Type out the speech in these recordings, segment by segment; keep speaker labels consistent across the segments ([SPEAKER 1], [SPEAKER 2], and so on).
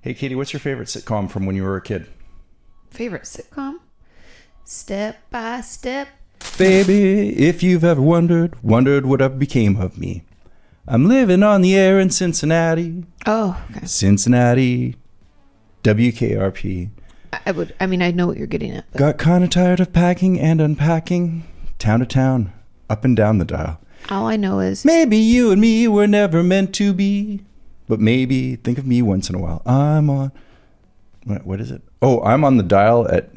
[SPEAKER 1] Hey, Katie, what's your favorite sitcom from when you were a kid?
[SPEAKER 2] Favorite sitcom? Step by step.
[SPEAKER 1] Baby, if you've ever wondered, wondered what ever became of me. I'm living on the air in Cincinnati.
[SPEAKER 2] Oh, okay.
[SPEAKER 1] Cincinnati, WKRP.
[SPEAKER 2] I- I would. I mean, I know what you're getting at. But
[SPEAKER 1] Got kind of tired of packing and unpacking, town to town, up and down the dial.
[SPEAKER 2] all I know is
[SPEAKER 1] Maybe you and me were never meant to be, but maybe think of me once in a while. I'm on. What, what is it? Oh, I'm on the dial at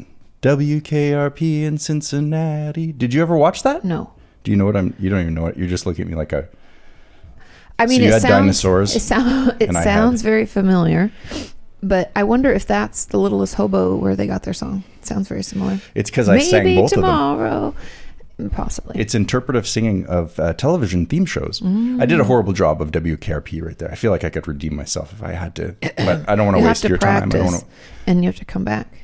[SPEAKER 1] WKRP in Cincinnati. Did you ever watch that?
[SPEAKER 2] no.
[SPEAKER 1] Do you know what I'm? You don't even know it. You're just looking at me like a.
[SPEAKER 2] I mean,
[SPEAKER 1] you
[SPEAKER 2] it
[SPEAKER 1] had
[SPEAKER 2] sounds,
[SPEAKER 1] dinosaurs,
[SPEAKER 2] It, sound, it
[SPEAKER 1] and I had-
[SPEAKER 2] sounds very familiar, but I wonder if that's the Littlest Hobo where they got their song. It sounds very similar.
[SPEAKER 1] It's because I sang both of them.
[SPEAKER 2] tomorrow, possibly.
[SPEAKER 1] It's interpretive singing of uh, television theme shows. I
[SPEAKER 2] Mm.
[SPEAKER 1] did a horrible job of WKRP right there. I feel like I could redeem myself if I had to, but I don't want
[SPEAKER 2] you
[SPEAKER 1] to
[SPEAKER 2] have
[SPEAKER 1] waste
[SPEAKER 2] to
[SPEAKER 1] your time. I don't
[SPEAKER 2] practice,
[SPEAKER 1] want to.
[SPEAKER 2] and you have to come back.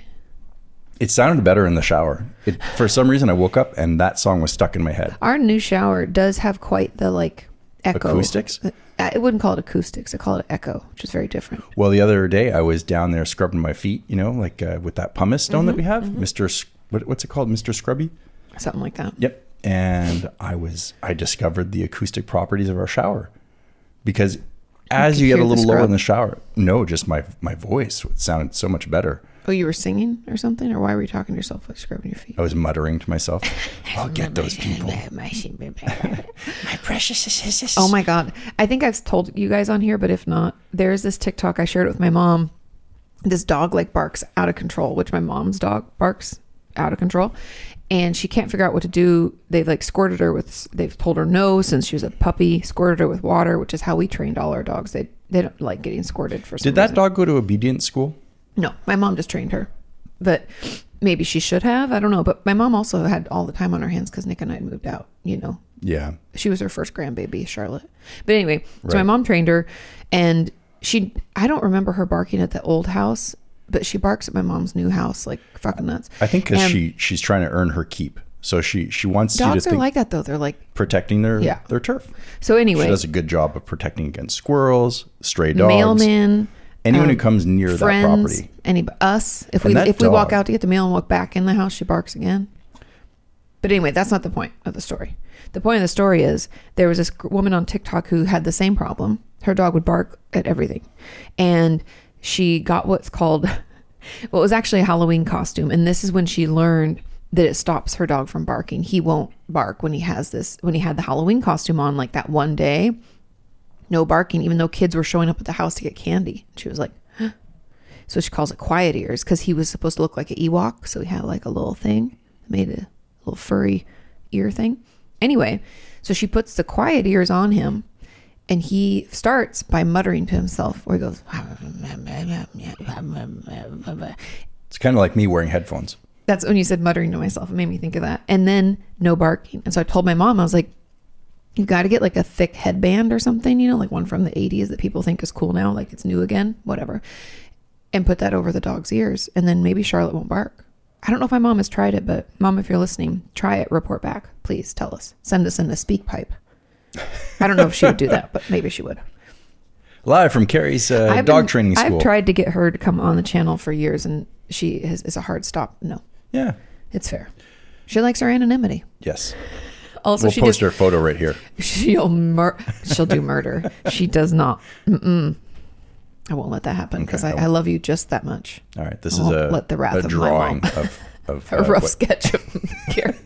[SPEAKER 1] It sounded better in the shower. It, for some reason, I woke up and that song was stuck in my head.
[SPEAKER 2] Our new shower does have quite the like echo
[SPEAKER 1] Acoustics?
[SPEAKER 2] I I wouldn't call it acoustics. I call it echo, which is very different.
[SPEAKER 1] Well, the other day I was down there scrubbing my feet, you know, like uh, with that pumice stone
[SPEAKER 2] Mm-hmm,
[SPEAKER 1] that we have, Mister. S- What, what's it called, Mister Scrubby?
[SPEAKER 2] Something like that.
[SPEAKER 1] Yep. And I was I discovered the acoustic properties of our shower because as
[SPEAKER 2] could
[SPEAKER 1] you get
[SPEAKER 2] hear
[SPEAKER 1] a
[SPEAKER 2] the
[SPEAKER 1] little lower in
[SPEAKER 2] scrub.
[SPEAKER 1] the shower, no, just my my voice would sound so much better.
[SPEAKER 2] Oh, you were singing or something, or why were you talking to yourself like scrubbing your feet?
[SPEAKER 1] I was muttering to myself, "I'll get those Oh, people."
[SPEAKER 3] My precious assistant.
[SPEAKER 2] Oh my god! I think I've told you guys on here, but if not, there's this TikTok I shared it with my mom. This dog like barks out of control, which my mom's dog barks out of control, and she can't figure out what to do. They've like squirted her with, they've told her no since she was a puppy. Squirted her with water, which is how we trained all our dogs. They they don't like getting squirted for. Some
[SPEAKER 1] Did that
[SPEAKER 2] reason.
[SPEAKER 1] dog go to obedience school?
[SPEAKER 2] No, my mom just trained her, but maybe she should have. I don't know. But my mom also had all the time on her hands because Nick and I had moved out. You know,
[SPEAKER 1] Yeah.
[SPEAKER 2] she was her first grandbaby, Charlotte. But anyway, so my
[SPEAKER 1] Right.
[SPEAKER 2] mom trained her, and she I don't remember her barking at the old house, but she barks at my mom's new house like fucking nuts.
[SPEAKER 1] I think because
[SPEAKER 2] And
[SPEAKER 1] she she's trying to earn her keep, so she she wants you to
[SPEAKER 2] dogs are
[SPEAKER 1] think
[SPEAKER 2] like that though. They're like
[SPEAKER 1] protecting their
[SPEAKER 2] Yeah.
[SPEAKER 1] their turf.
[SPEAKER 2] so
[SPEAKER 1] She
[SPEAKER 2] anyway.
[SPEAKER 1] does a good job of protecting against squirrels, stray dogs,
[SPEAKER 2] Mailman,
[SPEAKER 1] anyone who
[SPEAKER 2] um,
[SPEAKER 1] comes near
[SPEAKER 2] friends,
[SPEAKER 1] that property.
[SPEAKER 2] any us. If we
[SPEAKER 1] And that
[SPEAKER 2] if we walk
[SPEAKER 1] dog-
[SPEAKER 2] out to get the mail and walk back in the house, she barks again. But anyway, that's not the point of the story. The point of the story is there was this gr- woman on TikTok who had the same problem. Her dog would bark at everything, and she got what's called what was actually a Halloween costume, and this is when she learned that it stops her dog from barking. He won't bark when he has this when he had the Halloween costume on like that one day no barking, even though kids were showing up at the house to get candy. She was like, huh. so she calls it quiet ears because he was supposed to look like an Ewok. So he had like a little thing, made a little furry ear thing. Anyway, so she puts the quiet ears on him and he starts by muttering to himself where he goes,
[SPEAKER 1] It's kind of like me wearing headphones.
[SPEAKER 2] that's when you said muttering to myself. It made me think of that. And then no barking. And so I told my mom, I was like, you've got to get like a thick headband or something, you know, like one from the 80s that people think is cool now, like it's new again, whatever. And put that over the dog's ears. And then maybe Charlotte won't bark. I don't know if my mom has tried it, but mom, if you're listening, try it, report back. Please tell us. Send us in a speak pipe. I don't know if she would do that, but maybe she would.
[SPEAKER 1] Live from Carrie's uh,
[SPEAKER 2] I've
[SPEAKER 1] dog
[SPEAKER 2] been-
[SPEAKER 1] training school.
[SPEAKER 2] I've tried to get her to come on the channel for years and she has, is a hard stop. No.
[SPEAKER 1] Yeah.
[SPEAKER 2] It's fair. She likes her anonymity.
[SPEAKER 1] Yes.
[SPEAKER 2] Also,
[SPEAKER 1] we'll
[SPEAKER 2] she
[SPEAKER 1] post
[SPEAKER 2] just
[SPEAKER 1] her photo right here.
[SPEAKER 2] she'll mur- she'll do murder. she does not. Mm-mm. I won't let that happen because
[SPEAKER 1] Okay, I
[SPEAKER 2] I, I love you just that much.
[SPEAKER 1] All right. This
[SPEAKER 2] I
[SPEAKER 1] is a,
[SPEAKER 2] won't let the wrath
[SPEAKER 1] a
[SPEAKER 2] of my
[SPEAKER 1] drawing
[SPEAKER 2] mom.
[SPEAKER 1] of, of
[SPEAKER 2] A
[SPEAKER 1] uh,
[SPEAKER 2] rough
[SPEAKER 1] what-
[SPEAKER 2] sketch of Karen.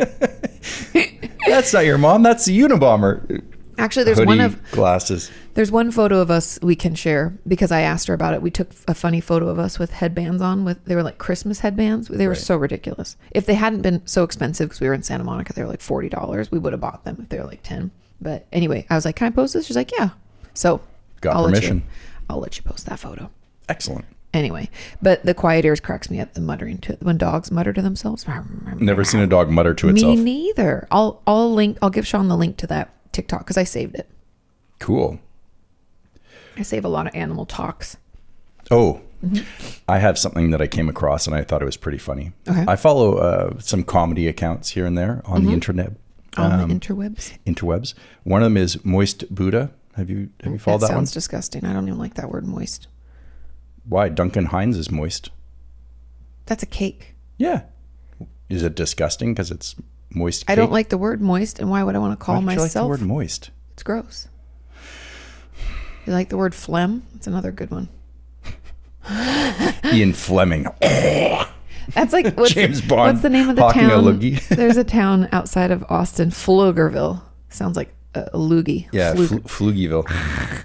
[SPEAKER 1] That's not your mom. That's the Unabomber.
[SPEAKER 2] Actually, there's
[SPEAKER 1] Hoodie,
[SPEAKER 2] one of
[SPEAKER 1] glasses.
[SPEAKER 2] there's one photo of us we can share because I asked her about it. We took a funny photo of us with headbands on. With they were like Christmas headbands. They were
[SPEAKER 1] Right.
[SPEAKER 2] so ridiculous. If they hadn't been so expensive because we were in Santa Monica, they were like forty dollars. We would have bought them if they were like ten. But anyway, I was like, "Can I post this?" She's like, "Yeah." So
[SPEAKER 1] Got
[SPEAKER 2] I'll Let
[SPEAKER 1] permission.
[SPEAKER 2] you, I'll let you post that photo.
[SPEAKER 1] Excellent.
[SPEAKER 2] Anyway, but the quiet ears cracks me up. The muttering to when dogs mutter to themselves.
[SPEAKER 1] Never seen a dog mutter to
[SPEAKER 2] Me
[SPEAKER 1] itself.
[SPEAKER 2] neither. I'll I'll link. I'll give Sean the link to that TikTok because I saved it.
[SPEAKER 1] Cool.
[SPEAKER 2] I save a lot of animal talks.
[SPEAKER 1] Oh, I have something that I came across and I thought it was pretty funny.
[SPEAKER 2] Mm-hmm. Okay. Mm-hmm.
[SPEAKER 1] I follow uh, some comedy accounts here and there on the internet,
[SPEAKER 2] On
[SPEAKER 1] Um,
[SPEAKER 2] the interwebs.
[SPEAKER 1] interwebs. One of them is Moist Buddha. Have you have you followed that,
[SPEAKER 2] sounds
[SPEAKER 1] one?
[SPEAKER 2] disgusting. I don't even like that word moist.
[SPEAKER 1] Why? Duncan Hines is moist.
[SPEAKER 2] That's a cake.
[SPEAKER 1] Yeah. Is it disgusting because it's moist?
[SPEAKER 2] I don't
[SPEAKER 1] cake?
[SPEAKER 2] like the word moist, and why would I want to
[SPEAKER 1] Why
[SPEAKER 2] call
[SPEAKER 1] don't you
[SPEAKER 2] myself?
[SPEAKER 1] like the word moist.
[SPEAKER 2] It's gross. You like the word phlegm? It's another good one.
[SPEAKER 1] Ian Fleming.
[SPEAKER 2] That's like what's,
[SPEAKER 1] James Bond
[SPEAKER 2] What's the name of the
[SPEAKER 1] hawking a
[SPEAKER 2] town?
[SPEAKER 1] loogie.
[SPEAKER 2] There's a town outside of Austin, Pflugerville. Sounds like a a loogie.
[SPEAKER 1] Yeah,
[SPEAKER 2] Pflug-
[SPEAKER 1] Fl- Flugieville.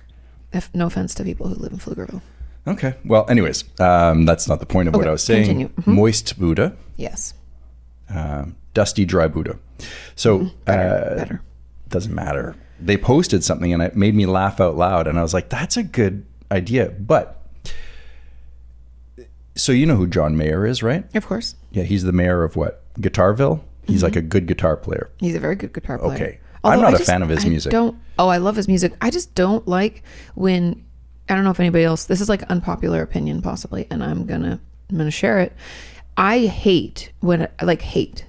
[SPEAKER 2] F- no offense to people who live in Pflugerville.
[SPEAKER 1] Okay. Well, anyways, um, that's not the point of what
[SPEAKER 2] Okay,
[SPEAKER 1] I was saying.
[SPEAKER 2] continue. Mhm.
[SPEAKER 1] Moist Buddha,
[SPEAKER 2] Yes,
[SPEAKER 1] um, dusty, dry Buddha. So
[SPEAKER 2] Mm-hmm.
[SPEAKER 1] uh,
[SPEAKER 2] better.
[SPEAKER 1] doesn't matter. They posted something and it made me laugh out loud. And I was like, that's a good idea. But so you know who John Mayer is, right?
[SPEAKER 2] Of course,
[SPEAKER 1] Yeah, he's the mayor of what? Guitarville?
[SPEAKER 2] Mm-hmm.
[SPEAKER 1] He's like a good guitar player.
[SPEAKER 2] he's a very good guitar player.
[SPEAKER 1] Okay. I'm not a fan of his
[SPEAKER 2] I
[SPEAKER 1] music.
[SPEAKER 2] Don't. Oh, I love his music. I just don't like when. I don't know if anybody else. This is like unpopular opinion possibly, and I'm gonna I'm gonna share it. I hate when like hate.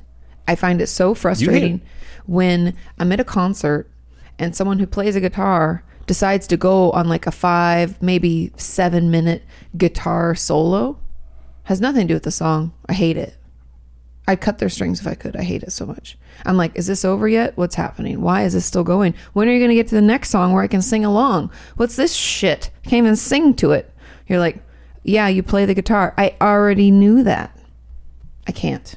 [SPEAKER 2] I find it so frustrating when I'm at a concert and someone who plays a guitar decides to go on like a five, maybe seven minute guitar solo. Has nothing to do with the song. I hate it. I'd cut their strings if I could. I hate it so much. I'm like, is this over yet? What's happening? Why is this still going? When are you going to get to the next song where I can sing along? What's this shit? I can't even sing to it. You're like, yeah, you play the guitar. I already knew that. I can't.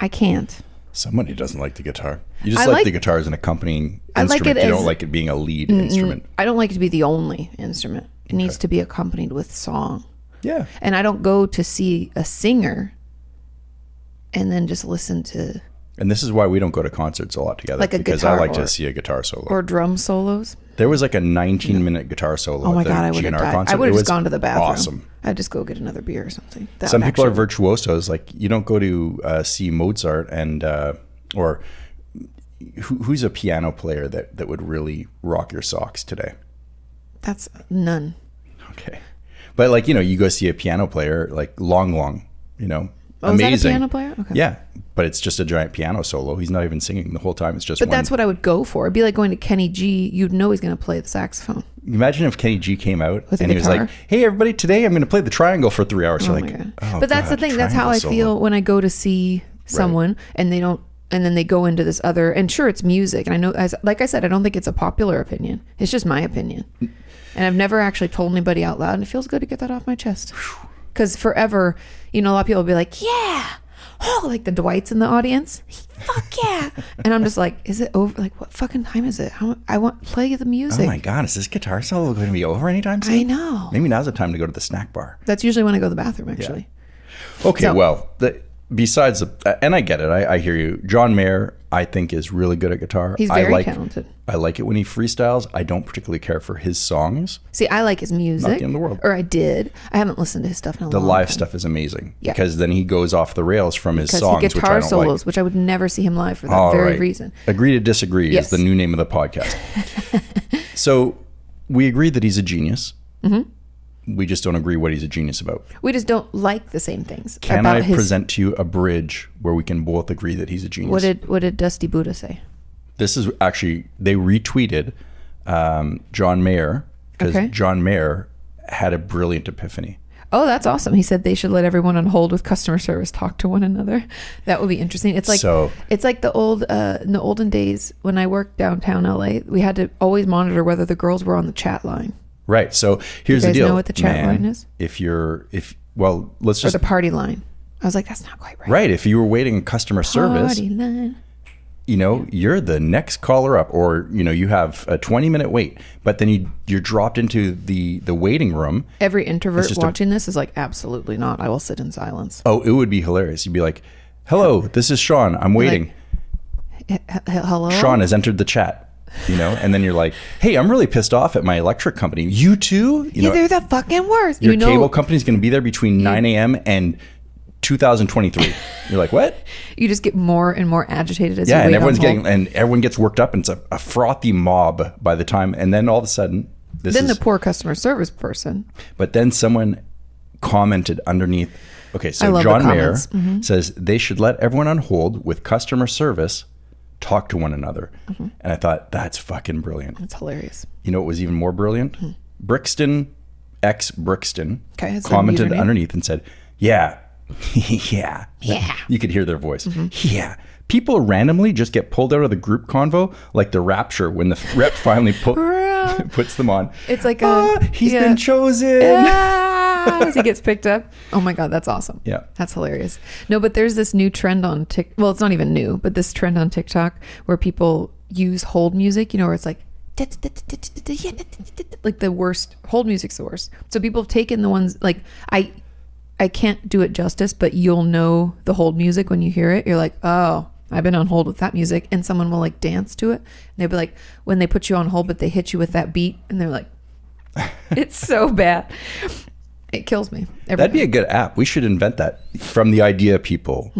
[SPEAKER 2] I can't.
[SPEAKER 1] Somebody doesn't like the guitar. You just
[SPEAKER 2] I
[SPEAKER 1] like,
[SPEAKER 2] like-
[SPEAKER 1] the guitar as an accompanying
[SPEAKER 2] I like
[SPEAKER 1] instrument.
[SPEAKER 2] it
[SPEAKER 1] you
[SPEAKER 2] as-
[SPEAKER 1] don't like it being a lead instrument.
[SPEAKER 2] I don't like it to be the only instrument. It needs to be accompanied with song.
[SPEAKER 1] Yeah.
[SPEAKER 2] And I don't go to see a singer and then just listen to
[SPEAKER 1] And this is why we don't go to concerts a lot together
[SPEAKER 2] Like a
[SPEAKER 1] because I
[SPEAKER 2] guitar
[SPEAKER 1] like
[SPEAKER 2] or-
[SPEAKER 1] to see a guitar solo.
[SPEAKER 2] or drum solos.
[SPEAKER 1] there was like a 19 minute guitar solo.
[SPEAKER 2] Oh my
[SPEAKER 1] at the
[SPEAKER 2] god, I would have
[SPEAKER 1] GNR
[SPEAKER 2] died.
[SPEAKER 1] concert.
[SPEAKER 2] I
[SPEAKER 1] It
[SPEAKER 2] would have
[SPEAKER 1] was
[SPEAKER 2] just gone to the bathroom.
[SPEAKER 1] Awesome.
[SPEAKER 2] I'd just go get another beer or something. That
[SPEAKER 1] Some
[SPEAKER 2] would
[SPEAKER 1] people are
[SPEAKER 2] actually-
[SPEAKER 1] virtuosos. Like you don't go to uh, see Mozart and uh, or who, who's a piano player that that would really rock your socks today.
[SPEAKER 2] That's uh, none.
[SPEAKER 1] Okay, but like you know, you go see a piano player like Long Long. You know,
[SPEAKER 2] Oh,
[SPEAKER 1] amazing.
[SPEAKER 2] is that a piano player? Okay.
[SPEAKER 1] Yeah, but it's just a giant piano solo. He's not even singing the whole time. It's just
[SPEAKER 2] But
[SPEAKER 1] one.
[SPEAKER 2] that's what I would go for. It'd be like going to Kenny G. You'd know he's going to play the saxophone.
[SPEAKER 1] Imagine if Kenny G came out
[SPEAKER 2] With a
[SPEAKER 1] and he was
[SPEAKER 2] guitar?
[SPEAKER 1] like, "Hey, everybody, today I'm going to play the triangle for three hours."
[SPEAKER 2] Oh
[SPEAKER 1] You're
[SPEAKER 2] my
[SPEAKER 1] like,
[SPEAKER 2] God.
[SPEAKER 1] "Oh,
[SPEAKER 2] but that's the
[SPEAKER 1] God,
[SPEAKER 2] thing. That's how I
[SPEAKER 1] triangle solo."
[SPEAKER 2] feel when I go to see someone and they don't, and then they go into this other. And sure, it's music, and I know, as like I said, I don't think it's a popular opinion. It's just my opinion, and I've never actually told anybody out loud, and it feels good to get that off my chest. Because forever, you know, a lot of people will be like, "Yeah." Oh, like the Dwights in the audience. Fuck yeah. and I'm just like, is it over? Like, what fucking time is it? How, I want play the music.
[SPEAKER 1] Oh my God, is this guitar solo going to be over anytime soon?
[SPEAKER 2] I know.
[SPEAKER 1] Maybe now's the time to go to the snack bar.
[SPEAKER 2] That's usually when I go to the bathroom, actually.
[SPEAKER 1] Okay,
[SPEAKER 2] So-
[SPEAKER 1] well, the, besides the, uh, and I get it, I, I hear you. John Mayer, I think, is really good at guitar.
[SPEAKER 2] He's
[SPEAKER 1] I
[SPEAKER 2] very
[SPEAKER 1] like,
[SPEAKER 2] talented.
[SPEAKER 1] I like it when he freestyles. I don't particularly care for his songs.
[SPEAKER 2] See, I like his music.
[SPEAKER 1] end of the world.
[SPEAKER 2] Or I did. I haven't listened to his stuff in a
[SPEAKER 1] The
[SPEAKER 2] long
[SPEAKER 1] live
[SPEAKER 2] time.
[SPEAKER 1] stuff is amazing
[SPEAKER 2] Yeah.
[SPEAKER 1] because then he goes off the rails from his
[SPEAKER 2] Because
[SPEAKER 1] songs,
[SPEAKER 2] he
[SPEAKER 1] which I
[SPEAKER 2] guitar
[SPEAKER 1] don't
[SPEAKER 2] solos,
[SPEAKER 1] like.
[SPEAKER 2] which I would never see him live for that
[SPEAKER 1] All
[SPEAKER 2] very
[SPEAKER 1] right.
[SPEAKER 2] reason.
[SPEAKER 1] Agree to disagree
[SPEAKER 2] Yes.
[SPEAKER 1] is the new name of the podcast. so we agree that he's a genius.
[SPEAKER 2] Mm-hmm.
[SPEAKER 1] We just don't agree what he's a genius about.
[SPEAKER 2] We just don't like the same things
[SPEAKER 1] Can
[SPEAKER 2] about
[SPEAKER 1] I
[SPEAKER 2] his.
[SPEAKER 1] present to you a bridge where we can both agree that he's a genius?
[SPEAKER 2] what did What did Dusty Buddha say?
[SPEAKER 1] this is actually they retweeted um, John Mayer because
[SPEAKER 2] Okay.
[SPEAKER 1] John Mayer had a brilliant epiphany.
[SPEAKER 2] Oh, that's awesome! He said they should let everyone on hold with customer service talk to one another. That would be interesting. It's like
[SPEAKER 1] So-
[SPEAKER 2] it's like the old uh, in the olden days when I worked downtown LA. We had to always monitor whether the girls were on the chat line
[SPEAKER 1] Right. So here's the
[SPEAKER 2] guys
[SPEAKER 1] deal.
[SPEAKER 2] know what the chat line is?
[SPEAKER 1] If you're if well, let's
[SPEAKER 2] or
[SPEAKER 1] just
[SPEAKER 2] the party line. I was like, that's not quite right.
[SPEAKER 1] right. If you were waiting customer service,
[SPEAKER 2] Party line.
[SPEAKER 1] you know you're the next caller up, or you know you have a 20 minute wait, but then you you're dropped into the the waiting room.
[SPEAKER 2] Every introvert
[SPEAKER 1] just a-
[SPEAKER 2] watching this is like, absolutely not. I will sit in silence.
[SPEAKER 1] Oh, it would be hilarious. You'd be like, "Hello, this is Sean. I'm waiting."
[SPEAKER 2] H- h- hello?
[SPEAKER 1] Sean has entered the chat. You know, and then you're like, "Hey, I'm really pissed off at my electric company. You too? You
[SPEAKER 2] Yeah,
[SPEAKER 1] know,
[SPEAKER 2] they're the fucking worst.
[SPEAKER 1] your
[SPEAKER 2] you know,
[SPEAKER 1] cable company's going to be there between 9 a.m. and 2023." you're like, "What?"
[SPEAKER 2] you just get more and more agitated as
[SPEAKER 1] Yeah,
[SPEAKER 2] you wait
[SPEAKER 1] and everyone's
[SPEAKER 2] on hold.
[SPEAKER 1] getting and everyone gets worked up, and it's a, a frothy mob by the time. And then all of a sudden, this
[SPEAKER 2] Then
[SPEAKER 1] is.
[SPEAKER 2] the poor customer service person.
[SPEAKER 1] but then someone commented underneath. Okay,
[SPEAKER 2] I
[SPEAKER 1] so
[SPEAKER 2] love the
[SPEAKER 1] John Mayer
[SPEAKER 2] comments. Mm-hmm.
[SPEAKER 1] says they should let everyone on hold with customer service talk to one another,
[SPEAKER 2] Mm-hmm.
[SPEAKER 1] and I thought that's fucking brilliant.
[SPEAKER 2] It's hilarious. Hmm.
[SPEAKER 1] You know what was even more brilliant? Brixton X Brixton
[SPEAKER 2] Okay, that's the
[SPEAKER 1] commented
[SPEAKER 2] username.
[SPEAKER 1] underneath and said, "Yeah, yeah,
[SPEAKER 3] Yeah.
[SPEAKER 1] You could hear their voice.
[SPEAKER 2] Mm-hmm.
[SPEAKER 1] Yeah." People randomly just get pulled out of the group convo like the rapture when the rep finally pu- puts them on.
[SPEAKER 2] It's like a
[SPEAKER 1] Ah, he's
[SPEAKER 2] yeah.
[SPEAKER 1] been chosen.
[SPEAKER 2] Ah, as he gets picked up. Oh my god, that's awesome.
[SPEAKER 1] Yeah.
[SPEAKER 2] That's hilarious. No, but there's this new trend on Tik well, it's not even new, but this trend on TikTok where people use hold music, you know, where it's like like the worst hold music's the worst. So people have taken the ones like I I can't do it justice, but you'll know the hold music when you hear it. You're like, oh, I've been on hold with that music, and someone will like dance to it. And they'll be like, when they put you on hold, but they hit you with that beat, and they're like, it's so bad. It kills me. Every
[SPEAKER 1] That'd be a good app. We should invent that from the idea people.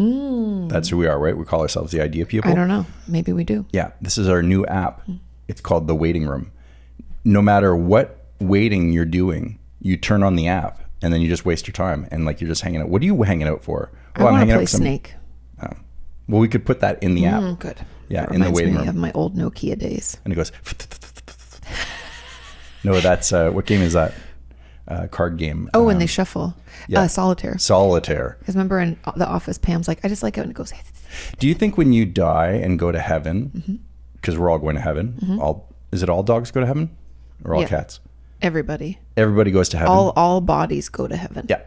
[SPEAKER 1] That's who we are, right? We call ourselves the idea people.
[SPEAKER 2] Hmm. I don't know. Maybe we do.
[SPEAKER 1] Yeah, this is our new app. It's called The Waiting Room. No matter what waiting you're doing, you turn on the app and then you just waste your time and like you're just hanging out. What are you hanging out for?
[SPEAKER 2] I want to play
[SPEAKER 1] some-
[SPEAKER 2] Snake.
[SPEAKER 1] Well, we could put that in the app.
[SPEAKER 2] Mm, good.
[SPEAKER 1] Yeah,
[SPEAKER 2] That
[SPEAKER 1] in the
[SPEAKER 2] reminds
[SPEAKER 1] waiting
[SPEAKER 2] me
[SPEAKER 1] room.
[SPEAKER 2] of my old Nokia days.
[SPEAKER 1] And it goes. no, that's uh, what game is that? Uh, card game.
[SPEAKER 2] Oh,
[SPEAKER 1] uh,
[SPEAKER 2] when they shuffle.
[SPEAKER 1] yeah.
[SPEAKER 2] Uh, solitaire.
[SPEAKER 1] solitaire.
[SPEAKER 2] Because remember in the office, Pam's like, I just like it when it goes.
[SPEAKER 1] Do you think when you die and go to
[SPEAKER 2] Mm-hmm.
[SPEAKER 1] heaven, because we're all going to heaven, all is it all dogs go to heaven or all
[SPEAKER 2] Yeah.
[SPEAKER 1] cats?
[SPEAKER 2] Everybody,
[SPEAKER 1] Everybody goes to heaven.
[SPEAKER 2] all all bodies go to heaven.
[SPEAKER 1] Mm. Yeah.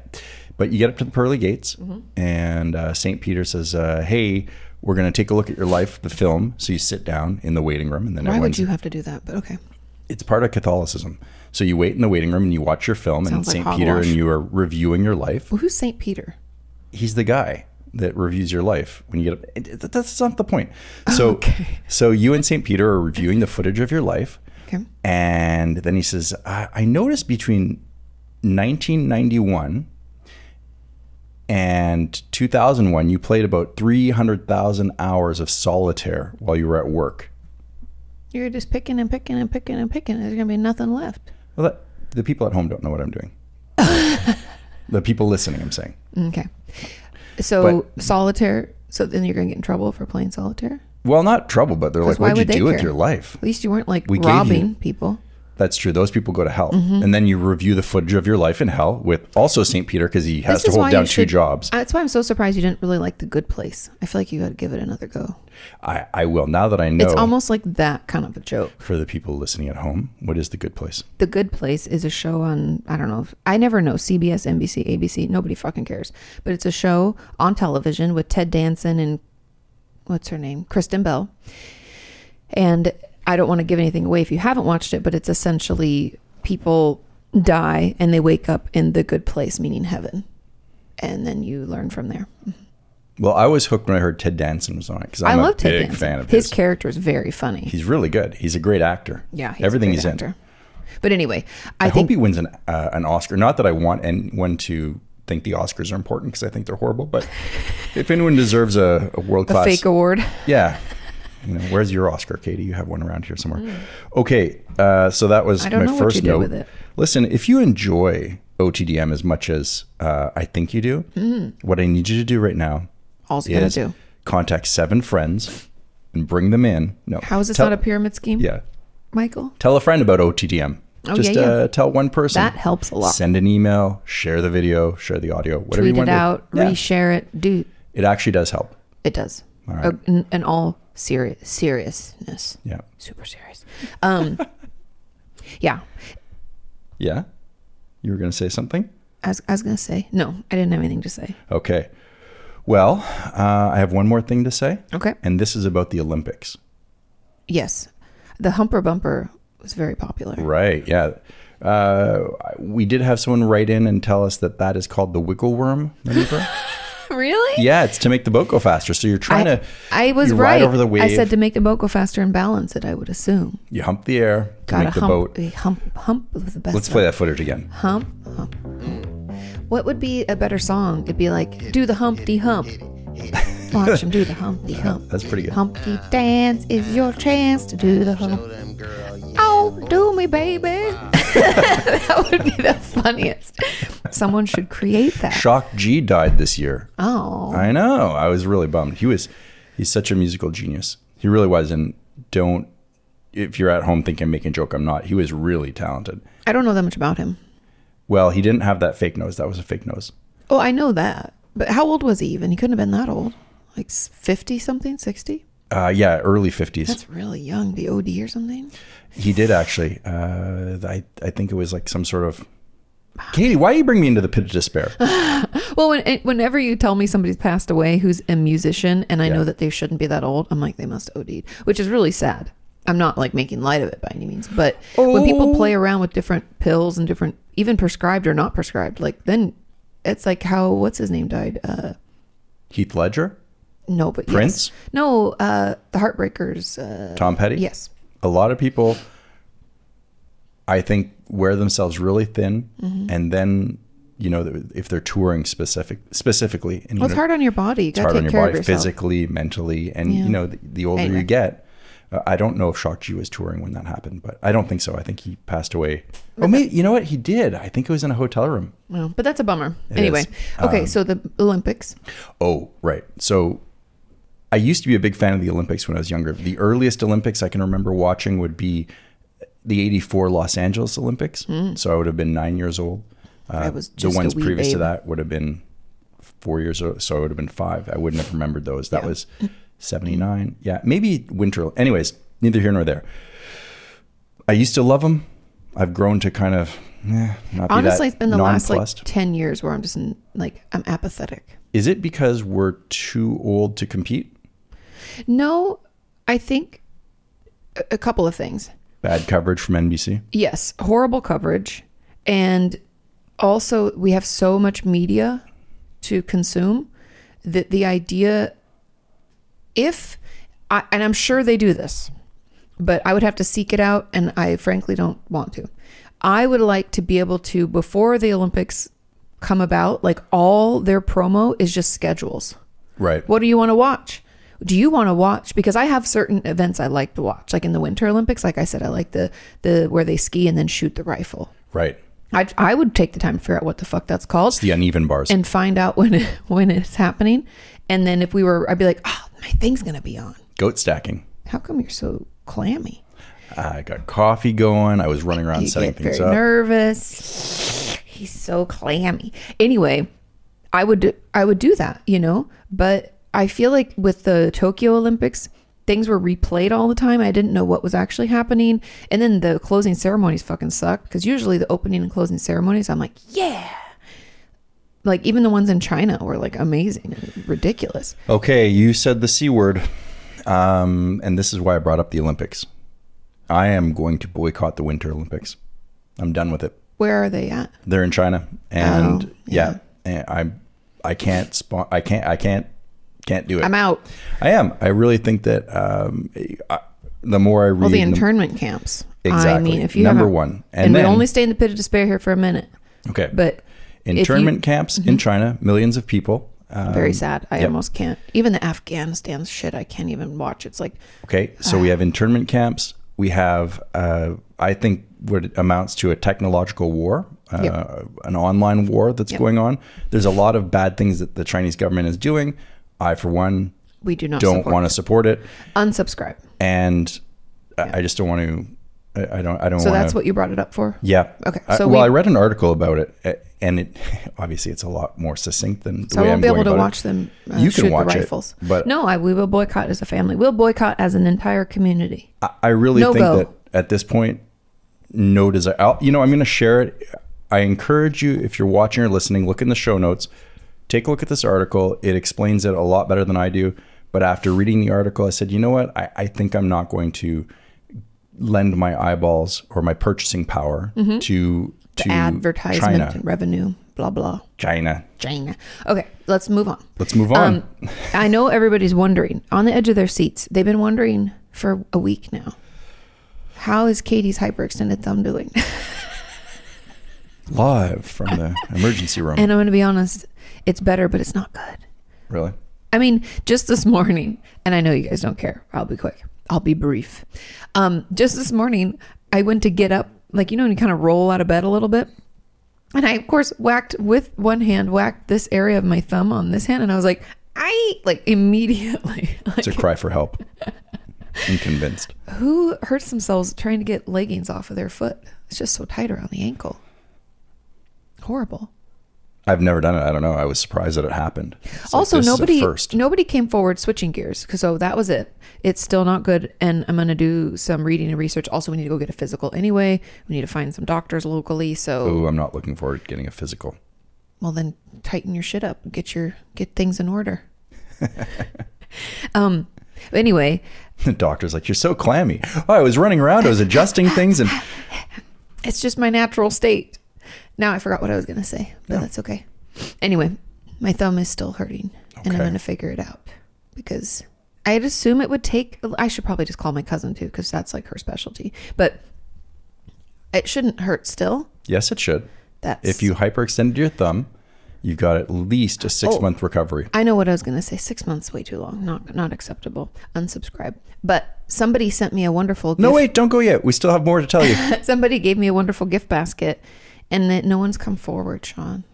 [SPEAKER 1] But you get up to the pearly gates,
[SPEAKER 2] Mm-hmm.
[SPEAKER 1] and uh, St. Peter says, uh, Hey, we're going to take a look at your life, the film. So you sit down in the waiting room, and then
[SPEAKER 2] Why
[SPEAKER 1] everyone's.
[SPEAKER 2] would you have to do that? But okay.
[SPEAKER 1] It's part of Catholicism. So you wait in the waiting room and you watch your film,
[SPEAKER 2] Sounds like
[SPEAKER 1] and St. Peter, and
[SPEAKER 2] hogwash.
[SPEAKER 1] you are reviewing your life.
[SPEAKER 2] Well, who's Saint Peter?
[SPEAKER 1] He's the guy that reviews your life when you get up. it- it- That's not the point. So,
[SPEAKER 2] Okay.
[SPEAKER 1] so you and St. Peter are reviewing the footage of your life.
[SPEAKER 2] Okay.
[SPEAKER 1] And then he says, I, I noticed between 1991 and 2001, you played about 300,000 hours of solitaire while you were at work.
[SPEAKER 2] You're just picking and picking and picking and picking. There's gonna be nothing left.
[SPEAKER 1] Well, that, the people at home don't know what I'm doing. the people listening, I'm saying.
[SPEAKER 2] Okay. So solitaire. So then you're gonna get in trouble for playing solitaire.
[SPEAKER 1] Well, not trouble, but they're like,
[SPEAKER 2] why
[SPEAKER 1] what'd you
[SPEAKER 2] would they
[SPEAKER 1] do with
[SPEAKER 2] care?
[SPEAKER 1] your life?
[SPEAKER 2] At least you weren't like
[SPEAKER 1] We gave you-
[SPEAKER 2] robbing people.
[SPEAKER 1] That's true. Those people go to hell.
[SPEAKER 2] Mm-hmm.
[SPEAKER 1] And then you review the footage of your life in hell with also St. Peter because he has
[SPEAKER 2] This
[SPEAKER 1] to
[SPEAKER 2] is why
[SPEAKER 1] hold down
[SPEAKER 2] you
[SPEAKER 1] two
[SPEAKER 2] should-
[SPEAKER 1] jobs.
[SPEAKER 2] That's why I'm so surprised you didn't really like the Good Place. I feel like you got to give it another go.
[SPEAKER 1] I, I will. Now that I know.
[SPEAKER 2] It's almost like that kind of a joke.
[SPEAKER 1] for the people listening at home, what is the good place?
[SPEAKER 2] The Good Place is a show on I don't know. If, I never know CBS, NBC, ABC. Nobody fucking cares. But it's a show on television with Ted Danson and what's her name, Kristen Bell. And I don't want to give anything away if you haven't watched it, but it's essentially people die and they wake up in the good place, meaning heaven, and then you learn from there.
[SPEAKER 1] Well, I was hooked when I heard Ted Danson was on it because
[SPEAKER 2] i
[SPEAKER 1] I'm a
[SPEAKER 2] love Ted
[SPEAKER 1] big
[SPEAKER 2] Danson.
[SPEAKER 1] fan of
[SPEAKER 2] his
[SPEAKER 1] his.
[SPEAKER 2] character is very funny.
[SPEAKER 1] He's really good. He's a great actor.
[SPEAKER 2] yeah, he's
[SPEAKER 1] everything
[SPEAKER 2] a great
[SPEAKER 1] he's in.
[SPEAKER 2] actor. But anyway, I,
[SPEAKER 1] I,
[SPEAKER 2] think
[SPEAKER 1] hope he wins an uh, an Oscar. Not that I want anyone to think the Oscars are important because I think they're horrible. But if anyone deserves a, a world
[SPEAKER 2] a
[SPEAKER 1] class,
[SPEAKER 2] fake award.
[SPEAKER 1] yeah. You know, where's your Oscar, Katie? You have one around here somewhere. Okay, uh, so that was
[SPEAKER 2] Hmm. I don't
[SPEAKER 1] my
[SPEAKER 2] know what
[SPEAKER 1] first
[SPEAKER 2] you did
[SPEAKER 1] note.
[SPEAKER 2] with it.
[SPEAKER 1] Listen, if you enjoy OTDM as much as uh, I think you do, what I need you to do right now
[SPEAKER 2] All you gotta
[SPEAKER 1] is
[SPEAKER 2] Hmm. do.
[SPEAKER 1] contact seven friends and bring them in. No,
[SPEAKER 2] How is this
[SPEAKER 1] tell,
[SPEAKER 2] not a pyramid scheme?
[SPEAKER 1] yeah?
[SPEAKER 2] Michael.
[SPEAKER 1] Tell a friend about OTDM.
[SPEAKER 2] Oh,
[SPEAKER 1] Just
[SPEAKER 2] yeah, yeah.
[SPEAKER 1] Uh, tell one person.
[SPEAKER 2] That helps a lot.
[SPEAKER 1] Send an email, share the video, share the audio, whatever
[SPEAKER 2] Tweet
[SPEAKER 1] you want
[SPEAKER 2] it
[SPEAKER 1] to do.
[SPEAKER 2] out,
[SPEAKER 1] Yeah,
[SPEAKER 2] reshare it. Do
[SPEAKER 1] it actually does help.
[SPEAKER 2] it does.
[SPEAKER 1] All
[SPEAKER 2] Uh,
[SPEAKER 1] right.
[SPEAKER 2] in, in all seri- seriousness,
[SPEAKER 1] Yeah.
[SPEAKER 2] super serious. Um, yeah,
[SPEAKER 1] Yeah. You were going to say something?
[SPEAKER 2] I was, I was gonna say no. I didn't have anything to say.
[SPEAKER 1] Okay. Well, uh, I have one more thing to say,
[SPEAKER 2] Okay.
[SPEAKER 1] and this is about the Olympics.
[SPEAKER 2] Yes, the Humper Bumper was very popular.
[SPEAKER 1] Right. Yeah. Uh, we did have someone write in and tell us that that is called the wiggle worm maneuver.
[SPEAKER 2] Really?
[SPEAKER 1] yeah, it's to make the boat go faster. So you're trying
[SPEAKER 2] I,
[SPEAKER 1] to
[SPEAKER 2] I was
[SPEAKER 1] you
[SPEAKER 2] right.
[SPEAKER 1] ride over the wave.
[SPEAKER 2] I said to make the boat go faster and balance it. I would assume.
[SPEAKER 1] you hump the air to
[SPEAKER 2] Got
[SPEAKER 1] make
[SPEAKER 2] a
[SPEAKER 1] the
[SPEAKER 2] hump,
[SPEAKER 1] boat.
[SPEAKER 2] a hump, hump was the best.
[SPEAKER 1] Let's play that footage again.
[SPEAKER 2] hump, hump. What would be a better song? It'd be like, do the humpty hump. Watch him do the humpty hump.
[SPEAKER 1] That's pretty good.
[SPEAKER 2] Humpty dance is your chance to do the hump. Oh, do me, baby. that would be the funniest. Someone should create that.
[SPEAKER 1] Shock G died this year.
[SPEAKER 2] Oh,
[SPEAKER 1] I know. I was really bummed. He was, he's such a musical genius. He really was. And don't, if you're at home thinking I'm making a joke, I'm not. He was really talented.
[SPEAKER 2] I don't know that much about him.
[SPEAKER 1] Well, he didn't have that fake nose. That was a fake nose.
[SPEAKER 2] Oh, I know that. But how old was he even? He couldn't have been that old. Like s- 50 something, 60?
[SPEAKER 1] Uh, yeah, early 50s.
[SPEAKER 2] That's really young. The OD or something?
[SPEAKER 1] he did actually. Uh, I, I think it was like some sort of. Katie, why do you bring me into the pit of despair?
[SPEAKER 2] Well, when, it- whenever you tell me somebody's passed away who's a musician and I
[SPEAKER 1] Yeah.
[SPEAKER 2] know that they shouldn't be that old, I'm like, they must OD'd, which is really sad. I'm not like making light of it by any means, but when people
[SPEAKER 1] Oh.
[SPEAKER 2] play around with different pills and different, even prescribed or not prescribed, like then it's like how, what's his name died? Uh,
[SPEAKER 1] Heath Ledger,
[SPEAKER 2] no, but yes.
[SPEAKER 1] Prince?
[SPEAKER 2] No, uh, the Heartbreakers. Uh,
[SPEAKER 1] Tom Petty.
[SPEAKER 2] yes.
[SPEAKER 1] a lot of people i think wear themselves really thin
[SPEAKER 2] Mm-hmm.
[SPEAKER 1] and then you know if they're touring specific specifically and you
[SPEAKER 2] Well, it's
[SPEAKER 1] know,
[SPEAKER 2] hard on your body. You
[SPEAKER 1] it's hard
[SPEAKER 2] gotta take
[SPEAKER 1] on your
[SPEAKER 2] care
[SPEAKER 1] body
[SPEAKER 2] of yourself.
[SPEAKER 1] physically mentally and
[SPEAKER 2] Yeah.
[SPEAKER 1] you know the, the older
[SPEAKER 2] Anyway.
[SPEAKER 1] you get uh, i don't know if shock g was touring when that happened but i don't think so i think he passed away oh maybe you know what he did i think it was in a hotel room
[SPEAKER 2] Well, but that's a bummer.
[SPEAKER 1] It
[SPEAKER 2] anyway,
[SPEAKER 1] is.
[SPEAKER 2] okay,
[SPEAKER 1] Um,
[SPEAKER 2] so the Olympics.
[SPEAKER 1] oh right so i used to be a big fan of the olympics when i was younger the earliest olympics i can remember watching would be the 84 Los Angeles Olympics.
[SPEAKER 2] Mm.
[SPEAKER 1] So I would have been nine years old. Uh,
[SPEAKER 2] I was just
[SPEAKER 1] the
[SPEAKER 2] a
[SPEAKER 1] ones
[SPEAKER 2] wee
[SPEAKER 1] previous to
[SPEAKER 2] babe.
[SPEAKER 1] that would have been four years old. So I would have been five. I wouldn't have remembered those. That
[SPEAKER 2] Yeah.
[SPEAKER 1] was 79. Yeah, maybe winter. Anyways, neither here nor there. I used to love them. I've grown to kind of eh, not be
[SPEAKER 2] Honestly,
[SPEAKER 1] that
[SPEAKER 2] it's been the last like
[SPEAKER 1] nonplussed.
[SPEAKER 2] ten years where I'm just in, like I'm apathetic.
[SPEAKER 1] Is it because we're too old to compete?
[SPEAKER 2] No, I think a, a couple of things.
[SPEAKER 1] Bad coverage from NBC.
[SPEAKER 2] Yes, horrible coverage, and also we have so much media to consume that the idea, if, I, and I'm sure they do this, but I would have to seek it out, and I frankly don't want to. I would like to be able to before the Olympics come about, like all their promo is just schedules.
[SPEAKER 1] Right.
[SPEAKER 2] What do you want to watch? Do you want to watch? Because I have certain events I like to watch, like in the Winter Olympics. Like I said, I like the the where they ski and then shoot the rifle.
[SPEAKER 1] Right.
[SPEAKER 2] I I would take the time to figure out what the fuck that's called
[SPEAKER 1] It's the uneven bars.
[SPEAKER 2] and find out when it, when it's happening. And then if we were, I'd be like, oh, my thing's gonna be on.
[SPEAKER 1] Goat stacking.
[SPEAKER 2] How come you're so clammy?
[SPEAKER 1] I got coffee going. I was running around
[SPEAKER 2] you
[SPEAKER 1] setting
[SPEAKER 2] get
[SPEAKER 1] things
[SPEAKER 2] very
[SPEAKER 1] up.
[SPEAKER 2] nervous. He's so clammy. Anyway, I would I would do that, you know. But I feel like with the Tokyo Olympics, things were replayed all the time. I didn't know what was actually happening, and then the closing ceremonies fucking suck because usually the opening and closing ceremonies, I'm like, yeah. Like even the ones in China were like amazing, and ridiculous.
[SPEAKER 1] Okay, you said the C word. Um, and this is why I brought up the Olympics. I am going to boycott the Winter Olympics. I'm done with it.
[SPEAKER 2] Where are they at?
[SPEAKER 1] They're in China. And
[SPEAKER 2] Oh,
[SPEAKER 1] yeah, and I'm I can't spawn I can't I can't can't do it.
[SPEAKER 2] I'm out.
[SPEAKER 1] I am. I really think that um I, the more I read
[SPEAKER 2] Well, the
[SPEAKER 1] the-
[SPEAKER 2] internment camps. I
[SPEAKER 1] Exactly.
[SPEAKER 2] mean, if you
[SPEAKER 1] Number
[SPEAKER 2] haven't-
[SPEAKER 1] one.
[SPEAKER 2] and,
[SPEAKER 1] And
[SPEAKER 2] we
[SPEAKER 1] then-
[SPEAKER 2] only stay in the pit of despair here for a minute,
[SPEAKER 1] Okay.
[SPEAKER 2] but if you- Mm-hmm.
[SPEAKER 1] internment camps in China, millions of people. Um,
[SPEAKER 2] very sad. I
[SPEAKER 1] yep.
[SPEAKER 2] almost can't. Even the Afghanistan shit, I can't even watch. It's like
[SPEAKER 1] Okay, so we have internment camps. We have, uh, I think, what it amounts to a technological war, uh,
[SPEAKER 2] Yep.
[SPEAKER 1] an online war that's
[SPEAKER 2] Yep.
[SPEAKER 1] going on. There's a lot of bad things that the Chinese government is doing. I, for one,
[SPEAKER 2] we do not
[SPEAKER 1] don't want to support it,
[SPEAKER 2] unsubscribe.
[SPEAKER 1] and I I just don't want to. I I don't. I don't.
[SPEAKER 2] So
[SPEAKER 1] want
[SPEAKER 2] that's what you brought it up for.
[SPEAKER 1] Yeah.
[SPEAKER 2] Okay,
[SPEAKER 1] I-
[SPEAKER 2] so
[SPEAKER 1] well,
[SPEAKER 2] we-
[SPEAKER 1] I read an article about it, a- and it obviously it's a lot more succinct than the
[SPEAKER 2] So
[SPEAKER 1] way
[SPEAKER 2] I
[SPEAKER 1] am
[SPEAKER 2] won't be
[SPEAKER 1] going
[SPEAKER 2] able to
[SPEAKER 1] about it.
[SPEAKER 2] watch them. Uh,
[SPEAKER 1] You can
[SPEAKER 2] shoot
[SPEAKER 1] watch
[SPEAKER 2] the
[SPEAKER 1] it,
[SPEAKER 2] rifles.
[SPEAKER 1] but-
[SPEAKER 2] no, I we will boycott as a family. We'll boycott as an entire community.
[SPEAKER 1] I- I really
[SPEAKER 2] No
[SPEAKER 1] think
[SPEAKER 2] go.
[SPEAKER 1] that at this point, no desire. I'll, you know, I'm going to share it. I encourage you, if you're watching or listening, look in the show notes. Take a look at this article. It explains it a lot better than I do. But after reading the article, I said, you know what? I, I think I'm not going to lend my eyeballs or my purchasing power to to
[SPEAKER 2] Mm-hmm. Advertisement
[SPEAKER 1] Mm, China.
[SPEAKER 2] and revenue, blah blah.
[SPEAKER 1] China.
[SPEAKER 2] China. Okay, let's move on.
[SPEAKER 1] Let's move on.
[SPEAKER 2] Um, I know everybody's wondering on the edge of their seats. They've been wondering for a week now. How is Katie's hyperextended thumb doing?
[SPEAKER 1] Live from the emergency room.
[SPEAKER 2] and I'm going to be honest, it's better, but it's not good.
[SPEAKER 1] really?
[SPEAKER 2] I mean, just this morning, and I know you guys don't care. I'll be quick. I'll be brief. Um, just this morning, I went to get up, like you know, when you kind of roll out of bed a little bit. And I, of course, whacked with one hand, whacked this area of my thumb on this hand, and I was like, I like immediately.
[SPEAKER 1] It's a cry for help. I'm convinced.
[SPEAKER 2] Who hurts themselves trying to get leggings off of their foot? It's just so tight around the ankle. Horrible.
[SPEAKER 1] I've never done it. I don't know. I was surprised that it happened. It's like,
[SPEAKER 2] also,
[SPEAKER 1] this is a
[SPEAKER 2] nobody
[SPEAKER 1] first.
[SPEAKER 2] nobody came forward switching gears. 'cause- So that was it. It's still not good. And I'm going to do some reading and research. Also, we need to go get a physical anyway. We need to find some doctors locally. So,
[SPEAKER 1] Ooh, I'm not looking forward to getting a physical.
[SPEAKER 2] well, then tighten your shit up. Get your get things in order. um. Anyway,
[SPEAKER 1] The doctor's like, "You're so clammy." Oh, I was running around. I was adjusting things, and
[SPEAKER 2] It's just my natural state. Now I forgot what I was going to say, but
[SPEAKER 1] Yeah.
[SPEAKER 2] that's okay. Anyway, my thumb is still hurting and I'm
[SPEAKER 1] Okay.
[SPEAKER 2] going to figure it out because I'd assume it would take, I should probably just call my cousin too because that's like her specialty, but it shouldn't hurt still.
[SPEAKER 1] yes, it should.
[SPEAKER 2] That's
[SPEAKER 1] If you hyperextended your thumb, you've got at least a
[SPEAKER 2] Oh.
[SPEAKER 1] six month recovery.
[SPEAKER 2] I know what I was going to say. Six months, way too long. Not not acceptable. Unsubscribe. But somebody sent me a wonderful.
[SPEAKER 1] No,
[SPEAKER 2] gift.
[SPEAKER 1] wait, don't go yet. We still have more to tell you.
[SPEAKER 2] Somebody gave me a wonderful gift basket, and that no one's come forward, Sean.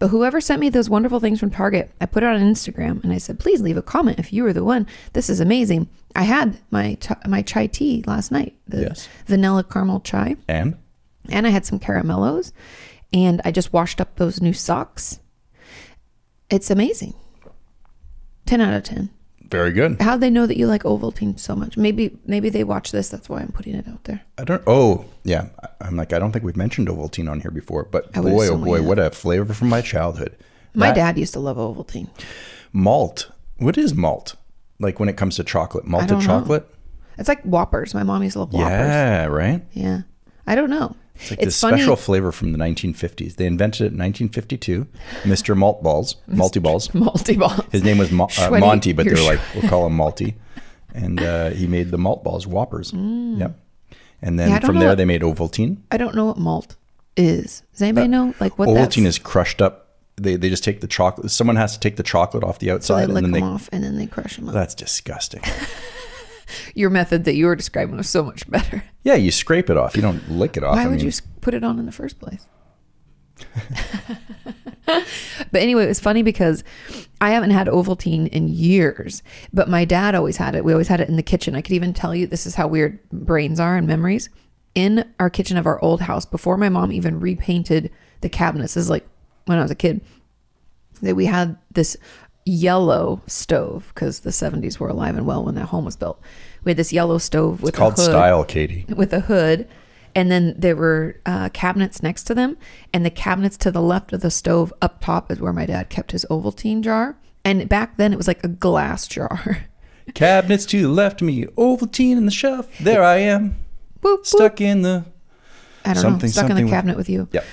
[SPEAKER 2] But whoever sent me those wonderful things from Target, I put it on Instagram and I said, please leave a comment if you were the one. This is amazing. I had my t- my chai tea last night, the
[SPEAKER 1] Yes.
[SPEAKER 2] vanilla caramel chai,
[SPEAKER 1] and
[SPEAKER 2] and I had some caramellos, and I just washed up those new socks. It's amazing. Ten out of ten.
[SPEAKER 1] very good.
[SPEAKER 2] How'd they know that you like Ovaltine so much? Maybe maybe they watch this. That's why I'm putting it out there.
[SPEAKER 1] I don't. Oh, yeah. I- I'm like, I don't think we've mentioned Ovaltine on here before, but
[SPEAKER 2] I would
[SPEAKER 1] boy, oh
[SPEAKER 2] assume we
[SPEAKER 1] boy,
[SPEAKER 2] have.
[SPEAKER 1] what a flavor from my childhood.
[SPEAKER 2] My
[SPEAKER 1] That
[SPEAKER 2] dad used to love Ovaltine.
[SPEAKER 1] malt. What is malt? Like when it comes to chocolate,
[SPEAKER 2] don't
[SPEAKER 1] malted
[SPEAKER 2] know.
[SPEAKER 1] chocolate.
[SPEAKER 2] It's like Whoppers. My mom used to love Whoppers. Yeah.
[SPEAKER 1] Yeah, right.
[SPEAKER 2] I don't know. It's,
[SPEAKER 1] It's like this
[SPEAKER 2] funny.
[SPEAKER 1] special flavor from the 1950s. They invented it in 1952. Mr. Malt Balls, Malty Balls.
[SPEAKER 2] multi balls.
[SPEAKER 1] His name was Mo- uh,
[SPEAKER 2] Shreddy-
[SPEAKER 1] Monty, but they
[SPEAKER 2] your
[SPEAKER 1] were like, we'll call him Malty. And uh, he made the malt balls, Whoppers. Yep. And then
[SPEAKER 2] Mm. Yeah, I don't
[SPEAKER 1] from
[SPEAKER 2] know
[SPEAKER 1] there,
[SPEAKER 2] what-
[SPEAKER 1] they made Ovaltine.
[SPEAKER 2] I don't know what malt is. Does anybody know like what that
[SPEAKER 1] Ovaltine is crushed up. They, they just take the chocolate. Someone has to take the chocolate off the
[SPEAKER 2] so they
[SPEAKER 1] outside,
[SPEAKER 2] lick
[SPEAKER 1] and then
[SPEAKER 2] them
[SPEAKER 1] they.
[SPEAKER 2] off and then they crush them up.
[SPEAKER 1] That's disgusting.
[SPEAKER 2] Your method that you were describing was so much better.
[SPEAKER 1] yeah, you scrape it off. You don't lick it off.
[SPEAKER 2] Why
[SPEAKER 1] I
[SPEAKER 2] would
[SPEAKER 1] mean,
[SPEAKER 2] you s- put it on in the first place? but anyway, it was funny because I haven't had Ovaltine in years, but my dad always had it. We always had it in the kitchen. I could even tell you this is how weird brains are and memories. In our kitchen of our old house, before my mom even repainted the cabinets, this is like when I was a kid, that we had this yellow stove because the 70s were alive and well when that home was built. We had this yellow stove with
[SPEAKER 1] it's called
[SPEAKER 2] a hood
[SPEAKER 1] style, Katie.
[SPEAKER 2] with a hood and then there were uh, cabinets next to them and the cabinets to the left of the stove up top is where my dad kept his ovaltine jar and back then it was like a glass jar
[SPEAKER 1] Cabinets to the left of me, Ovaltine in the shelf. There I am,
[SPEAKER 2] boop, boop.
[SPEAKER 1] stuck in the.
[SPEAKER 2] i don't know
[SPEAKER 1] something-
[SPEAKER 2] stuck in
[SPEAKER 1] something
[SPEAKER 2] the
[SPEAKER 1] with-
[SPEAKER 2] cabinet with you
[SPEAKER 1] Yep.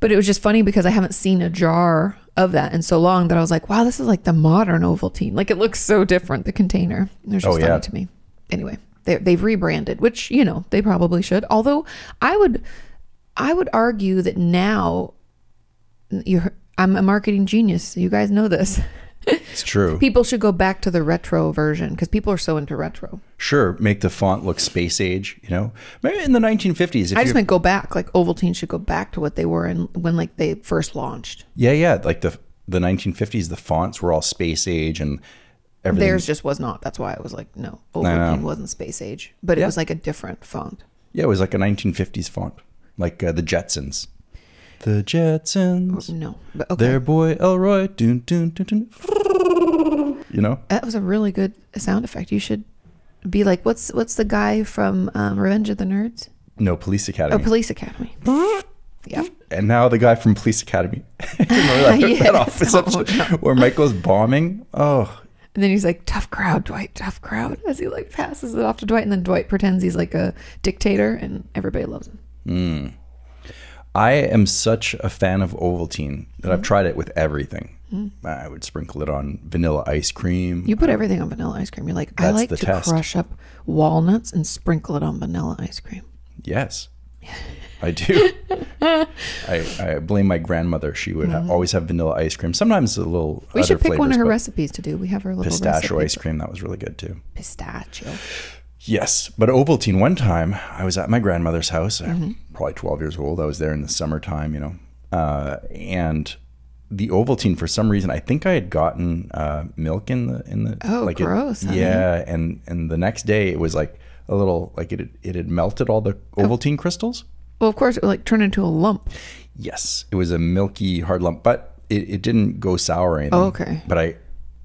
[SPEAKER 2] but it was just funny because i haven't seen a jar of that in so long that i was like wow this is like the modern ovaltine like it looks so different the container there's just
[SPEAKER 1] Oh,
[SPEAKER 2] funny
[SPEAKER 1] yeah.
[SPEAKER 2] to me anyway they, they've rebranded which you know they probably should although i would i would argue that now you're i'm a marketing genius you guys know this
[SPEAKER 1] It's true.
[SPEAKER 2] people should go back to the retro version because people are so into retro
[SPEAKER 1] Sure, make the font look space age. You know, maybe in the 1950s. If
[SPEAKER 2] i just
[SPEAKER 1] you,
[SPEAKER 2] meant go back like ovaltine should go back to what they were in when like they first launched
[SPEAKER 1] yeah, yeah, like the the 1950s, the fonts were all space age and everything.
[SPEAKER 2] theirs just was not that's why i was like no
[SPEAKER 1] I
[SPEAKER 2] ovaltine
[SPEAKER 1] know.
[SPEAKER 2] wasn't space age but it
[SPEAKER 1] Yeah.
[SPEAKER 2] was like a different font
[SPEAKER 1] yeah, it was like a 1950s font, like uh, the Jetsons. The Jetsons,
[SPEAKER 2] no but okay
[SPEAKER 1] their boy Elroy. Dun, dun, dun, dun. You know,
[SPEAKER 2] that was a really good sound effect you should be like what's what's the guy from um, revenge of the nerds
[SPEAKER 1] no Police
[SPEAKER 2] or
[SPEAKER 1] Academy,
[SPEAKER 2] police academy yeah
[SPEAKER 1] and now the guy from Police Academy. You know, like,
[SPEAKER 2] Yes.
[SPEAKER 1] that office up where Michael's bombing. Oh,
[SPEAKER 2] And then he's like, tough crowd, Dwight, tough crowd, as he like passes it off to Dwight. And then Dwight pretends he's like a dictator and everybody loves him.
[SPEAKER 1] I am such a fan of Ovaltine that
[SPEAKER 2] Mm-hmm.
[SPEAKER 1] I've tried it with everything. I would sprinkle it on vanilla ice cream.
[SPEAKER 2] You put everything on vanilla ice cream. You're like, I
[SPEAKER 1] That's
[SPEAKER 2] like
[SPEAKER 1] the
[SPEAKER 2] to
[SPEAKER 1] test.
[SPEAKER 2] crush up walnuts and sprinkle it on vanilla ice cream.
[SPEAKER 1] Yes, I do. I, I blame my grandmother. She would ha- always have vanilla ice cream. Sometimes a little.
[SPEAKER 2] Mm-hmm. We
[SPEAKER 1] other
[SPEAKER 2] should pick
[SPEAKER 1] flavors,
[SPEAKER 2] one of her
[SPEAKER 1] but
[SPEAKER 2] recipes to do. We have her little
[SPEAKER 1] Pistachio
[SPEAKER 2] recipe.
[SPEAKER 1] ice cream. That was really good too.
[SPEAKER 2] Pistachio.
[SPEAKER 1] Yes, but Ovaltine. One time, I was at my grandmother's house, uh,
[SPEAKER 2] Mm-hmm.
[SPEAKER 1] probably twelve years old. I was there in the summertime, you know, uh, and the Ovaltine. For some reason, I think I had gotten uh, milk in the in the.
[SPEAKER 2] Oh,
[SPEAKER 1] it-
[SPEAKER 2] gross, honey.
[SPEAKER 1] yeah,
[SPEAKER 2] Oh.
[SPEAKER 1] and and the next day it was like a little like it had- it had melted all the Ovaltine crystals.
[SPEAKER 2] Well, of course, it would like turn into a lump.
[SPEAKER 1] Yes, it was a milky hard lump, but it, it didn't go sour or anything.
[SPEAKER 2] Oh, okay.
[SPEAKER 1] But I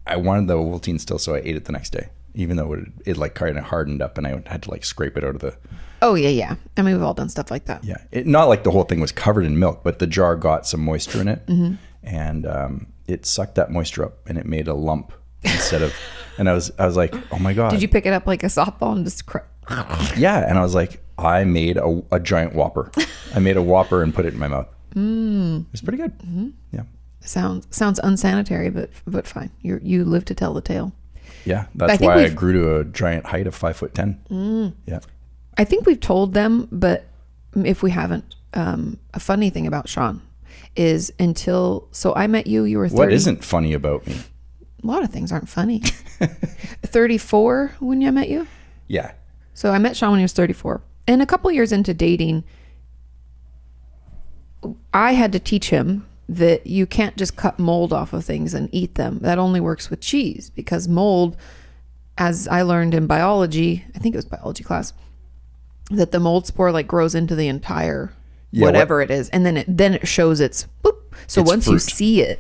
[SPEAKER 1] I wanted the Ovaltine still, so I ate it the next day, even though it, it like kind of hardened up, and I had to like scrape it out of the
[SPEAKER 2] Oh yeah, yeah. I mean, we've all done stuff like that.
[SPEAKER 1] yeah. It, not like the whole thing was covered in milk, but the jar got some moisture in it,
[SPEAKER 2] Mm-hmm.
[SPEAKER 1] and um, it sucked that moisture up, and it made a lump instead of. And I was I was like, oh my god,
[SPEAKER 2] Did you pick it up like a softball and just? Cr-
[SPEAKER 1] yeah, and I was like, I made a, a giant whopper. I made a whopper and put it in my mouth. Mm. It's pretty good.
[SPEAKER 2] Mm-hmm.
[SPEAKER 1] Yeah,
[SPEAKER 2] sounds sounds unsanitary, but but fine. You you live to tell the tale.
[SPEAKER 1] yeah. That's
[SPEAKER 2] think
[SPEAKER 1] why I
[SPEAKER 2] we've- Mm.
[SPEAKER 1] grew to a giant height of five foot ten. Yeah,
[SPEAKER 2] I think we've told them, but if we haven't, um, a funny thing about Sean is until so I met you, you were 30.
[SPEAKER 1] What isn't funny about me?
[SPEAKER 2] A lot of things aren't funny. thirty four when I met you.
[SPEAKER 1] Yeah,
[SPEAKER 2] So I met Sean when he was 34. And a couple years into dating, I had to teach him that you can't just cut mold off of things and eat them. That only works with cheese because mold, as I learned in biology, I think it was biology class, that the mold spore like grows into the entire
[SPEAKER 1] Yeah, what-
[SPEAKER 2] whatever it is, and then it then it shows its boop. So
[SPEAKER 1] Its
[SPEAKER 2] once you
[SPEAKER 1] fruit.
[SPEAKER 2] see it,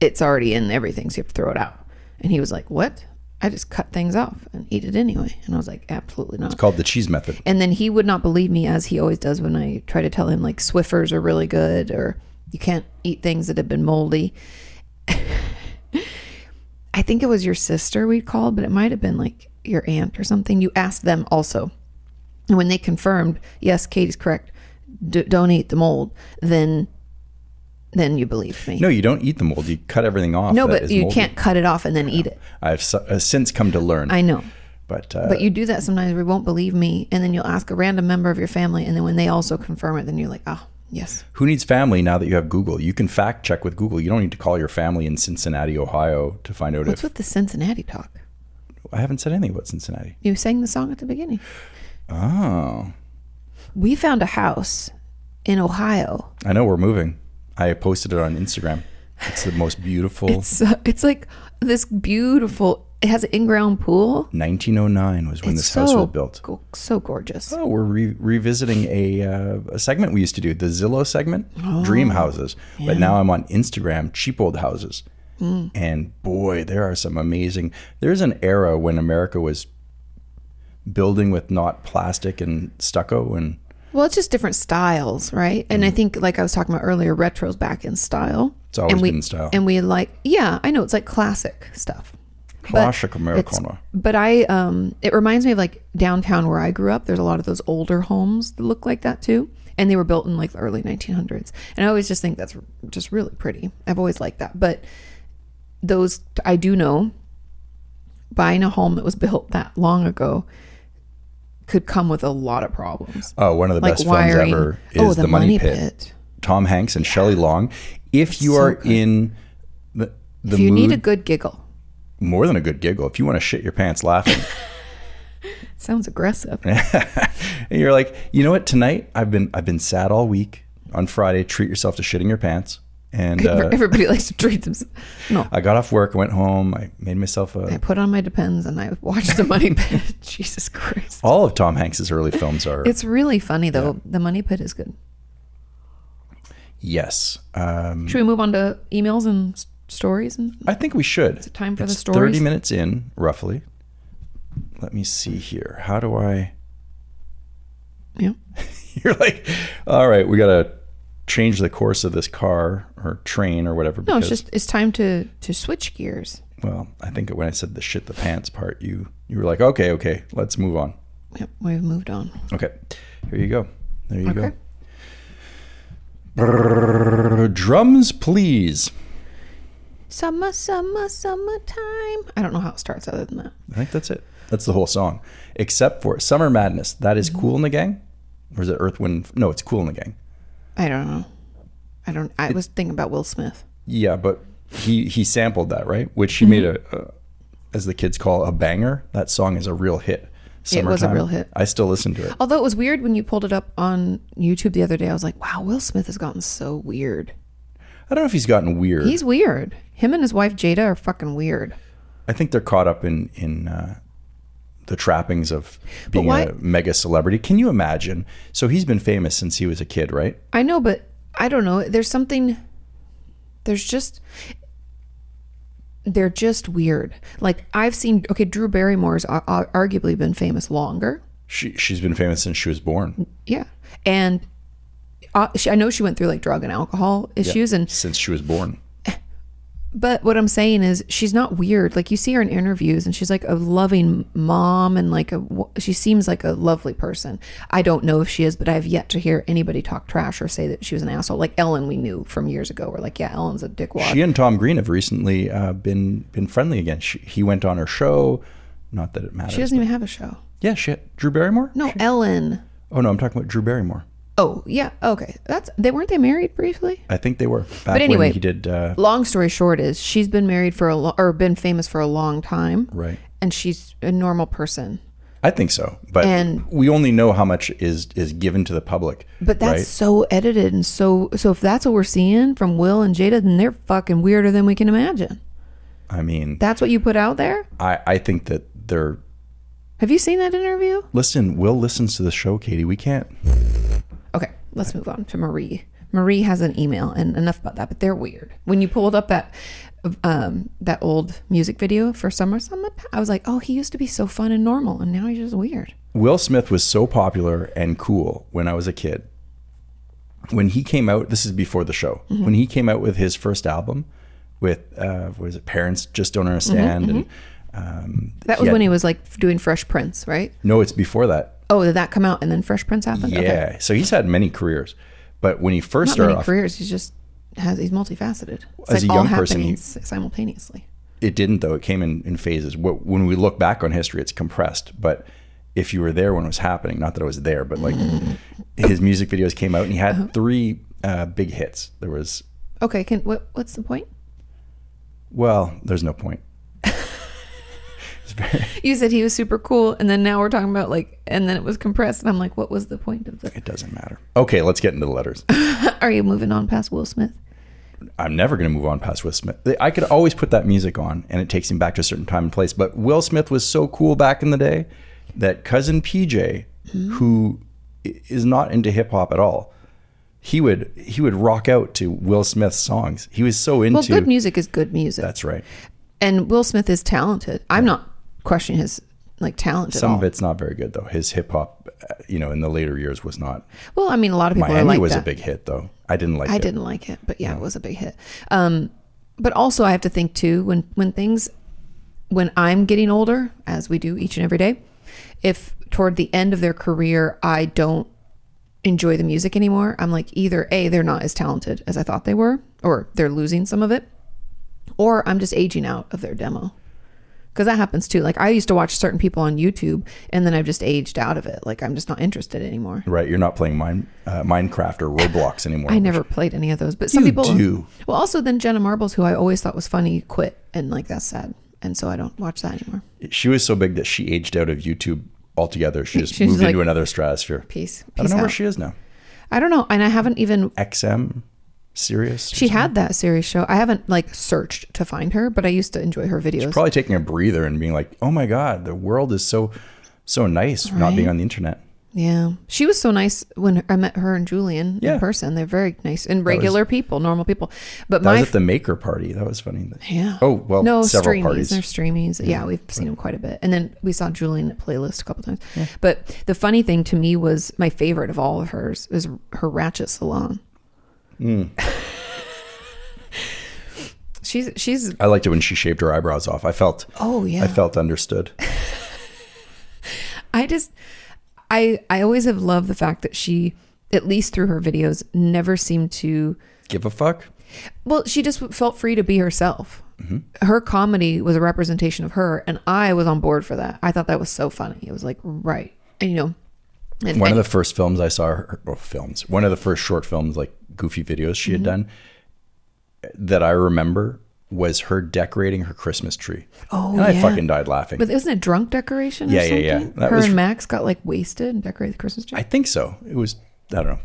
[SPEAKER 2] it's already in everything, so you have to throw it out. And he was like, What? I just cut things off and eat it anyway. And I was like, Absolutely not.
[SPEAKER 1] called the cheese method.
[SPEAKER 2] And then he would not believe me as he always does when I try to tell him like Swiffers are really good or you can't eat things that have been moldy. I think it was your sister we called, but it might have been like your aunt or something. You asked them also. And when they confirmed, yes, Katie's correct, d- don't eat the mold, then then you believed me.
[SPEAKER 1] No, you don't eat the mold. You cut everything off.
[SPEAKER 2] No,
[SPEAKER 1] that
[SPEAKER 2] but
[SPEAKER 1] is
[SPEAKER 2] you
[SPEAKER 1] moldy.
[SPEAKER 2] can't cut it off and then eat it.
[SPEAKER 1] I've su- uh, since come to learn.
[SPEAKER 2] I know.
[SPEAKER 1] but uh,
[SPEAKER 2] But you do that sometimes. We won't believe me, and then you'll ask a random member of your family, and then when they also confirm it, then you're like, oh, yes.
[SPEAKER 1] who needs family now that you have Google? You can fact check with Google. You don't need to call your family in Cincinnati, Ohio, to find out
[SPEAKER 2] What's
[SPEAKER 1] if
[SPEAKER 2] with the Cincinnati talk?
[SPEAKER 1] I haven't said anything about Cincinnati.
[SPEAKER 2] You sang the song at the beginning.
[SPEAKER 1] Oh,
[SPEAKER 2] We found a house in Ohio.
[SPEAKER 1] I know we're moving. I posted it on Instagram. It's the most beautiful.
[SPEAKER 2] It's uh, it's like this beautiful. It has an in-ground pool.
[SPEAKER 1] 1909 was when
[SPEAKER 2] it's
[SPEAKER 1] this
[SPEAKER 2] so
[SPEAKER 1] house was built.
[SPEAKER 2] go- so gorgeous.
[SPEAKER 1] Oh, we're re- revisiting a, uh, a segment we used to do, the Zillow segment,
[SPEAKER 2] Oh,
[SPEAKER 1] dream houses. But now I'm on Instagram, cheap old houses.
[SPEAKER 2] Hmm.
[SPEAKER 1] And boy, there are some amazing. There's an era when America was building with not plastic and stucco, and
[SPEAKER 2] Well, it's just different styles, right? And I think, like I was talking about earlier, retro's back in style.
[SPEAKER 1] It's Mm. always
[SPEAKER 2] and we,
[SPEAKER 1] been in style.
[SPEAKER 2] And we like, yeah, I know it's like classic stuff. But
[SPEAKER 1] classic
[SPEAKER 2] it's-
[SPEAKER 1] Americana.
[SPEAKER 2] But I, um, it reminds me of like downtown where I grew up. There's a lot of those older homes that look like that too, and they were built in like the early 1900s. And I always just think that's just really pretty. I've always liked that. But those I do know, buying a home that was built that long ago could come with a lot of problems.
[SPEAKER 1] Oh, one of the
[SPEAKER 2] Like
[SPEAKER 1] best
[SPEAKER 2] wiring.
[SPEAKER 1] films ever is
[SPEAKER 2] oh,
[SPEAKER 1] The, Money, Pit. Tom Hanks and Shelley Long. If you
[SPEAKER 2] so
[SPEAKER 1] are
[SPEAKER 2] good.
[SPEAKER 1] in the, the
[SPEAKER 2] If you
[SPEAKER 1] mood,
[SPEAKER 2] need a good giggle,
[SPEAKER 1] more than a good giggle, if you want to shit your pants laughing,
[SPEAKER 2] it sounds aggressive.
[SPEAKER 1] and you're like, you know what? Tonight I've been I've been sad all week. On Friday, treat yourself to shitting your pants. And uh,
[SPEAKER 2] Everybody likes to treat themselves. No,
[SPEAKER 1] I got off work, went home, I made myself
[SPEAKER 2] I
[SPEAKER 1] a.
[SPEAKER 2] put on my depends and I watched the Money Pit. Jesus Christ!
[SPEAKER 1] All of Tom Hanks's early films are
[SPEAKER 2] It's really funny though. The Money Pit is good.
[SPEAKER 1] yes. Um,
[SPEAKER 2] Should we move on to emails and s- stories? And
[SPEAKER 1] I think we should.
[SPEAKER 2] it time for the
[SPEAKER 1] It's
[SPEAKER 2] stories?
[SPEAKER 1] Thirty minutes in, roughly. Let me see here. How do I?
[SPEAKER 2] yeah,
[SPEAKER 1] You're like, all right, we gotta change the course of this car or train or whatever.
[SPEAKER 2] no, it's just it's time to to switch gears.
[SPEAKER 1] well, I think when I said the shit the pants part, you you were like, okay, okay, let's move on.
[SPEAKER 2] Yep, we've moved on.
[SPEAKER 1] Okay. Here you go. There you
[SPEAKER 2] Okay.
[SPEAKER 1] go. Brrrr, drums, please.
[SPEAKER 2] Summer, summer, summertime. I don't know how it starts other than that.
[SPEAKER 1] I think that's it. That's the whole song, except for Summer Madness. That is Cool in the Gang, or is it Earth Wind? No, it's Cool in the Gang.
[SPEAKER 2] I don't know. I don't. I was thinking about Will Smith.
[SPEAKER 1] Yeah, but he he sampled that right, which he made a,
[SPEAKER 2] Mm-hmm.
[SPEAKER 1] a, as the kids call a banger. That song is a real hit.
[SPEAKER 2] It was a
[SPEAKER 1] Summertime.
[SPEAKER 2] real hit.
[SPEAKER 1] I still listen to it.
[SPEAKER 2] Although it was weird when you pulled it up on YouTube the other day, I was like, "Wow, Will Smith has gotten so weird.
[SPEAKER 1] I don't know if he's gotten weird.
[SPEAKER 2] He's weird. Him and his wife Jada are fucking weird."
[SPEAKER 1] I think they're caught up in in uh, the trappings of being
[SPEAKER 2] why-
[SPEAKER 1] a mega celebrity. Can you imagine? So he's been famous since he was a kid, right?
[SPEAKER 2] I know, but I don't know. There's something. There's just. They're just weird. Like I've seen. Okay, Drew Barrymore's ar- ar- arguably been famous longer.
[SPEAKER 1] She she's been famous since she was born.
[SPEAKER 2] Yeah, and uh, she, I know she went through like drug and alcohol issues, and
[SPEAKER 1] Since she was born.
[SPEAKER 2] But what I'm saying is, she's not weird. Like you see her in interviews, and she's like a loving mom, and like a she seems like a lovely person. I don't know if she is, but I've yet to hear anybody talk trash or say that she was an asshole. Like Ellen, we knew from years ago. We're like, yeah, Ellen's a dickwad.
[SPEAKER 1] She and Tom Green have recently uh, been been friendly again. She, he went on her show. Not that it matters.
[SPEAKER 2] she doesn't even have a show.
[SPEAKER 1] yeah, shit. Drew Barrymore.
[SPEAKER 2] No, Ellen.
[SPEAKER 1] Oh no, I'm talking about Drew Barrymore.
[SPEAKER 2] Oh yeah, okay. That's they weren't they married briefly?
[SPEAKER 1] I think they were back
[SPEAKER 2] anyway-
[SPEAKER 1] when he did. Uh,
[SPEAKER 2] Long story short is she's been married for a lo- or been famous for a long time,
[SPEAKER 1] right.
[SPEAKER 2] and she's a normal person.
[SPEAKER 1] I think so, but
[SPEAKER 2] And-
[SPEAKER 1] we only know how much is is given to the public.
[SPEAKER 2] But that's so edited and so so if that's what we're seeing from Will and Jada, then they're fucking weirder than we can imagine.
[SPEAKER 1] I mean,
[SPEAKER 2] That's what you put out there?
[SPEAKER 1] I I think that they're
[SPEAKER 2] Have you seen that interview?
[SPEAKER 1] listen. Will listens to the show, Katie. We can't.
[SPEAKER 2] Okay, let's move on to Marie. Marie has an email and enough about that, but they're weird. When you pulled up that um that old music video for summer summer, I was like, "Oh, he used to be so fun and normal and now he's just weird."
[SPEAKER 1] Will Smith was so popular and cool when I was a kid. When he came out, this is before the show.
[SPEAKER 2] Mm-hmm.
[SPEAKER 1] When he came out with his first album, with uh, what is it? Parents just don't understand.
[SPEAKER 2] Mm-hmm,
[SPEAKER 1] And um,
[SPEAKER 2] That was
[SPEAKER 1] had-
[SPEAKER 2] when he was like doing Fresh Prince, right?
[SPEAKER 1] no, it's before that.
[SPEAKER 2] Oh, did that come out and then Fresh Prince happened?
[SPEAKER 1] Yeah.
[SPEAKER 2] Okay.
[SPEAKER 1] So he's had many careers, but when he first
[SPEAKER 2] Not
[SPEAKER 1] started
[SPEAKER 2] many
[SPEAKER 1] off,
[SPEAKER 2] careers. He's just has he's multifaceted. It's
[SPEAKER 1] As
[SPEAKER 2] like
[SPEAKER 1] a
[SPEAKER 2] all
[SPEAKER 1] young person,
[SPEAKER 2] happening
[SPEAKER 1] he-
[SPEAKER 2] s- simultaneously.
[SPEAKER 1] it didn't though. It came in in phases. Wh- When we look back on history, it's compressed, but. If you were there when it was happening, not that I was there, but like
[SPEAKER 2] Mm-hmm.
[SPEAKER 1] his music videos came out and he
[SPEAKER 2] Uh-huh.
[SPEAKER 1] had three uh, big hits. There was
[SPEAKER 2] Okay, can what, what's the point?
[SPEAKER 1] Well, there's no point.
[SPEAKER 2] You said he was super cool, and then now we're talking about like, and then it was compressed, and I'm like, what was the point of the?
[SPEAKER 1] It doesn't matter. Okay, let's get into the letters.
[SPEAKER 2] Are you moving on past Will Smith?
[SPEAKER 1] I'm never going to move on past Will Smith. I could always put that music on and it takes him back to a certain time and place. But Will Smith was so cool back in the day that cousin PJ,
[SPEAKER 2] Hmm?
[SPEAKER 1] who i- is not into hip hop at all, he would he would rock out to Will Smith's songs. He was so into
[SPEAKER 2] Well, good music is good music,
[SPEAKER 1] That's right.
[SPEAKER 2] and Will Smith is talented. I'm not questioning his like talent at
[SPEAKER 1] Some
[SPEAKER 2] all.
[SPEAKER 1] of it's not very good though. His hip hop, uh, you know, in the later years was not.
[SPEAKER 2] well, I mean, a lot of people
[SPEAKER 1] Miami
[SPEAKER 2] are like
[SPEAKER 1] was
[SPEAKER 2] that.
[SPEAKER 1] a big hit though. I didn't like
[SPEAKER 2] I
[SPEAKER 1] it.
[SPEAKER 2] didn't like it, but yeah, it was a big hit. Um, but also, I have to think too when when things when I'm getting older, as we do each and every day, if toward the end of their career I don't enjoy the music anymore, I'm like either a they're not as talented as I thought they were, or they're losing some of it, or I'm just aging out of their demo. Because that happens too. Like I used to watch certain people on YouTube, and then I've just aged out of it. Like I'm just not interested anymore.
[SPEAKER 1] Right, you're not playing mine, uh, Minecraft or Roblox anymore.
[SPEAKER 2] I never played any of those, but some
[SPEAKER 1] You
[SPEAKER 2] people
[SPEAKER 1] do.
[SPEAKER 2] Well, also then Jenna Marbles, who I always thought was funny, quit, and like that's sad, and so I don't watch that anymore.
[SPEAKER 1] She was so big that she aged out of YouTube altogether. She just
[SPEAKER 2] She's
[SPEAKER 1] moved into
[SPEAKER 2] like-
[SPEAKER 1] another stratosphere.
[SPEAKER 2] Peace.
[SPEAKER 1] I don't
[SPEAKER 2] Peace
[SPEAKER 1] know where
[SPEAKER 2] out.
[SPEAKER 1] she is now.
[SPEAKER 2] I don't know, and I haven't even.
[SPEAKER 1] XM, Sirius.
[SPEAKER 2] She had that series show. I haven't like searched to find her, but I used to enjoy her videos.
[SPEAKER 1] Probably taking a breather and being like, "Oh my God, the world is so, so nice. Not being on the internet."
[SPEAKER 2] yeah, she was so nice when I met her and Julian
[SPEAKER 1] Yeah.
[SPEAKER 2] in person. They're very nice and regular people, normal people. But
[SPEAKER 1] That
[SPEAKER 2] my
[SPEAKER 1] was at the Maker Party. That was funny.
[SPEAKER 2] Yeah.
[SPEAKER 1] Oh well,
[SPEAKER 2] no
[SPEAKER 1] several
[SPEAKER 2] streamies.
[SPEAKER 1] parties.
[SPEAKER 2] They're streamies. Yeah, we've seen them quite a bit, and then we saw Julian at playlist a couple times. But the funny thing to me was my favorite of all of hers is her Ratchet Salon.
[SPEAKER 1] Hmm.
[SPEAKER 2] she's she's
[SPEAKER 1] I liked it when she shaved her eyebrows off. I felt.
[SPEAKER 2] oh yeah.
[SPEAKER 1] I felt understood.
[SPEAKER 2] I just I I always have loved the fact that she at least through her videos never seemed to
[SPEAKER 1] Give a fuck.
[SPEAKER 2] Well, she just felt free to be herself.
[SPEAKER 1] Mm-hmm.
[SPEAKER 2] Her comedy was a representation of her, and I was on board for that. I thought that was so funny. It was like, right, and you know, and,
[SPEAKER 1] One of
[SPEAKER 2] and-
[SPEAKER 1] the first films I saw her, or films, one of the first short films, like goofy videos she had
[SPEAKER 2] Mm-hmm.
[SPEAKER 1] done that I remember was her decorating her Christmas tree.
[SPEAKER 2] Oh,
[SPEAKER 1] and I
[SPEAKER 2] yeah.
[SPEAKER 1] fucking died laughing.
[SPEAKER 2] but isn't it drunk decoration? Or
[SPEAKER 1] Yeah, yeah,
[SPEAKER 2] something?
[SPEAKER 1] yeah. That
[SPEAKER 2] her
[SPEAKER 1] was-
[SPEAKER 2] and Max got like wasted and decorated the Christmas tree.
[SPEAKER 1] I think so. It was, I don't know.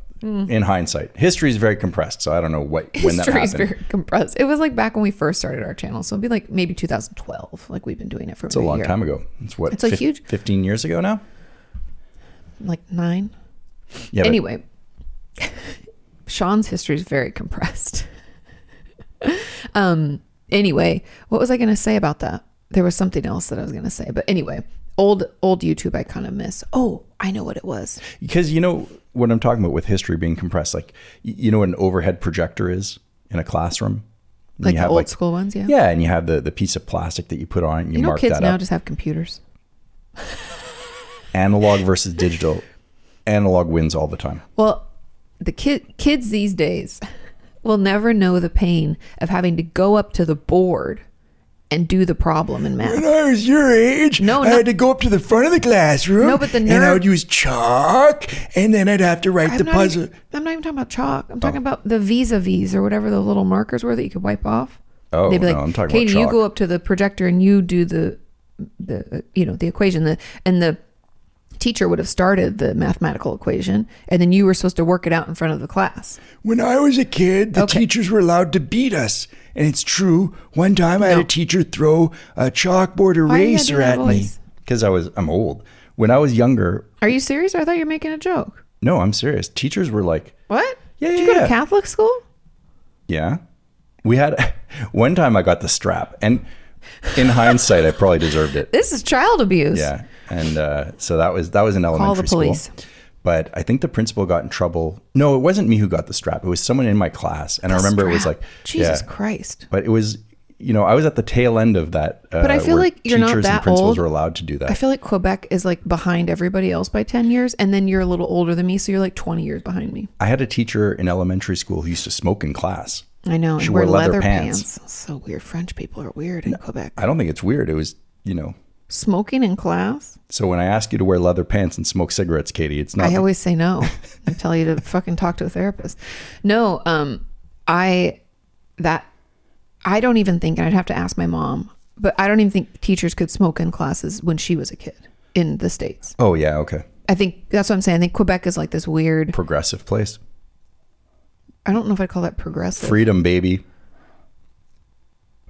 [SPEAKER 1] in hindsight. History is very compressed, so I don't know what when that
[SPEAKER 2] Mm. History
[SPEAKER 1] happened.
[SPEAKER 2] is very compressed. It was like back when we first started our channel, so it'd be like maybe 2012. Like we've been doing it for
[SPEAKER 1] it's a long time ago. It's what
[SPEAKER 2] It's a
[SPEAKER 1] fif-
[SPEAKER 2] huge-
[SPEAKER 1] fifteen years ago now.
[SPEAKER 2] Like nine.
[SPEAKER 1] Yeah. but
[SPEAKER 2] anyway, Sean's history is very compressed. um. Anyway, what was I going to say about that? There was something else that I was going to say, but anyway, old old YouTube I kind of miss. Oh, I know what it was.
[SPEAKER 1] because you know what I'm talking about with history being compressed. Like y- you know what an overhead projector is in a classroom. And
[SPEAKER 2] Like the old school ones, yeah.
[SPEAKER 1] Yeah, and you have the, the piece of plastic that you put on and you,
[SPEAKER 2] You know,
[SPEAKER 1] mark
[SPEAKER 2] kids
[SPEAKER 1] that
[SPEAKER 2] now
[SPEAKER 1] up.
[SPEAKER 2] just have computers.
[SPEAKER 1] Analog versus digital. Analog wins all the time.
[SPEAKER 2] Well, the kid kids these days will never know the pain of having to go up to the board and do the problem in math.
[SPEAKER 1] I was your age,
[SPEAKER 2] No, I no- had
[SPEAKER 1] to go up to the front of the classroom.
[SPEAKER 2] No, but the and I nerve- would
[SPEAKER 1] use chalk, and then I'd have to write
[SPEAKER 2] I'm not, e- even, I'm not even talking about chalk. I'm
[SPEAKER 1] Oh.
[SPEAKER 2] talking about the vis-a-vis or whatever the little markers were that you could wipe off.
[SPEAKER 1] Oh,
[SPEAKER 2] They'd be
[SPEAKER 1] no,
[SPEAKER 2] like,
[SPEAKER 1] I'm talking about
[SPEAKER 2] Katie, you
[SPEAKER 1] chalk."
[SPEAKER 2] go up to the projector and you do the, the you know, the equation. The, and the teacher would have started the mathematical equation, and then you were supposed to work it out in front of the class.
[SPEAKER 1] When I was a kid, the
[SPEAKER 2] Okay.
[SPEAKER 1] teachers were allowed to beat us, and it's true. One time, I had
[SPEAKER 2] No.
[SPEAKER 1] a teacher throw a chalkboard
[SPEAKER 2] Why do you gotta do that voice?
[SPEAKER 1] because I was I'm old. When I was younger,
[SPEAKER 2] Are you serious? I thought you were making a joke.
[SPEAKER 1] no, I'm serious. Teachers were like,
[SPEAKER 2] What?
[SPEAKER 1] Yeah,
[SPEAKER 2] Did
[SPEAKER 1] yeah,
[SPEAKER 2] you go
[SPEAKER 1] yeah.
[SPEAKER 2] to Catholic school?
[SPEAKER 1] Yeah. We had one time I got the strap, and in hindsight, I probably deserved it.
[SPEAKER 2] This is child abuse.
[SPEAKER 1] Yeah, and uh, so that was that was in elementary
[SPEAKER 2] police.
[SPEAKER 1] school. But I think the principal got in trouble. No, it wasn't me who got the strap. It was someone in my class, and I remember it was
[SPEAKER 2] Crap.
[SPEAKER 1] like
[SPEAKER 2] Jesus
[SPEAKER 1] yeah.
[SPEAKER 2] Christ.
[SPEAKER 1] But it was you know I was at the tail end of that. Uh,
[SPEAKER 2] But I feel
[SPEAKER 1] where
[SPEAKER 2] like you're not
[SPEAKER 1] teachers
[SPEAKER 2] that
[SPEAKER 1] and principals
[SPEAKER 2] old.
[SPEAKER 1] were allowed to do that.
[SPEAKER 2] I feel like Quebec is like behind everybody else by 10 years, and then you're a little older than me, so you're like 20 years behind me.
[SPEAKER 1] I had a teacher in elementary school who used to smoke in class.
[SPEAKER 2] I know.
[SPEAKER 1] She
[SPEAKER 2] and
[SPEAKER 1] wore
[SPEAKER 2] wear
[SPEAKER 1] leather pants.
[SPEAKER 2] So weird. French people are weird in Quebec.
[SPEAKER 1] I don't think it's weird. It was you know.
[SPEAKER 2] Smoking in class?
[SPEAKER 1] So when I ask you to wear leather pants and smoke cigarettes, Katie, it's not
[SPEAKER 2] I always say no. I tell you to fucking talk to a therapist. No, um, I that I don't even think, and I'd have to ask my mom, but I don't even think teachers could smoke in classes when she was a kid in the states.
[SPEAKER 1] Oh yeah, okay.
[SPEAKER 2] I think that's what I'm saying. I think Quebec is like this weird.
[SPEAKER 1] Progressive place.
[SPEAKER 2] I don't know if I'd call that progressive.
[SPEAKER 1] Freedom, baby.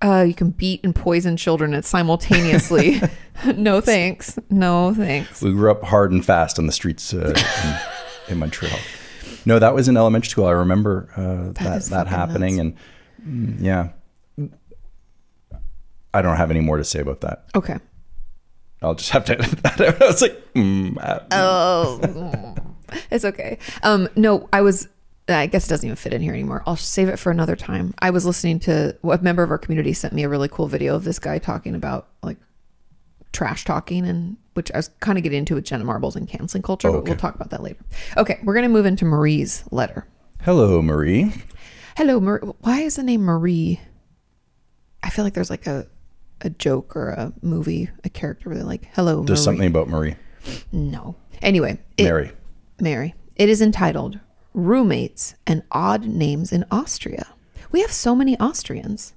[SPEAKER 2] uh, you can beat and poison children at simultaneously. no thanks. No thanks.
[SPEAKER 1] We grew up hard and fast on the streets uh, in, in Montreal. No, that was in elementary school. I remember uh, that that,
[SPEAKER 2] is fucking
[SPEAKER 1] happening, and mm, yeah, I don't have any more to say about that.
[SPEAKER 2] Okay.
[SPEAKER 1] I'll just have to edit that out. I was like, mm, uh,
[SPEAKER 2] Oh, it's okay. Um, no, I was. I guess it doesn't even fit in here anymore. I'll save it for another time. I was listening to a member of our community sent me a really cool video of this guy talking about like trash talking and which I was kind of getting into with Jenna Marbles and canceling culture, but we'll
[SPEAKER 1] Oh, Okay.
[SPEAKER 2] talk about that later. Okay, we're gonna move into Marie's letter.
[SPEAKER 1] hello, Marie.
[SPEAKER 2] Hello, Marie. Why is the name Marie? I feel like there's like a a joke or a movie, a character where they're like, "Hello, Marie."
[SPEAKER 1] There's something about Marie,
[SPEAKER 2] No. Anyway, it-
[SPEAKER 1] Mary.
[SPEAKER 2] Mary. It is entitled "Roommates and Odd Names in Austria." We have so many Austrians.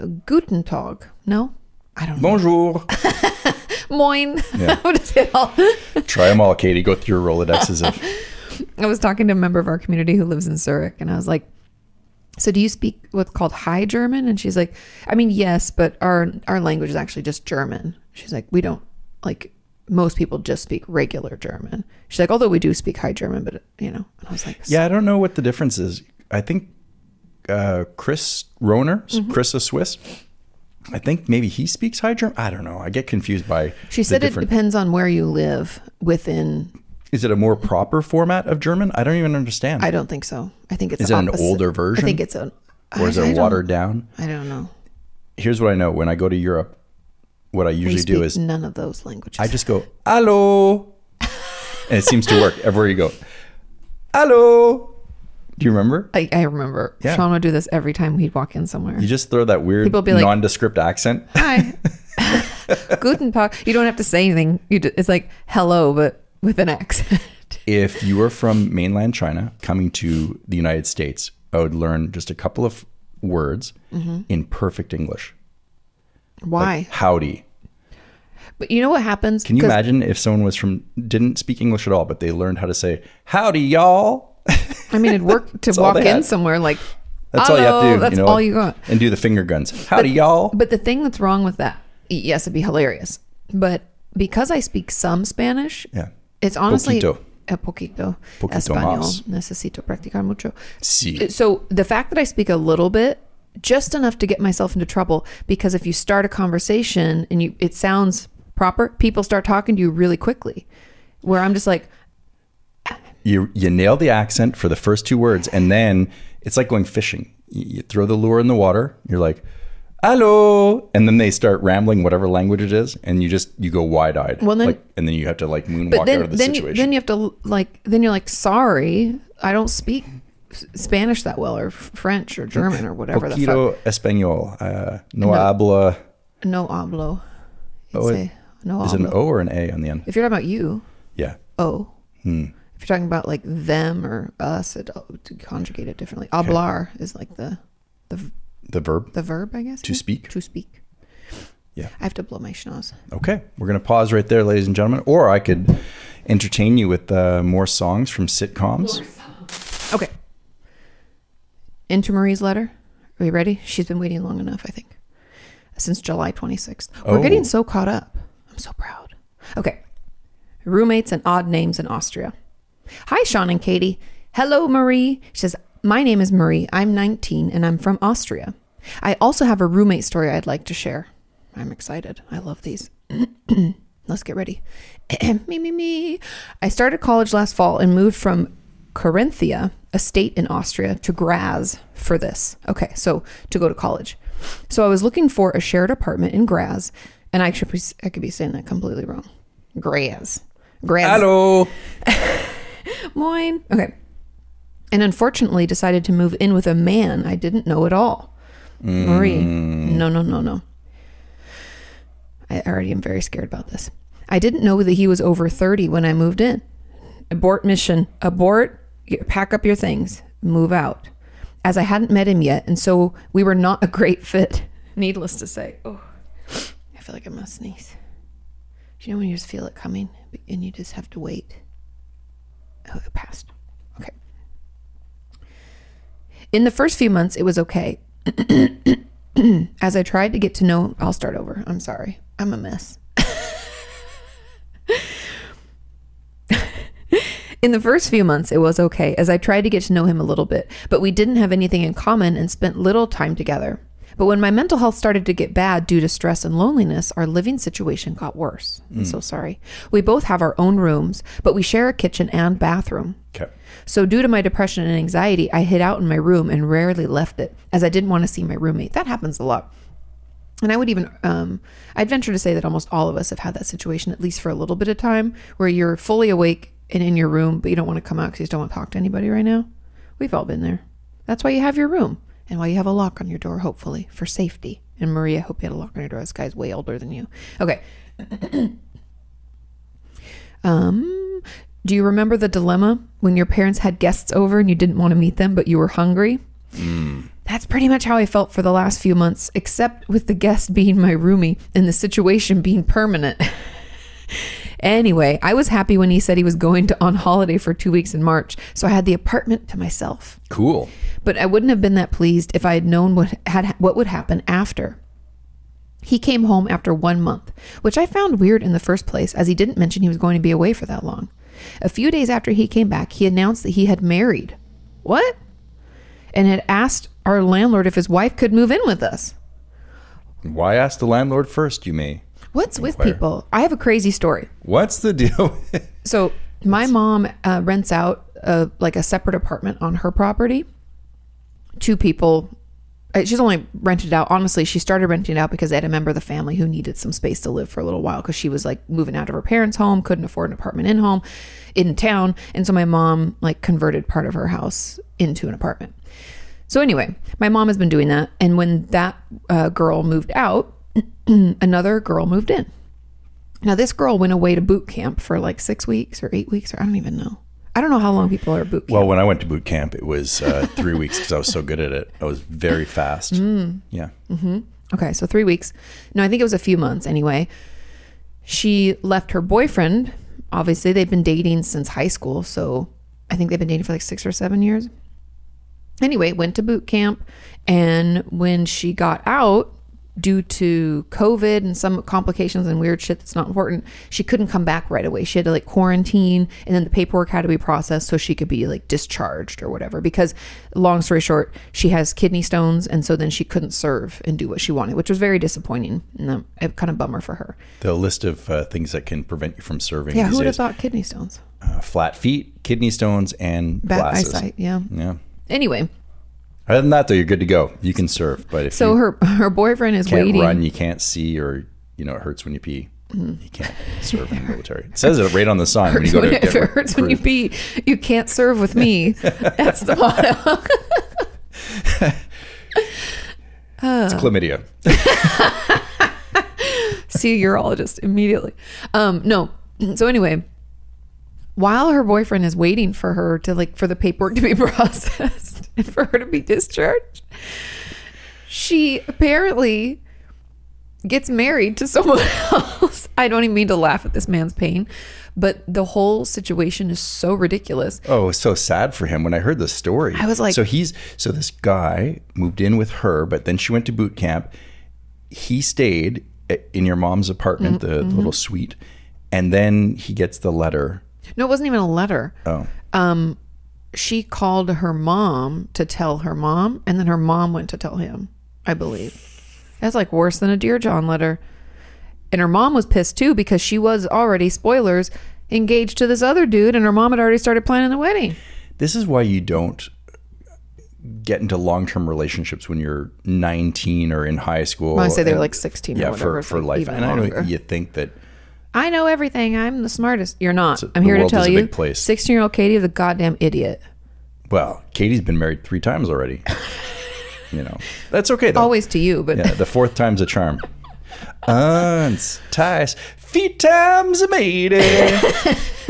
[SPEAKER 2] Uh, Guten Tag. No, I don't know.
[SPEAKER 1] Bonjour.
[SPEAKER 2] Moin.
[SPEAKER 1] Yeah.
[SPEAKER 2] What is it all?
[SPEAKER 1] Try them all, Katie. Go through your rolodexes of
[SPEAKER 2] I was talking to a member of our community who lives in Zurich, and I was like, "So do you speak what's called High German?" And she's like, "I mean, yes, but our our language is actually just German." She's like, "We don't like most people just speak regular German." She's like, "Although we do speak High German, but you know." And I was like,
[SPEAKER 1] Yeah, I don't know what the difference is. I think uh, Chris Rohner,
[SPEAKER 2] Mm-hmm.
[SPEAKER 1] Chris is Swiss. I think maybe he speaks High German. I don't know. I get confused by.
[SPEAKER 2] She
[SPEAKER 1] the
[SPEAKER 2] said it
[SPEAKER 1] different-
[SPEAKER 2] depends on where you live within.
[SPEAKER 1] Is it a more proper format of German? I don't even understand.
[SPEAKER 2] I don't think so. I think it's
[SPEAKER 1] Is it an
[SPEAKER 2] opposite.
[SPEAKER 1] older
[SPEAKER 2] I
[SPEAKER 1] version?
[SPEAKER 2] think it's an.
[SPEAKER 1] or is
[SPEAKER 2] I- I
[SPEAKER 1] it
[SPEAKER 2] don't-
[SPEAKER 1] watered down?
[SPEAKER 2] I don't know.
[SPEAKER 1] Here's what I know. When I go to Europe, what I
[SPEAKER 2] We
[SPEAKER 1] usually
[SPEAKER 2] speak
[SPEAKER 1] do is
[SPEAKER 2] none of those languages.
[SPEAKER 1] I just go "Hello," and it seems to work everywhere you go. "Hello." Do you remember?
[SPEAKER 2] I, I remember
[SPEAKER 1] Yeah.
[SPEAKER 2] Sean would do this every time we'd walk in somewhere.
[SPEAKER 1] You just throw that weird
[SPEAKER 2] People be like-
[SPEAKER 1] nondescript accent.
[SPEAKER 2] Hi. Guten Tag. You don't have to say anything. You ju- it's like hello, but with an accent.
[SPEAKER 1] if you were from mainland China coming to the United States, I would learn just a couple of words in perfect English.
[SPEAKER 2] Mm-hmm. Why?
[SPEAKER 1] Howdy.
[SPEAKER 2] but you know what happens?
[SPEAKER 1] Can you
[SPEAKER 2] 'Cause
[SPEAKER 1] imagine if someone was from didn't speak English at all, but they learned how to say howdy y'all?
[SPEAKER 2] I mean, it'd work to
[SPEAKER 1] all
[SPEAKER 2] walk
[SPEAKER 1] they
[SPEAKER 2] in
[SPEAKER 1] had.
[SPEAKER 2] somewhere like.
[SPEAKER 1] That's all you have to
[SPEAKER 2] "Hello,"
[SPEAKER 1] do.
[SPEAKER 2] Oh, That's
[SPEAKER 1] you know,
[SPEAKER 2] all you got.
[SPEAKER 1] And do the finger guns. Howdy,
[SPEAKER 2] But-
[SPEAKER 1] y'all.
[SPEAKER 2] But the thing that's wrong with that, y- yes, it'd be hilarious. But because I speak some Spanish,
[SPEAKER 1] yeah.
[SPEAKER 2] it's honestly
[SPEAKER 1] Poquito.
[SPEAKER 2] a poquito,
[SPEAKER 1] Poquito más.
[SPEAKER 2] español. Necesito practicar mucho.
[SPEAKER 1] See.
[SPEAKER 2] So the fact that I speak a little bit, just enough to get myself into trouble, because if you start a conversation and you it sounds proper, people start talking to you really quickly. Where I'm just like,
[SPEAKER 1] you you nail the accent for the first two words, and then it's like going fishing. You, you throw the lure in the water. You're like, "Hello," and then they start rambling whatever language it is, and you just you go wide eyed.
[SPEAKER 2] Well, then-
[SPEAKER 1] like, and then you have to like moonwalk
[SPEAKER 2] but then
[SPEAKER 1] out of the
[SPEAKER 2] then you,
[SPEAKER 1] situation.
[SPEAKER 2] then you have to like then you're like, sorry, I don't speak S- Spanish that well, or f- French or German or whatever the fuck.
[SPEAKER 1] Poquito español. Uh, no,
[SPEAKER 2] No.
[SPEAKER 1] habla.
[SPEAKER 2] No hablo. You'd
[SPEAKER 1] Oh, it-
[SPEAKER 2] say, no
[SPEAKER 1] Is it an
[SPEAKER 2] hablo.
[SPEAKER 1] O or an A on the end?
[SPEAKER 2] If you're talking about you,
[SPEAKER 1] Yeah.
[SPEAKER 2] oh.
[SPEAKER 1] Hmm.
[SPEAKER 2] If you're talking about like them or us, it oh, to conjugate it differently. Hablar is like the the v-
[SPEAKER 1] The verb.
[SPEAKER 2] the verb, I guess.
[SPEAKER 1] To
[SPEAKER 2] yeah?
[SPEAKER 1] speak.
[SPEAKER 2] To speak.
[SPEAKER 1] Yeah.
[SPEAKER 2] I have to blow my schnoz.
[SPEAKER 1] Okay, we're going to pause right there, ladies and gentlemen. Or I could entertain you with uh, more songs from sitcoms.
[SPEAKER 2] Okay. Into Marie's letter. Are you ready? She's been waiting long enough, I think. Since July 26th. We're
[SPEAKER 1] Oh.
[SPEAKER 2] getting so caught up. I'm so proud. Okay. Roommates and odd names in Austria. Hi, Sean and Katie. Hello, Marie. She says, My name is Marie. I'm 19 and I'm from Austria. I also have a roommate story I'd like to share. I'm excited. I love these. Let's get ready. me, me, me. I started college last fall and moved from Carinthia, a state in Austria, to Graz for this. Okay, so to go to college. So I was looking for a shared apartment in Graz, and I should be, I could be saying that completely wrong. Graz. Graz.
[SPEAKER 1] Hello.
[SPEAKER 2] Moin. Okay. And unfortunately decided to move in with a man I didn't know at all. Marie. No, no, no, no. I already am very scared about this. I didn't know that he was over 30 when I moved in. Abort mission. Abort. Get- Pack up your things. Move out. As I hadn't met him yet, and so we were not a great fit. Needless to say. Oh, I feel like I must sneeze. You know when you just feel it coming and you just have to wait? Oh, it passed. Okay. In the first few months, it was okay. As I tried to get to know, I'll start over. I'm sorry. I'm a mess. In the first few months, it was okay as I tried to get to know him a little bit, but we didn't have anything in common and spent little time together. But when my mental health started to get bad due to stress and loneliness, our living situation got worse. I'm so sorry. We both have our own rooms, but we share a kitchen and bathroom.
[SPEAKER 1] Okay.
[SPEAKER 2] So, due to my depression and anxiety, I hid out in my room and rarely left it, as I didn't want to see my roommate. That happens a lot. And I would even, um, I'd venture to say that almost all of us have had that situation, at least for a little bit of time, where you're fully awake and in your room, but you don't want to come out because you just don't want to talk to anybody right now. We've all been there. That's why you have your room and why you have a lock on your door, hopefully, for safety. And Maria, I hope you had a lock on your door. This guy's way older than you. Okay. Um, do you remember the dilemma when your parents had guests over and you didn't want to meet them, but you were hungry? That's pretty much how I felt for the last few months, except with the guest being my roomie and the situation being permanent. anyway, I was happy when he said he was going to on holiday for two weeks in March, so I had the apartment to myself
[SPEAKER 1] Cool.
[SPEAKER 2] but I wouldn't have been that pleased if I had known what had what would happen after. He came home after one month, which I found weird in the first place, as he didn't mention he was going to be away for that long. A few days after he came back, he announced that he had married. What? And had asked our landlord if his wife could move in with us.
[SPEAKER 1] Why ask the landlord first, you may?
[SPEAKER 2] What's with
[SPEAKER 1] Inquire.
[SPEAKER 2] people? I have a crazy story.
[SPEAKER 1] What's the deal? with-
[SPEAKER 2] So my mom uh, rents out a, like a separate apartment on her property. Two people. uh, She's only rented out. Honestly, she started renting it out because they had a member of the family who needed some space to live for a little while because she was like moving out of her parents' home, couldn't afford an apartment in home, in town, and so my mom like converted part of her house into an apartment. So anyway, my mom has been doing that, and when that uh, girl moved out, another girl moved in. Now, this girl went away to boot camp for like six weeks or eight weeks, or I don't even know. I don't know how long people are at boot camp.
[SPEAKER 1] well, when I went to boot camp, it was uh, three weeks because I was so good at it. I was very fast.
[SPEAKER 2] Mm.
[SPEAKER 1] Yeah.
[SPEAKER 2] okay, so three weeks. No, I think it was a few months anyway. She left her boyfriend. Obviously, they've been dating since high school, so I think they've been dating for like six or seven years. Anyway, went to boot camp, and when she got out due to COVID and some complications and weird shit that's not important, she couldn't come back right away. She had to like quarantine, and then the paperwork had to be processed so she could be like discharged or whatever. Because, long story short, she has kidney stones, and so then she couldn't serve and do what she wanted, which was very disappointing and um, a kind of bummer for her.
[SPEAKER 1] The list of uh, things that can prevent you from serving
[SPEAKER 2] Yeah,
[SPEAKER 1] these
[SPEAKER 2] who would have
[SPEAKER 1] days:
[SPEAKER 2] thought kidney stones?
[SPEAKER 1] uh, flat feet, kidney stones, and
[SPEAKER 2] Bad
[SPEAKER 1] glasses.
[SPEAKER 2] eyesight. Yeah.
[SPEAKER 1] Yeah.
[SPEAKER 2] Anyway,
[SPEAKER 1] Other than that, though, you're good to go. You can serve, but if
[SPEAKER 2] so
[SPEAKER 1] you
[SPEAKER 2] her her boyfriend is
[SPEAKER 1] can't
[SPEAKER 2] waiting.
[SPEAKER 1] run, you can't see, or you know it hurts when you pee. You can't serve in the military. It says it right on the sign when you go to
[SPEAKER 2] if
[SPEAKER 1] get
[SPEAKER 2] it hurts when you
[SPEAKER 1] recruited.
[SPEAKER 2] pee, you can't serve with me. That's the motto.
[SPEAKER 1] It's chlamydia.
[SPEAKER 2] See a urologist immediately. Um, no. So anyway, while her boyfriend is waiting for her to like for the paperwork to be processed and for her to be discharged, she apparently gets married to someone else. I don't even mean to laugh at this man's pain, but the whole situation is so ridiculous.
[SPEAKER 1] Oh, it was so sad for him when I heard the story.
[SPEAKER 2] I was like-
[SPEAKER 1] so he's so this guy moved in with her, but then she went to boot camp. He stayed i- in your mom's
[SPEAKER 2] Mm-hmm,
[SPEAKER 1] apartment, the, the little suite, and then he gets the letter.
[SPEAKER 2] No, it wasn't even a letter. Um,
[SPEAKER 1] Oh,
[SPEAKER 2] she called her mom to tell her mom, and then her mom went to tell him, I believe. That's like worse than a Dear John letter. And her mom was pissed too because she was already, spoilers, engaged to this other dude, and her mom had already started planning the wedding.
[SPEAKER 1] this is why you don't get into long-term relationships when you're 19 or in high school.
[SPEAKER 2] Well, I say they were
[SPEAKER 1] and-
[SPEAKER 2] like 16 or
[SPEAKER 1] yeah,
[SPEAKER 2] whatever.
[SPEAKER 1] for
[SPEAKER 2] it's
[SPEAKER 1] for
[SPEAKER 2] like
[SPEAKER 1] life.
[SPEAKER 2] even
[SPEAKER 1] And I know
[SPEAKER 2] longer.
[SPEAKER 1] you think that
[SPEAKER 2] I know everything. I'm the smartest. You're not. I'm
[SPEAKER 1] the
[SPEAKER 2] here to
[SPEAKER 1] world is
[SPEAKER 2] tell
[SPEAKER 1] a
[SPEAKER 2] you.
[SPEAKER 1] big place.
[SPEAKER 2] 16 year old Katie is a goddamn idiot.
[SPEAKER 1] well, Katie's been married three times already. you know, that's okay though.
[SPEAKER 2] Always to you, but
[SPEAKER 1] Oh. Yeah, the fourth time's a charm. Aunts, ties, feet times a maiden.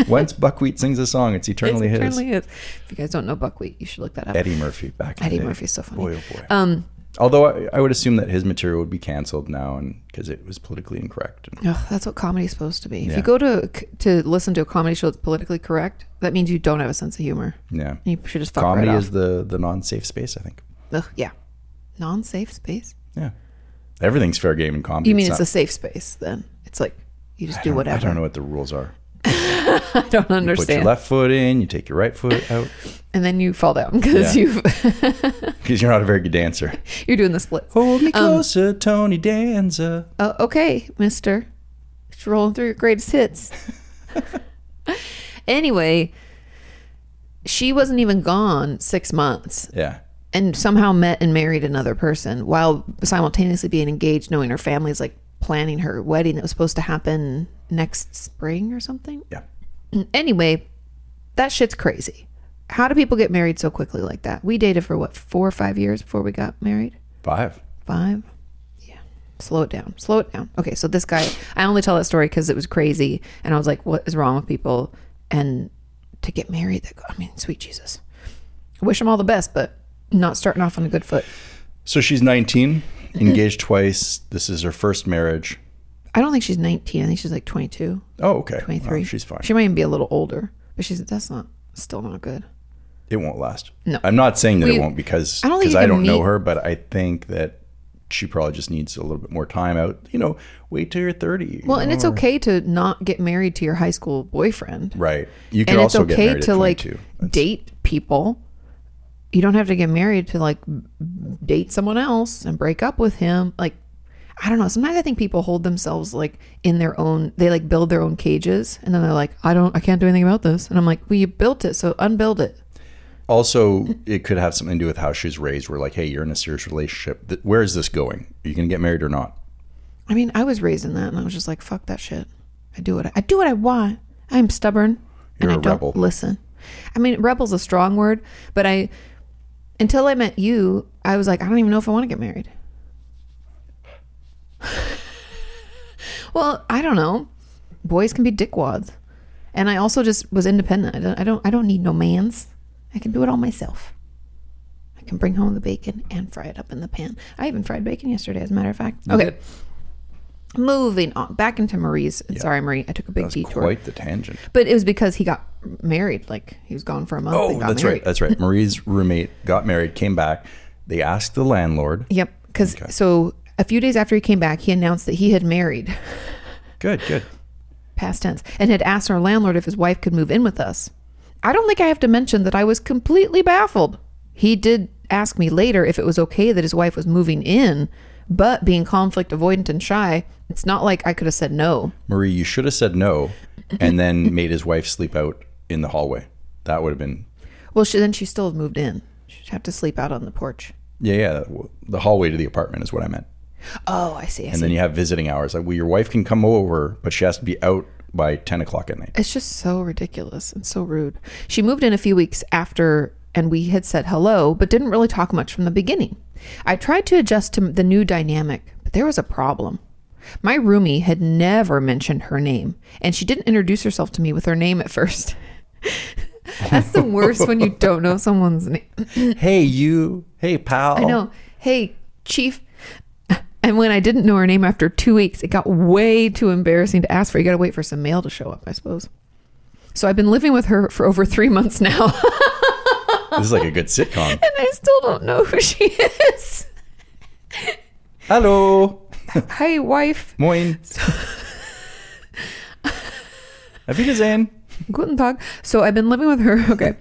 [SPEAKER 1] Once Buckwheat sings a song, it's eternally
[SPEAKER 2] it
[SPEAKER 1] his.
[SPEAKER 2] certainly is. If you guys don't know Buckwheat, you should look that up.
[SPEAKER 1] Eddie Murphy back. in
[SPEAKER 2] Eddie
[SPEAKER 1] the day.
[SPEAKER 2] Murphy's so funny.
[SPEAKER 1] Boy, oh boy. Um, Although I, I would assume that his material would be canceled now, and because it was politically incorrect. And
[SPEAKER 2] Ugh, that's what comedy's supposed to be. If
[SPEAKER 1] Yeah.
[SPEAKER 2] you go to to listen to a comedy show that's politically correct, that means you don't have a sense of humor.
[SPEAKER 1] yeah,
[SPEAKER 2] You should just fuck
[SPEAKER 1] comedy
[SPEAKER 2] right
[SPEAKER 1] is the the non-safe space. I think.
[SPEAKER 2] off. Ugh, yeah, non-safe space.
[SPEAKER 1] Yeah, everything's fair game in comedy.
[SPEAKER 2] You mean
[SPEAKER 1] not-
[SPEAKER 2] it's a safe space? Then it's like you just
[SPEAKER 1] I
[SPEAKER 2] do
[SPEAKER 1] don't-
[SPEAKER 2] whatever.
[SPEAKER 1] I don't know what the rules are.
[SPEAKER 2] I don't
[SPEAKER 1] Put your
[SPEAKER 2] understand.
[SPEAKER 1] left foot in. You take your right foot out
[SPEAKER 2] and then you fall down because
[SPEAKER 1] Yeah.
[SPEAKER 2] you
[SPEAKER 1] because you're not a very good dancer.
[SPEAKER 2] you're doing the splits.
[SPEAKER 1] Hold me closer, Tony Danza.
[SPEAKER 2] Uh, okay, mister. Just rolling through your greatest hits. anyway, she wasn't even gone six months.
[SPEAKER 1] Yeah.
[SPEAKER 2] and somehow met and married another person while simultaneously being engaged, knowing her family's like planning her wedding that was supposed to happen next spring or something.
[SPEAKER 1] Yeah.
[SPEAKER 2] Anyway, that shit's crazy. How do people get married so quickly like that? We dated for what, four or five years before we got married?
[SPEAKER 1] Five.
[SPEAKER 2] Five? Yeah. Slow it down. Slow it down. Okay, so this guy, I only tell that story because it was crazy and I was like, what is wrong with people? And to get married, that, I mean, sweet Jesus. Wish him all the best, but not starting off on a good foot.
[SPEAKER 1] So she's 19, engaged twice. This is her first marriage.
[SPEAKER 2] I don't think she's 19. I think she's like 22,
[SPEAKER 1] Oh, okay.
[SPEAKER 2] 23.
[SPEAKER 1] Well, she's fine.
[SPEAKER 2] She might even be a little older, but she's that's not still not good.
[SPEAKER 1] it won't last.
[SPEAKER 2] No.
[SPEAKER 1] I'm not saying that
[SPEAKER 2] We-
[SPEAKER 1] it won't because
[SPEAKER 2] I don't think
[SPEAKER 1] because
[SPEAKER 2] you
[SPEAKER 1] I
[SPEAKER 2] can
[SPEAKER 1] don't know
[SPEAKER 2] meet-
[SPEAKER 1] her, but I think that she probably just needs a little bit more time out. You know, wait till you're 30. you
[SPEAKER 2] Well, and
[SPEAKER 1] know,
[SPEAKER 2] it's
[SPEAKER 1] or-
[SPEAKER 2] okay to not get married to your high school boyfriend.
[SPEAKER 1] Right. You can
[SPEAKER 2] And it's
[SPEAKER 1] also get
[SPEAKER 2] okay
[SPEAKER 1] married
[SPEAKER 2] to
[SPEAKER 1] at
[SPEAKER 2] like
[SPEAKER 1] 22.
[SPEAKER 2] date people. You don't have to get married to like date someone else and break up with him. Like, I don't know. Sometimes I think people hold themselves like in their own, they like build their own cages and then they're like, I don't, I can't do anything about this. And I'm like, well, you built it. So unbuild it.
[SPEAKER 1] Also, it could have something to do with how she's raised. We're like, hey, you're in a serious relationship. Th- Where is this going? Are you going to get married or not?
[SPEAKER 2] I mean, I was raised in that, and I was just like, "Fuck that shit." I do what I, I do what I want. I'm stubborn,
[SPEAKER 1] You're
[SPEAKER 2] and
[SPEAKER 1] a
[SPEAKER 2] I don't
[SPEAKER 1] rebel.
[SPEAKER 2] listen. I mean, rebel's a strong word, but I, until I met you, I was like, I don't even know if I want to get married. well, I don't know. Boys can be dickwads, and I also just was independent. I don't, I don't, I don't need no man's. I can do it all myself. I can bring home the bacon and fry it up in the pan. I even fried bacon yesterday, as a matter of fact. Okay. Moving on back into Marie's. And
[SPEAKER 1] Yeah.
[SPEAKER 2] sorry, Marie, I took a
[SPEAKER 1] That
[SPEAKER 2] big
[SPEAKER 1] was
[SPEAKER 2] detour.
[SPEAKER 1] quite the tangent.
[SPEAKER 2] But it was because he got married. Like he was gone for a month.
[SPEAKER 1] Oh,
[SPEAKER 2] and got
[SPEAKER 1] that's
[SPEAKER 2] married.
[SPEAKER 1] right. That's right. Marie's roommate got married, came back. They asked the landlord.
[SPEAKER 2] Yep. Because so a few days after he came back, he announced that he had married,
[SPEAKER 1] Good, good.
[SPEAKER 2] past tense, and had asked our landlord if his wife could move in with us. I don't think I have to mention that I was completely baffled. He did ask me later if it was okay that his wife was moving in, but being conflict avoidant and shy, it's not like I could have said no.
[SPEAKER 1] Marie, you should have said no and then made his wife sleep out in the hallway. That would have been,
[SPEAKER 2] Well, she, then she still moved in. She'd have to sleep out on the porch.
[SPEAKER 1] yeah, yeah. The hallway to the apartment is what I meant.
[SPEAKER 2] Oh, I see. I
[SPEAKER 1] And
[SPEAKER 2] see.
[SPEAKER 1] then you have visiting hours. Like, well, your wife can come over, but she has to be out by 10 o'clock at night.
[SPEAKER 2] It's just so ridiculous and so rude. She moved in a few weeks after, and we had said hello, but didn't really talk much from the beginning. I tried to adjust to the new dynamic, but there was a problem. My roomie had never mentioned her name, and she didn't introduce herself to me with her name at first. That's the worst when you don't know someone's name.
[SPEAKER 1] Hey, you. Hey, pal.
[SPEAKER 2] I know. Hey, Chief. And when I didn't know her name after two weeks, it got way too embarrassing to ask for. You got to wait for some mail to show up, I suppose. So I've been living with her for over three months now, and
[SPEAKER 1] This is like a good sitcom.
[SPEAKER 2] I still don't know who she is.
[SPEAKER 1] Hello.
[SPEAKER 2] Hi, wife.
[SPEAKER 1] Moin. Auf Wiedersehen.
[SPEAKER 2] Guten Tag. So I've been living with her. Okay.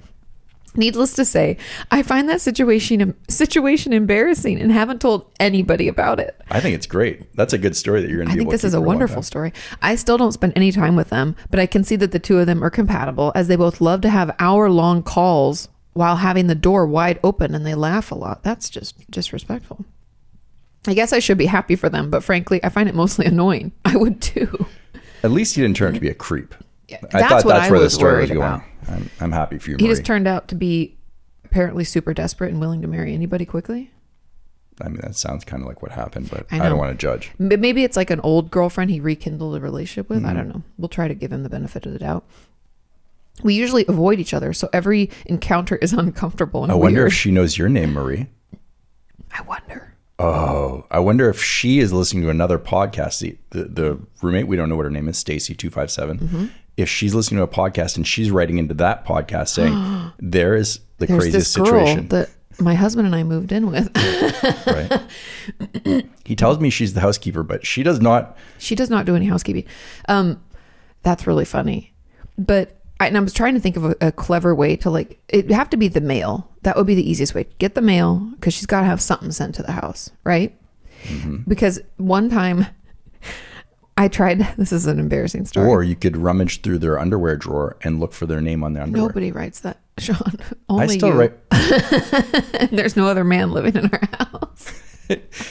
[SPEAKER 2] Needless to say, I find that situation situation embarrassing and haven't told anybody about it.
[SPEAKER 1] I think it's great. That's a good story that you're going to
[SPEAKER 2] I
[SPEAKER 1] be
[SPEAKER 2] think
[SPEAKER 1] able to
[SPEAKER 2] this is
[SPEAKER 1] keep
[SPEAKER 2] a
[SPEAKER 1] for long
[SPEAKER 2] wonderful
[SPEAKER 1] time.
[SPEAKER 2] story. I still don't spend any time with them, but I can see that the two of them are compatible as they both love to have hour long calls while having the door wide open and they laugh a lot. That's just disrespectful. I guess I should be happy for them, but frankly, I find it mostly annoying. I would too.
[SPEAKER 1] At least you didn't turn out to be a creep. Yeah,
[SPEAKER 2] that's what I was worried about.
[SPEAKER 1] I'm, I'm happy for you,
[SPEAKER 2] He
[SPEAKER 1] Marie.
[SPEAKER 2] just turned out to be apparently super desperate and willing to marry anybody quickly.
[SPEAKER 1] I mean, that sounds kind of like what happened, but
[SPEAKER 2] I
[SPEAKER 1] I, don't
[SPEAKER 2] know.
[SPEAKER 1] want to judge.
[SPEAKER 2] M- Maybe it's like an old girlfriend he rekindled a relationship with. I
[SPEAKER 1] Mm-hmm.
[SPEAKER 2] don't know. We'll try to give him the benefit of the doubt. We usually avoid each other, so every encounter is uncomfortable and
[SPEAKER 1] I wonder
[SPEAKER 2] weird.
[SPEAKER 1] if she knows your name, Marie.
[SPEAKER 2] I wonder.
[SPEAKER 1] Oh, I wonder if she is listening to another podcast. The, the, the roommate, we don't know what her name is, Stacy two five
[SPEAKER 2] Mm-hmm.
[SPEAKER 1] seven. If she's listening to a podcast and she's writing into that podcast saying, "There is the
[SPEAKER 2] There's
[SPEAKER 1] craziest
[SPEAKER 2] this girl
[SPEAKER 1] situation,"
[SPEAKER 2] that my husband and I moved in with.
[SPEAKER 1] right? he tells me she's the housekeeper, but she does not.
[SPEAKER 2] she does not do any housekeeping. Um, that's really funny. But I, and I was trying to think of a, a clever way to like it'd have to be the mail. That would be the easiest way. Get the mail because she's got to have something sent to the house, right?
[SPEAKER 1] Mm-hmm.
[SPEAKER 2] Because one time I tried. This is an embarrassing story.
[SPEAKER 1] Or you could rummage through their underwear drawer and look for their name on their underwear.
[SPEAKER 2] Nobody writes that, Sean.
[SPEAKER 1] I
[SPEAKER 2] Only
[SPEAKER 1] still
[SPEAKER 2] you.
[SPEAKER 1] write
[SPEAKER 2] There's no other man living in our house.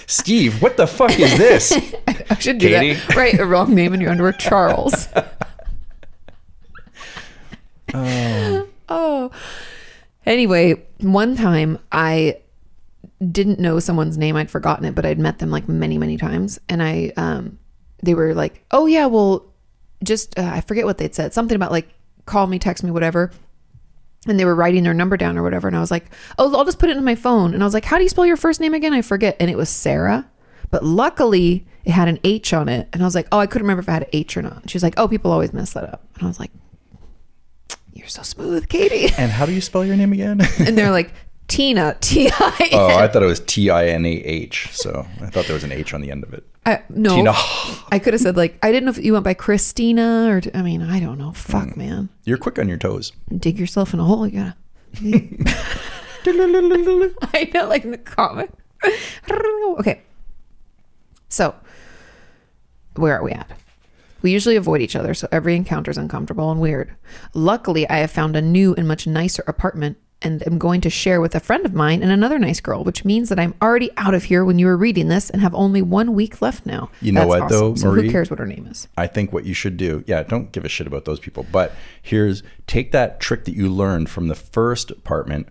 [SPEAKER 1] Steve. What the fuck is this?
[SPEAKER 2] I should do
[SPEAKER 1] Katie.
[SPEAKER 2] that. Write a wrong name in your underwear, Charles. Oh. Anyway, one time I didn't know someone's name. I'd forgotten it, but I'd met them like many, many times. And I, um, they were like, oh, yeah, well, just, uh, I forget what they'd said. Something about like, call me, text me, whatever. And they were writing their number down or whatever. And I was like, oh, I'll just put it in my phone. And I was like, how do you spell your first name again? I forget. And it was Sarah. But luckily, it had an H on it. And I was like, oh, I couldn't remember if I had an H or not. And she was like, oh, people always mess that up. And I was like, you're so smooth, Katie.
[SPEAKER 1] and how do you spell your name again?
[SPEAKER 2] and they're like Tina T I.
[SPEAKER 1] oh, I thought it was T I N A H. So I thought there was an H on the end of it.
[SPEAKER 2] I- No,
[SPEAKER 1] Tina.
[SPEAKER 2] I could have said like I didn't know if you went by Christina or I mean I don't know. Fuck, man,
[SPEAKER 1] You're quick on your toes.
[SPEAKER 2] dig yourself in a hole. You gotta. I know, like in the comic. okay, so where are we at? We usually avoid each other, so every encounter is uncomfortable and weird. Luckily, I have found a new and much nicer apartment and am going to share with a friend of mine and another nice girl, which means that I'm already out of here when you were reading this and have only one week left now.
[SPEAKER 1] You know what, though,
[SPEAKER 2] So
[SPEAKER 1] Marie?
[SPEAKER 2] who cares what her name is?
[SPEAKER 1] I think what you should do, yeah, don't give a shit about those people, but here's take that trick that you learned from the first apartment.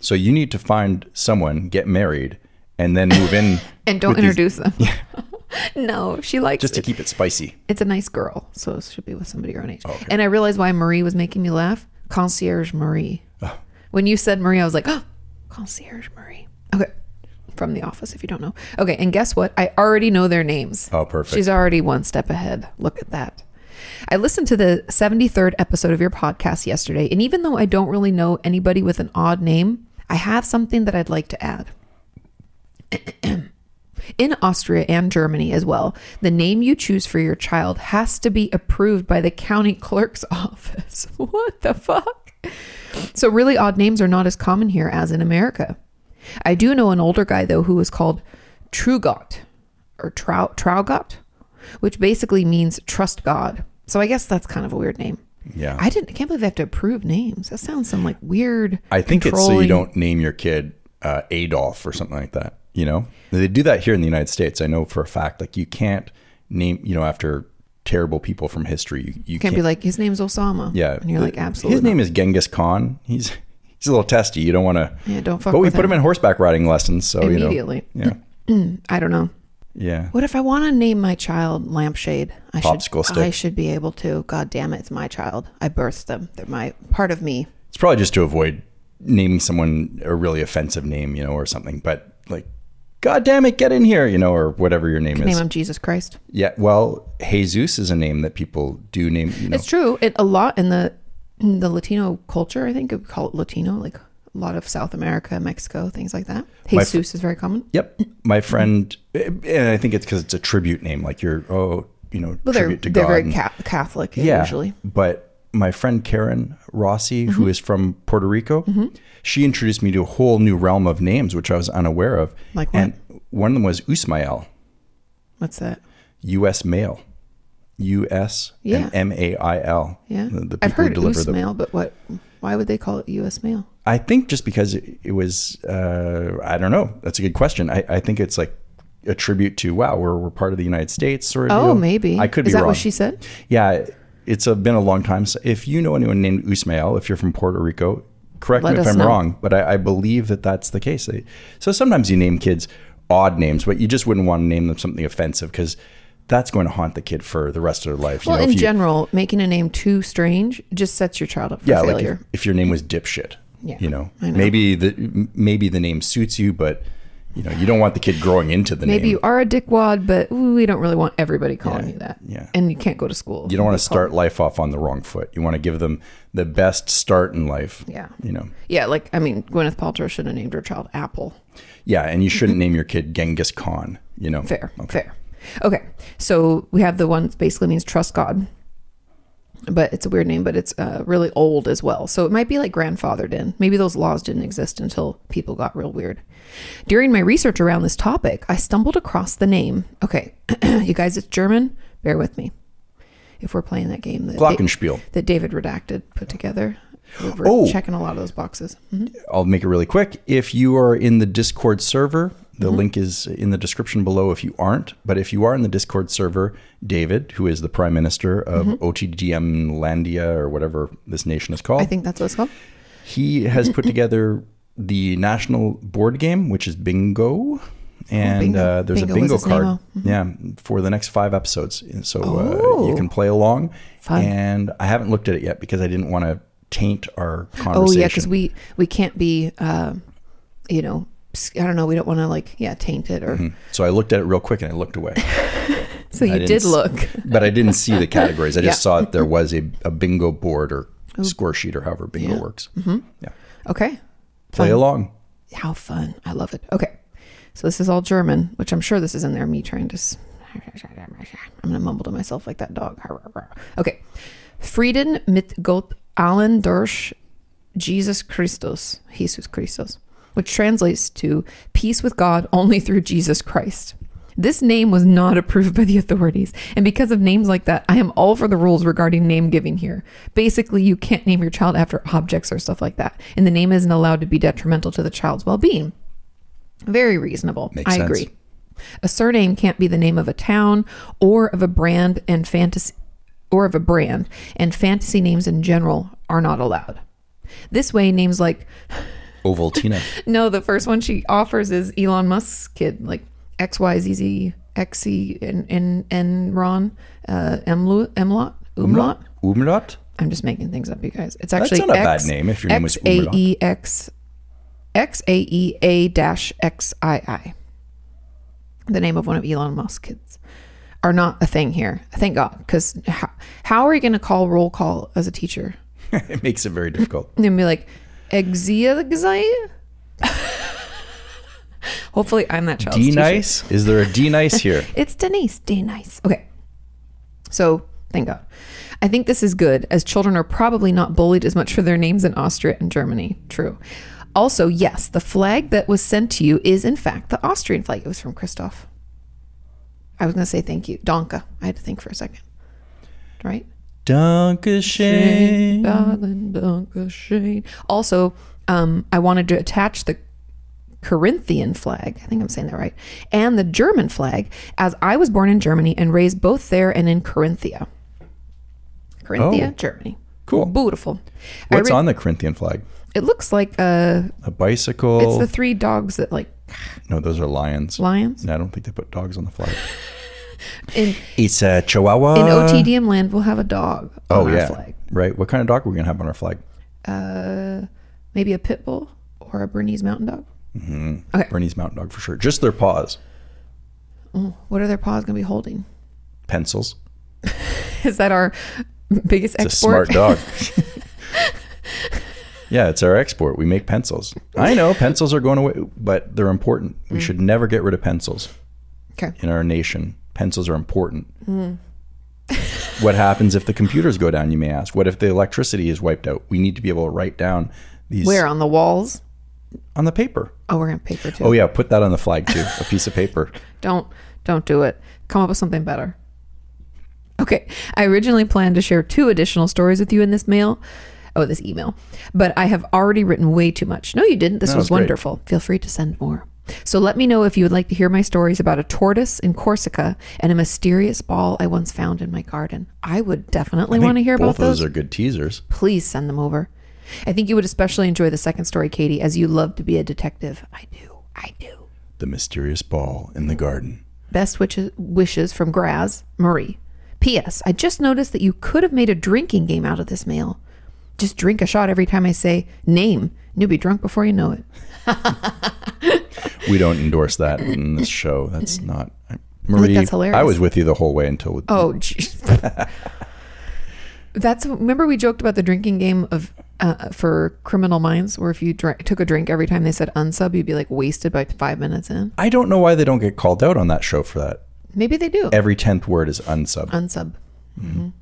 [SPEAKER 1] So you need to find someone, get married, and then move in.
[SPEAKER 2] And
[SPEAKER 1] with
[SPEAKER 2] don't
[SPEAKER 1] these-
[SPEAKER 2] introduce them. no, she likes
[SPEAKER 1] just to
[SPEAKER 2] it.
[SPEAKER 1] keep it spicy.
[SPEAKER 2] it's a nice girl, so it should be with somebody her own age.
[SPEAKER 1] Oh,
[SPEAKER 2] And I realized why Marie was making me laugh. Concierge Marie. When you said Marie, I was like, oh, concierge Marie. "Oh, Okay. from The Office, if you don't know. Okay, and guess what? I already know their names.
[SPEAKER 1] Oh, perfect.
[SPEAKER 2] She's already one step ahead. Look at that. I listened to the 73rd episode of your podcast yesterday, and even though I don't really know anybody with an odd name, I have something that I'd like to add. In Austria and Germany as well, the name you choose for your child has to be approved by the county clerk's office. What the fuck? So, really odd names are not as common here as in America. I do know an older guy, though, who was called Trugot or Trau- Traugot, which basically means trust God. So, I guess that's kind of a weird name.
[SPEAKER 1] yeah.
[SPEAKER 2] I didn't. I can't believe they have to approve names. That sounds some like weird.
[SPEAKER 1] I think it's so you
[SPEAKER 2] controlling-
[SPEAKER 1] don't name your kid uh, Adolf or something like that. You know, they do that here in the United States. I know for a fact. Like you can't name, you know, after terrible people from history. You, you
[SPEAKER 2] Can't, be like his name's Osama.
[SPEAKER 1] yeah.
[SPEAKER 2] and you're like absolutely.
[SPEAKER 1] His name is Genghis Khan. He's he's a little testy. You don't want to.
[SPEAKER 2] Yeah, don't fuck
[SPEAKER 1] But we
[SPEAKER 2] with
[SPEAKER 1] put
[SPEAKER 2] him.
[SPEAKER 1] him in horseback riding lessons, so
[SPEAKER 2] Immediately.
[SPEAKER 1] You know,
[SPEAKER 2] I don't know.
[SPEAKER 1] yeah, yeah.
[SPEAKER 2] What if I want to name my child Lampshade? I
[SPEAKER 1] Popsicle
[SPEAKER 2] should.
[SPEAKER 1] stick.
[SPEAKER 2] I should be able to. God damn it, it's my child. I birthed them. They're my part of me.
[SPEAKER 1] It's probably just to avoid naming someone a really offensive name, you know, or something. But like, God damn it, get in here, you know, or whatever your name is.
[SPEAKER 2] Name him Jesus Christ.
[SPEAKER 1] yeah. Well, Jesus is a name that people do name. You know,
[SPEAKER 2] It's true. It, a lot in the in the Latino culture. I think we call it Latino. Like a lot of South America, Mexico, things like that.
[SPEAKER 1] My-
[SPEAKER 2] Jesus is very common.
[SPEAKER 1] Yep, my friend, and I think it's because it's a tribute name. Like you're, oh, you know,
[SPEAKER 2] Well, they're
[SPEAKER 1] tribute to
[SPEAKER 2] they're
[SPEAKER 1] God.
[SPEAKER 2] very
[SPEAKER 1] and-
[SPEAKER 2] ca- Catholic
[SPEAKER 1] yeah,
[SPEAKER 2] usually. Mm-hmm.
[SPEAKER 1] But my friend Karen Rossi, who is from Puerto Rico, she introduced me to a whole new realm of names, which I was unaware of.
[SPEAKER 2] Like what?
[SPEAKER 1] and one of them was Usmael,
[SPEAKER 2] What's that?
[SPEAKER 1] U.S. mail, U.S.
[SPEAKER 2] Yeah.
[SPEAKER 1] and M.A.I.L.
[SPEAKER 2] Yeah,
[SPEAKER 1] the, the people
[SPEAKER 2] I've
[SPEAKER 1] who
[SPEAKER 2] heard
[SPEAKER 1] deliver
[SPEAKER 2] U.S.
[SPEAKER 1] them.
[SPEAKER 2] mail, but what? Why would they call it U.S. mail?
[SPEAKER 1] I think just because it, it was, uh, I don't know. That's a good question. I, I think it's like a tribute to wow, we're we're part of the United States. Sort of
[SPEAKER 2] Oh,
[SPEAKER 1] deal.
[SPEAKER 2] maybe.
[SPEAKER 1] I could be
[SPEAKER 2] Is that
[SPEAKER 1] wrong.
[SPEAKER 2] what she said?
[SPEAKER 1] Yeah, it's a, been a long time. So if you know anyone named Usmael, if you're from Puerto Rico, correct
[SPEAKER 2] Let
[SPEAKER 1] me if
[SPEAKER 2] us
[SPEAKER 1] I'm
[SPEAKER 2] know.
[SPEAKER 1] wrong, but I, I believe that that's the case. They- So sometimes you name kids odd names, but you just wouldn't want to name them something offensive because that's going to haunt the kid for the rest of their life.
[SPEAKER 2] Well,
[SPEAKER 1] you know,
[SPEAKER 2] in
[SPEAKER 1] if you,
[SPEAKER 2] general, making a name too strange just sets your child up for
[SPEAKER 1] yeah, like
[SPEAKER 2] failure.
[SPEAKER 1] if, if your name was dipshit,
[SPEAKER 2] Yeah,
[SPEAKER 1] you know,
[SPEAKER 2] I know.
[SPEAKER 1] maybe the m- maybe the name suits you, but you know, you don't want the kid growing into the
[SPEAKER 2] Maybe
[SPEAKER 1] name.
[SPEAKER 2] you are a dickwad, but we don't really want everybody calling
[SPEAKER 1] Yeah,
[SPEAKER 2] you that.
[SPEAKER 1] yeah.
[SPEAKER 2] And you can't go to school.
[SPEAKER 1] you don't want to start life off on the wrong foot. You want to give them the best start in life.
[SPEAKER 2] Yeah.
[SPEAKER 1] You know.
[SPEAKER 2] Yeah, like, I mean, Gwyneth Paltrow should have named her child Apple.
[SPEAKER 1] Yeah, and you shouldn't name your kid Genghis Khan. You know,
[SPEAKER 2] Fair, fair. Okay, so we have the one that basically means trust God, but it's a weird name, but it's uh, really old as well. So it might be like grandfathered in. Maybe those laws didn't exist until people got real weird. During my research around this topic, I stumbled across the name. Okay, you guys, it's German. Bear with me. If we're playing that game that, Da-
[SPEAKER 1] Glockenspiel.
[SPEAKER 2] that David Redacted put together, we we're
[SPEAKER 1] Oh.
[SPEAKER 2] checking a lot of those boxes. Mhm.
[SPEAKER 1] I'll make it really quick. If you are in the Discord server, the
[SPEAKER 2] Mm-hmm.
[SPEAKER 1] link is in the description below if you aren't. But if you are in the Discord server, David, who is the Prime Minister of
[SPEAKER 2] Mm-hmm.
[SPEAKER 1] OTGM Landia or whatever this nation is called,
[SPEAKER 2] I think that's what it's called.
[SPEAKER 1] he has put together the national board game, which is bingo. And
[SPEAKER 2] Oh, bingo.
[SPEAKER 1] Uh, there's
[SPEAKER 2] Bingo
[SPEAKER 1] a
[SPEAKER 2] was
[SPEAKER 1] bingo
[SPEAKER 2] his name,
[SPEAKER 1] card,
[SPEAKER 2] oh.
[SPEAKER 1] yeah, for the next five episodes. And so uh, you
[SPEAKER 2] Oh.
[SPEAKER 1] can play along.
[SPEAKER 2] Fun.
[SPEAKER 1] And I haven't looked at it yet because I didn't want to taint our
[SPEAKER 2] Oh
[SPEAKER 1] conversation.
[SPEAKER 2] yeah, because we we can't be, um, you know, s- I don't know. We don't want to like yeah taint it or.
[SPEAKER 1] Hmm. So I looked at it real quick and I looked away.
[SPEAKER 2] So
[SPEAKER 1] I
[SPEAKER 2] you
[SPEAKER 1] didn't
[SPEAKER 2] did
[SPEAKER 1] s-
[SPEAKER 2] look.
[SPEAKER 1] but I didn't see the categories. I just
[SPEAKER 2] Yeah. Oh.
[SPEAKER 1] saw that there was a, a bingo board or score sheet or however bingo
[SPEAKER 2] Yeah.
[SPEAKER 1] works. Yeah.
[SPEAKER 2] Okay,
[SPEAKER 1] Play
[SPEAKER 2] Fun.
[SPEAKER 1] along.
[SPEAKER 2] how fun! I love it. Okay, so this is all German, which I'm sure this is in there. Me trying to. s- I'm gonna mumble to myself like that dog. Okay, Frieden mit Gott allen durch Jesus Christus, Jesus Christus, which translates to peace with God only through Jesus Christ. This name was not approved by the authorities. And because of names like that, I am all for the rules regarding name giving here. Basically, you can't name your child after objects or stuff like that. And the name isn't allowed to be detrimental to the child's well being. Very reasonable.
[SPEAKER 1] Makes
[SPEAKER 2] I
[SPEAKER 1] sense.
[SPEAKER 2] agree. A surname can't be the name of a town or of a brand and fantasy or of a brand, and fantasy names in general are not allowed. This way, names like
[SPEAKER 1] Ovaltina.
[SPEAKER 2] no, the first one she offers is Elon Musk's kid, like X Y Z Z X E and and and Ron uh, Emlu Emlot Umlot.
[SPEAKER 1] Umlaut?
[SPEAKER 2] I'm just making things up, you guys. It's actually
[SPEAKER 1] not a bad
[SPEAKER 2] X-
[SPEAKER 1] name if your name was
[SPEAKER 2] X A E X XAEA XII, the name of one of Elon Musk's kids, are not a thing here. Thank God. Because how, how are you going to call roll call as a teacher?
[SPEAKER 1] it makes it very difficult.
[SPEAKER 2] And then be like, Exia Hopefully, I'm that child's
[SPEAKER 1] D
[SPEAKER 2] teacher.
[SPEAKER 1] nice? Is there a D nice here?
[SPEAKER 2] It's Denise. Denise. Okay. So thank God. I think this is good, as children are probably not bullied as much for their names in Austria and Germany. True. Also, yes, the flag that was sent to you is in fact the Austrian flag. It was from Christoph. I was gonna say thank you, Donka. I had to think for a second. Right?
[SPEAKER 1] Dankeschön.
[SPEAKER 2] Darling Donka Shane. Also, um, I wanted to attach the Corinthian flag, I think I'm saying that right, and the German flag, as I was born in Germany and raised both there and in Corinthia. Corinthia,
[SPEAKER 1] Oh.
[SPEAKER 2] Germany.
[SPEAKER 1] Cool.
[SPEAKER 2] Beautiful. I
[SPEAKER 1] What's
[SPEAKER 2] re-
[SPEAKER 1] on the Corinthian flag?
[SPEAKER 2] It looks like uh,
[SPEAKER 1] A bicycle.
[SPEAKER 2] it's the three dogs that like
[SPEAKER 1] no, those are lions.
[SPEAKER 2] lions.
[SPEAKER 1] No, I don't think they put dogs on the flag.
[SPEAKER 2] In,
[SPEAKER 1] It's a chihuahua.
[SPEAKER 2] in OTDM land, we'll have a dog
[SPEAKER 1] Uh, Oh,
[SPEAKER 2] on
[SPEAKER 1] yeah.
[SPEAKER 2] our flag.
[SPEAKER 1] Right. What kind of dog are we going to have on our flag?
[SPEAKER 2] Uh, maybe a pit bull or a Bernese mountain dog.
[SPEAKER 1] Bernese Mountain Dog for sure. Just their paws.
[SPEAKER 2] What are their paws going to be holding?
[SPEAKER 1] Pencils.
[SPEAKER 2] Is that our biggest
[SPEAKER 1] It's
[SPEAKER 2] export?
[SPEAKER 1] a smart dog. yeah, it's our export. We make pencils. I know pencils are going away, but they're important.
[SPEAKER 2] Mm.
[SPEAKER 1] We should never get rid of pencils
[SPEAKER 2] Okay.
[SPEAKER 1] in our nation. Pencils are important.
[SPEAKER 2] Hmm.
[SPEAKER 1] what happens if the computers go down, you may ask? What if the electricity is wiped out? We need to be able to write down these
[SPEAKER 2] Where on the walls?
[SPEAKER 1] on the paper.
[SPEAKER 2] Oh, we're gonna paper too.
[SPEAKER 1] Oh yeah, put that on the flag too. A piece of paper.
[SPEAKER 2] Don't don't do it. Come up with something better. Okay. I originally planned to share two additional stories with you in this mail. Oh, this email. But I have already written way too much. No, you didn't. This
[SPEAKER 1] No,
[SPEAKER 2] was
[SPEAKER 1] it's great.
[SPEAKER 2] wonderful. Feel free to send more. So let me know if you would like to hear my stories about a tortoise in Corsica and a mysterious ball I once found in my garden. I would definitely
[SPEAKER 1] I
[SPEAKER 2] want to
[SPEAKER 1] think
[SPEAKER 2] hear
[SPEAKER 1] both
[SPEAKER 2] about
[SPEAKER 1] of
[SPEAKER 2] those.
[SPEAKER 1] those are good teasers.
[SPEAKER 2] please send them over. I think you would especially enjoy the second story, Katie, as you love to be a detective. I do. I do.
[SPEAKER 1] The mysterious ball in the garden.
[SPEAKER 2] Best wishes, wishes from Graz, Marie. P.S. I just noticed that you could have made a drinking game out of this mail. Just drink a shot every time I say name, and you'll be drunk before you know it.
[SPEAKER 1] We don't endorse that in this show. That's not I-
[SPEAKER 2] think
[SPEAKER 1] Marie.
[SPEAKER 2] that's hilarious.
[SPEAKER 1] I was with you the whole way until
[SPEAKER 2] Oh, jeez. That's remember we joked about the drinking game of uh, for Criminal Minds, where if you drank, took a drink every time they said unsub, you'd be like wasted by five minutes in.
[SPEAKER 1] I don't know why they don't get called out on that show for that.
[SPEAKER 2] Maybe they do.
[SPEAKER 1] Every tenth word is unsub.
[SPEAKER 2] unsub. Mhm.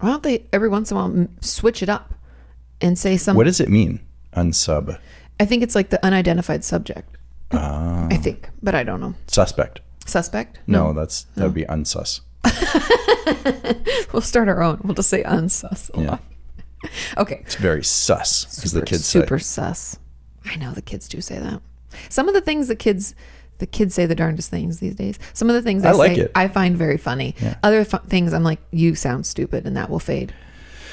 [SPEAKER 2] Why don't they every once in a while m- switch it up and say some?
[SPEAKER 1] what does it mean? Unsub.
[SPEAKER 2] I think it's like the unidentified subject. I think, but I don't know.
[SPEAKER 1] Suspect.
[SPEAKER 2] Suspect?
[SPEAKER 1] No, that's that would be unsus.
[SPEAKER 2] We'll start our own. We'll just say unsus a
[SPEAKER 1] Yeah.
[SPEAKER 2] lot. Okay.
[SPEAKER 1] It's very sus, as the kids say.
[SPEAKER 2] super sus. I know the kids do say that. Some of the things the kids the kids say the darndest things these days. Some of the things they
[SPEAKER 1] I like
[SPEAKER 2] say
[SPEAKER 1] it.
[SPEAKER 2] I find very funny. Other fu- things I'm like you sound stupid and that will fade.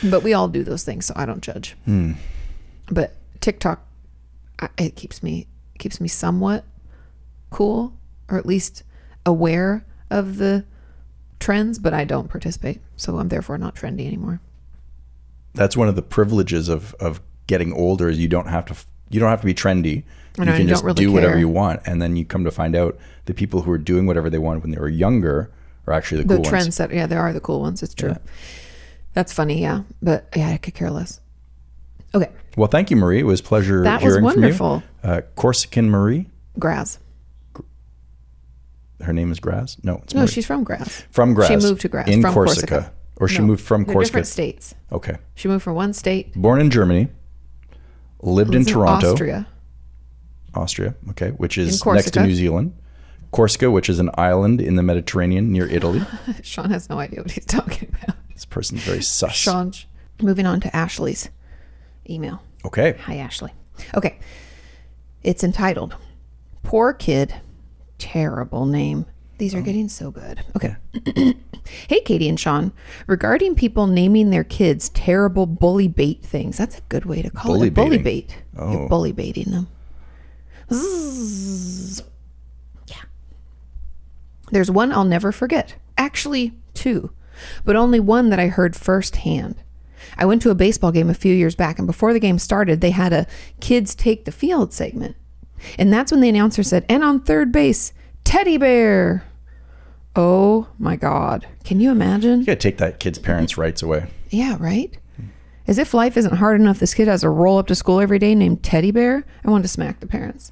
[SPEAKER 2] But we all do those things so I don't judge.
[SPEAKER 1] Hmm.
[SPEAKER 2] But TikTok I, it keeps me keeps me somewhat cool or at least aware of the trends but I don't participate. So I'm therefore not trendy anymore.
[SPEAKER 1] That's one of the privileges of of getting older. Is you don't have to f- you don't have to be trendy. you
[SPEAKER 2] know,
[SPEAKER 1] can
[SPEAKER 2] you don't
[SPEAKER 1] just
[SPEAKER 2] really
[SPEAKER 1] do whatever
[SPEAKER 2] care.
[SPEAKER 1] you want, and then you come to find out the people who are doing whatever they wanted when they were younger are actually the
[SPEAKER 2] the
[SPEAKER 1] cool ones.
[SPEAKER 2] trends that yeah there are the cool ones it's true that's funny yeah but yeah i could care less okay
[SPEAKER 1] Well, thank you, Marie. It was a pleasure
[SPEAKER 2] That was
[SPEAKER 1] hearing
[SPEAKER 2] wonderful.
[SPEAKER 1] from you. Uh, Corsican Marie.
[SPEAKER 2] Graz.
[SPEAKER 1] Her name is Graz. No, it's
[SPEAKER 2] no
[SPEAKER 1] Marie.
[SPEAKER 2] she's from Graz.
[SPEAKER 1] from Graz.
[SPEAKER 2] she moved to Graz
[SPEAKER 1] in
[SPEAKER 2] from
[SPEAKER 1] Corsica.
[SPEAKER 2] Corsica.
[SPEAKER 1] or she
[SPEAKER 2] No,
[SPEAKER 1] moved from
[SPEAKER 2] They're
[SPEAKER 1] Corsica.
[SPEAKER 2] different states
[SPEAKER 1] Okay,
[SPEAKER 2] she moved from one state
[SPEAKER 1] born in Germany, lived in
[SPEAKER 2] lives
[SPEAKER 1] Toronto,
[SPEAKER 2] austria
[SPEAKER 1] Austria, Okay, which is
[SPEAKER 2] In
[SPEAKER 1] next to
[SPEAKER 2] Corsica.
[SPEAKER 1] New Zealand. Corsica, which is an island in the Mediterranean near Italy.
[SPEAKER 2] sean has no idea what he's talking about
[SPEAKER 1] this person's very sus.
[SPEAKER 2] sean moving on to ashley's email
[SPEAKER 1] Okay,
[SPEAKER 2] Hi, Ashley. Okay. It's entitled Poor Kid. Terrible name. These are getting so good. Okay. hey, Katie and Sean. Regarding people naming their kids terrible bully bait things, that's a good way to call
[SPEAKER 1] Bully
[SPEAKER 2] it. Bully
[SPEAKER 1] baiting.
[SPEAKER 2] bait.
[SPEAKER 1] Oh.
[SPEAKER 2] You're bully baiting them. There's one I'll never forget. Actually, two, but only one that I heard firsthand. I went to a baseball game a few years back, and before the game started, they had a kids take the field segment. And that's when the announcer said, and on third base, Teddy Bear. Oh my God. Can you imagine?
[SPEAKER 1] You gotta take that kid's parents' rights away.
[SPEAKER 2] Yeah, right? As if life isn't hard enough, this kid has a roll up to school every day named Teddy Bear. I wanted to smack the parents.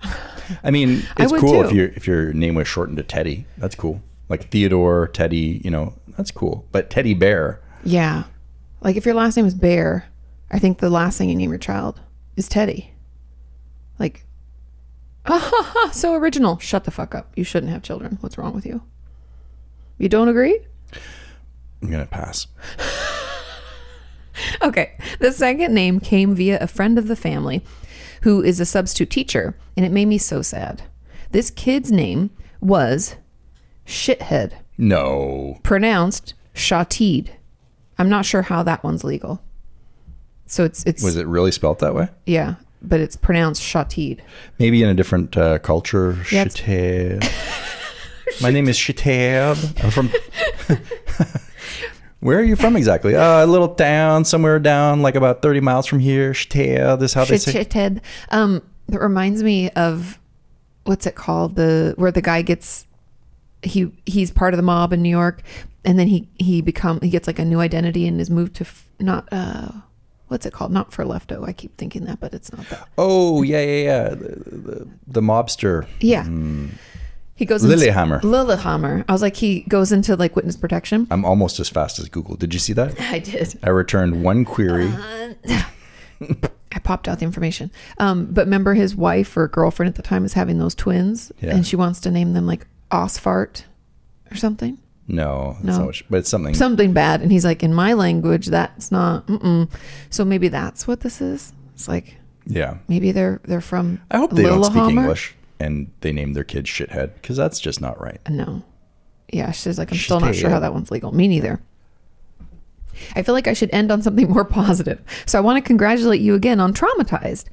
[SPEAKER 1] I mean,
[SPEAKER 2] I
[SPEAKER 1] it's
[SPEAKER 2] would
[SPEAKER 1] cool
[SPEAKER 2] too.
[SPEAKER 1] if your if your name was shortened to Teddy. That's cool. Like Theodore, Teddy, you know, that's cool. But Teddy Bear,
[SPEAKER 2] yeah. Like if your last name is Bear, I think the last thing you name your child is Teddy. Like, so original. Shut the fuck up. You shouldn't have children. What's wrong with you? You don't agree?
[SPEAKER 1] I'm gonna pass.
[SPEAKER 2] Okay. The second name came via a friend of the family who is a substitute teacher, and it made me so sad. This kid's name was Shithead,
[SPEAKER 1] No.
[SPEAKER 2] pronounced Shatid. I'm not sure how that one's legal. So it's it's
[SPEAKER 1] Was it really spelt that way?
[SPEAKER 2] yeah, but it's pronounced Shatid.
[SPEAKER 1] Maybe in a different uh, culture.
[SPEAKER 2] Yeah, it's-
[SPEAKER 1] Shitab. My name is Shitab. I'm from. Where are you from exactly? Uh, a little town somewhere down, like about 30 miles from here. Shitab. This is how Oh, they say.
[SPEAKER 2] Shithead. Um, that reminds me of what's it called? The where the guy gets he he's part of the mob in New York, and then he he become he gets like a new identity and is moved to f- not uh what's it called? Not for lefto. I keep thinking that, but it's not that.
[SPEAKER 1] Oh yeah, yeah, yeah. The, the, the mobster.
[SPEAKER 2] Yeah.
[SPEAKER 1] Hmm.
[SPEAKER 2] He goes
[SPEAKER 1] Lilyhammer.
[SPEAKER 2] Into, Lilyhammer. I was like, he goes into like witness protection.
[SPEAKER 1] I'm almost as fast as Google. Did you see that?
[SPEAKER 2] I did.
[SPEAKER 1] I returned one query.
[SPEAKER 2] I popped out the information. Um, but remember, his wife or girlfriend at the time is having those twins,
[SPEAKER 1] Yeah.
[SPEAKER 2] and she wants to name them like Osfart or something.
[SPEAKER 1] No, that's
[SPEAKER 2] No.
[SPEAKER 1] not what she- but it's something.
[SPEAKER 2] something bad and he's like in my language that's not mm-mm. so maybe that's what this is it's like
[SPEAKER 1] yeah.
[SPEAKER 2] maybe they're they're from
[SPEAKER 1] I hope they don't speak
[SPEAKER 2] Lillehammer.
[SPEAKER 1] English and they name their kid shithead because that's just not right.
[SPEAKER 2] no yeah she's like i'm still not
[SPEAKER 1] Shit.
[SPEAKER 2] sure how that one's legal me neither I feel like I should end on something more positive. So I want to congratulate you again on Traumatized,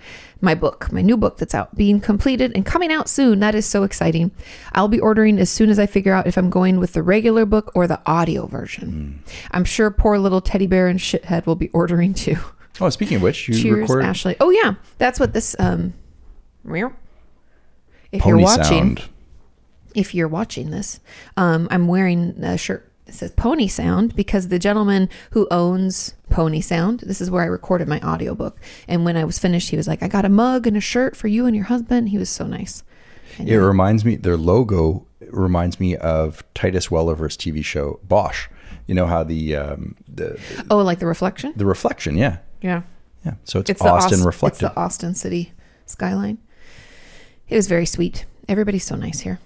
[SPEAKER 2] my book, my new book that's out, being completed and coming out soon. That is so exciting. I'll be ordering as soon as I figure out if I'm going with the regular book or the audio version.
[SPEAKER 1] Hmm.
[SPEAKER 2] I'm sure poor little teddy bear and shithead will be ordering too.
[SPEAKER 1] Oh, speaking of which, you
[SPEAKER 2] Cheers,
[SPEAKER 1] record
[SPEAKER 2] Ashley. Oh yeah, that's what this. Um, meow. if
[SPEAKER 1] pony
[SPEAKER 2] you're watching,
[SPEAKER 1] sound.
[SPEAKER 2] if you're watching this, um, I'm wearing a shirt that says Pony Sound because the gentleman who owns Pony Sound, this is where I recorded my audiobook. And when I was finished, he was like, "I got a mug and a shirt for you and your husband." He was so nice. And
[SPEAKER 1] It reminds me. Their logo reminds me of Titus Welliver's TV show Bosch. You know how the um, the
[SPEAKER 2] oh, like the reflection.
[SPEAKER 1] the reflection. Yeah,
[SPEAKER 2] yeah.
[SPEAKER 1] yeah. So it's, Austin
[SPEAKER 2] the Aust-
[SPEAKER 1] reflected.
[SPEAKER 2] It's the Austin City skyline. It was very sweet. Everybody's so nice here.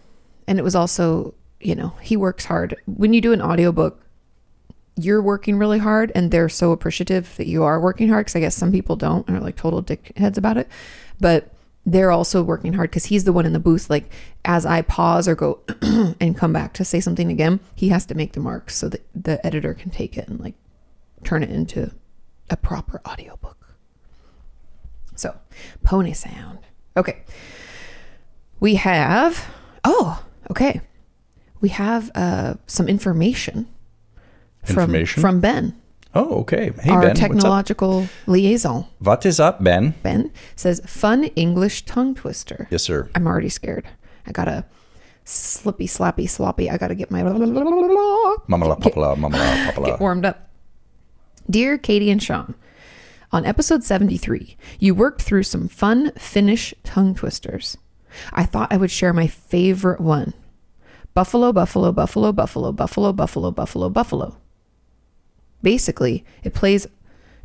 [SPEAKER 2] And it was also, you know, he works hard. When you do an audiobook, you're working really hard and they're so appreciative that you are working hard because I guess some people don't and are like total dickheads about it. But they're also working hard because he's the one in the booth. Like, as I pause or go and come back to say something again, he has to make the marks so that the editor can take it and like turn it into a proper audiobook. So, pony sound. Okay. We have, oh, okay. We have uh, some information from,
[SPEAKER 1] Information?
[SPEAKER 2] from Ben,
[SPEAKER 1] oh, okay. Hey
[SPEAKER 2] our
[SPEAKER 1] Ben, what's up?
[SPEAKER 2] technological liaison.
[SPEAKER 1] What is up, Ben?
[SPEAKER 2] Ben says, fun English tongue twister.
[SPEAKER 1] Yes, sir.
[SPEAKER 2] I'm already scared. I gotta slippy, slappy, sloppy. I gotta get my
[SPEAKER 1] Mama la papala, mama la
[SPEAKER 2] get
[SPEAKER 1] papala.
[SPEAKER 2] warmed up. Dear Katie and Sean, on episode 73, you worked through some fun Finnish tongue twisters. I thought I would share my favorite one Buffalo, Buffalo, Buffalo, Buffalo, Buffalo, Buffalo, Buffalo, Buffalo. Basically, it plays.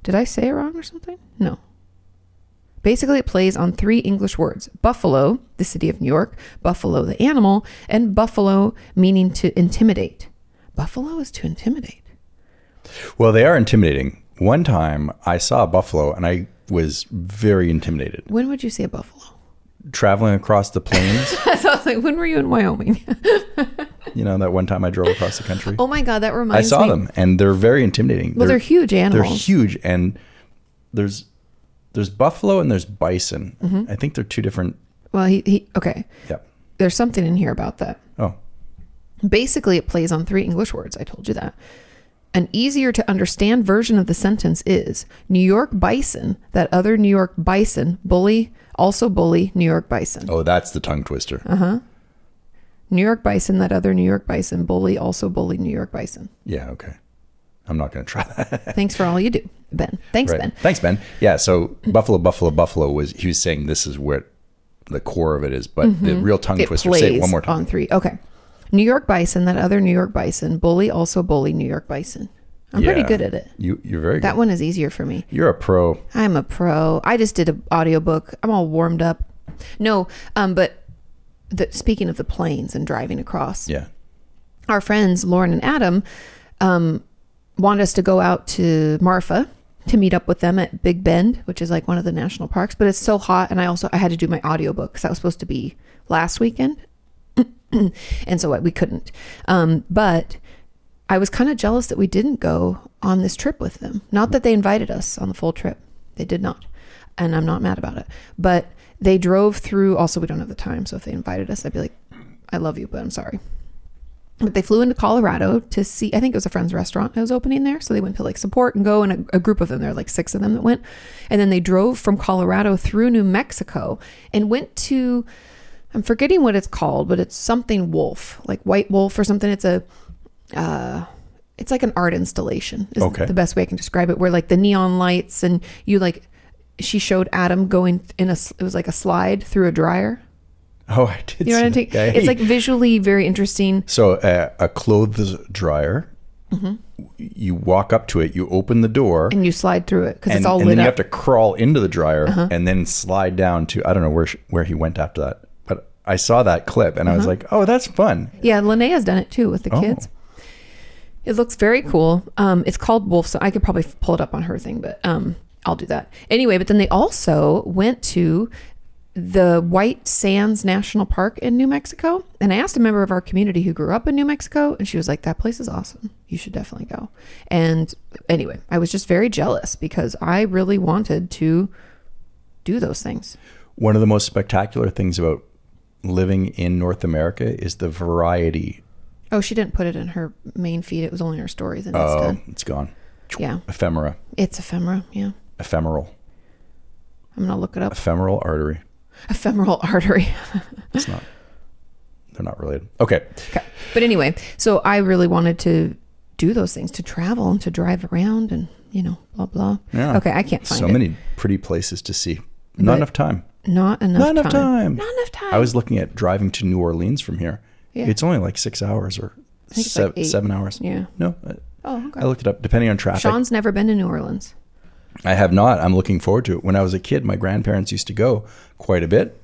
[SPEAKER 2] Did I say it wrong or something? No. Basically, it plays on three English words Buffalo, the city of New York, Buffalo, the animal, and Buffalo, meaning to intimidate. Buffalo is to intimidate.
[SPEAKER 1] Well, they are intimidating. One time I saw a buffalo and I was very intimidated.
[SPEAKER 2] When would you see a buffalo?
[SPEAKER 1] Traveling across the plains,
[SPEAKER 2] so I was like, when were you in Wyoming?
[SPEAKER 1] you know, that one time I drove across the country.
[SPEAKER 2] oh my God, that
[SPEAKER 1] I
[SPEAKER 2] reminds me.
[SPEAKER 1] saw them and they're very intimidating.
[SPEAKER 2] Well, they're, huge
[SPEAKER 1] They're
[SPEAKER 2] animals.
[SPEAKER 1] huge and there's there's buffalo and there's bison.
[SPEAKER 2] Mm-hmm.
[SPEAKER 1] I think they're two different.
[SPEAKER 2] well, he, he, okay.
[SPEAKER 1] Yeah.
[SPEAKER 2] There's something in here about that.
[SPEAKER 1] Oh,
[SPEAKER 2] Basically, it plays on three English words. I told you that. An easier to understand version of the sentence is New York bison, that other New York bison, bully, also bully New York bison.
[SPEAKER 1] Oh, that's the tongue twister.
[SPEAKER 2] Uh-huh. New York bison, that other New York bison, bully, also bully New York bison.
[SPEAKER 1] Yeah, okay. I'm not going to try that.
[SPEAKER 2] Thanks for all you do, Ben. Thanks,
[SPEAKER 1] Right.
[SPEAKER 2] Ben.
[SPEAKER 1] Thanks, Ben. Yeah. So Buffalo, Buffalo, Buffalo was he was saying this is where the core of it is, but the real tongue
[SPEAKER 2] It
[SPEAKER 1] twister. Say it
[SPEAKER 2] plays
[SPEAKER 1] one more time.
[SPEAKER 2] On three. Okay. New York bison, that other New York bison, bully, also bully New York bison. I'm pretty
[SPEAKER 1] Yeah.
[SPEAKER 2] good at it.
[SPEAKER 1] You you're very
[SPEAKER 2] That
[SPEAKER 1] good.
[SPEAKER 2] one is easier for me.
[SPEAKER 1] You're a pro.
[SPEAKER 2] I'm a pro. I just did an audiobook. I'm all warmed up. No, um, but the, speaking of the planes and driving across,
[SPEAKER 1] Yeah.
[SPEAKER 2] our friends Lauren and Adam um, want us to go out to Marfa to meet up with them at Big Bend, which is like one of the national parks. But it's so hot, and I also I had to do my audiobook because that was supposed to be last weekend, and so we couldn't. Um, but I was kind of jealous that we didn't go on this trip with them. Not that they invited us on the full trip, they did not. And I'm not mad about it. But they drove through, also, we don't have the time. So if they invited us, I'd be like, I love you, but I'm sorry. But they flew into Colorado to see, I think it was a friend's restaurant that was opening there. So they went to like support and go, and a, a group of them, there were like six of them that went. And then they drove from Colorado through New Mexico and went to, I'm forgetting what it's called, but it's something wolf, like white wolf or something. It's a, uh, it's like an art installation is
[SPEAKER 1] Okay.
[SPEAKER 2] the best way I can describe it, where like the neon lights and you like, she showed Adam going in a, s- it was like a slide through a dryer.
[SPEAKER 1] Oh, I did.
[SPEAKER 2] You know what I'm
[SPEAKER 1] see
[SPEAKER 2] saying?
[SPEAKER 1] that. Yeah.
[SPEAKER 2] It's like visually very interesting.
[SPEAKER 1] so uh, a clothes dryer.
[SPEAKER 2] Mm-hmm.
[SPEAKER 1] You walk up to it. You open the door.
[SPEAKER 2] and you slide through it because
[SPEAKER 1] and,
[SPEAKER 2] it's all
[SPEAKER 1] and
[SPEAKER 2] lit
[SPEAKER 1] then you have
[SPEAKER 2] up.
[SPEAKER 1] to
[SPEAKER 2] Uh-huh.
[SPEAKER 1] crawl into the dryer and then slide down to I don't know where sh where he went after that, but I saw that clip and I
[SPEAKER 2] Uh-huh.
[SPEAKER 1] was like, oh, that's fun.
[SPEAKER 2] yeah, Linnea's done it too with
[SPEAKER 1] Oh.
[SPEAKER 2] the kids. It looks very cool. Um, it's called Wolf. So I could probably f- pull it up on her thing, but um, I'll do that anyway. But then they also went to the White Sands National Park in New Mexico, and I asked a member of our community who grew up in New Mexico, and she was like, "That place is awesome. You should definitely go." And anyway, I was just very jealous because I really wanted to do those things.
[SPEAKER 1] One of the most spectacular things about living in North America is the variety.
[SPEAKER 2] Oh, she didn't put it in her main feed. It was only in her stories, and it's
[SPEAKER 1] Oh,
[SPEAKER 2] done.
[SPEAKER 1] it's gone.
[SPEAKER 2] Yeah,
[SPEAKER 1] Ephemera,
[SPEAKER 2] it's ephemera. Yeah,
[SPEAKER 1] ephemeral,
[SPEAKER 2] I'm gonna look it up.
[SPEAKER 1] ephemeral artery.
[SPEAKER 2] Ephemeral artery.
[SPEAKER 1] It's not. They're not related. Okay.
[SPEAKER 2] okay. But anyway, so I really wanted to do those things to travel and to drive around and you know blah blah.
[SPEAKER 1] Yeah.
[SPEAKER 2] Okay, I can't find
[SPEAKER 1] So
[SPEAKER 2] it.
[SPEAKER 1] many pretty places to see. Not
[SPEAKER 2] But-
[SPEAKER 1] enough time.
[SPEAKER 2] Not enough.
[SPEAKER 1] Not enough time.
[SPEAKER 2] Not enough time.
[SPEAKER 1] I was looking at driving to New Orleans from here.
[SPEAKER 2] Yeah.
[SPEAKER 1] It's only like six hours or
[SPEAKER 2] think it's
[SPEAKER 1] seven,
[SPEAKER 2] like eight.
[SPEAKER 1] seven hours.
[SPEAKER 2] Yeah.
[SPEAKER 1] No, uh, I-
[SPEAKER 2] Oh, okay.
[SPEAKER 1] I looked it up. Depending on traffic,
[SPEAKER 2] Sean's never been to New Orleans.
[SPEAKER 1] I have not. I'm looking forward to it. When I was a kid, my grandparents used to go quite a bit.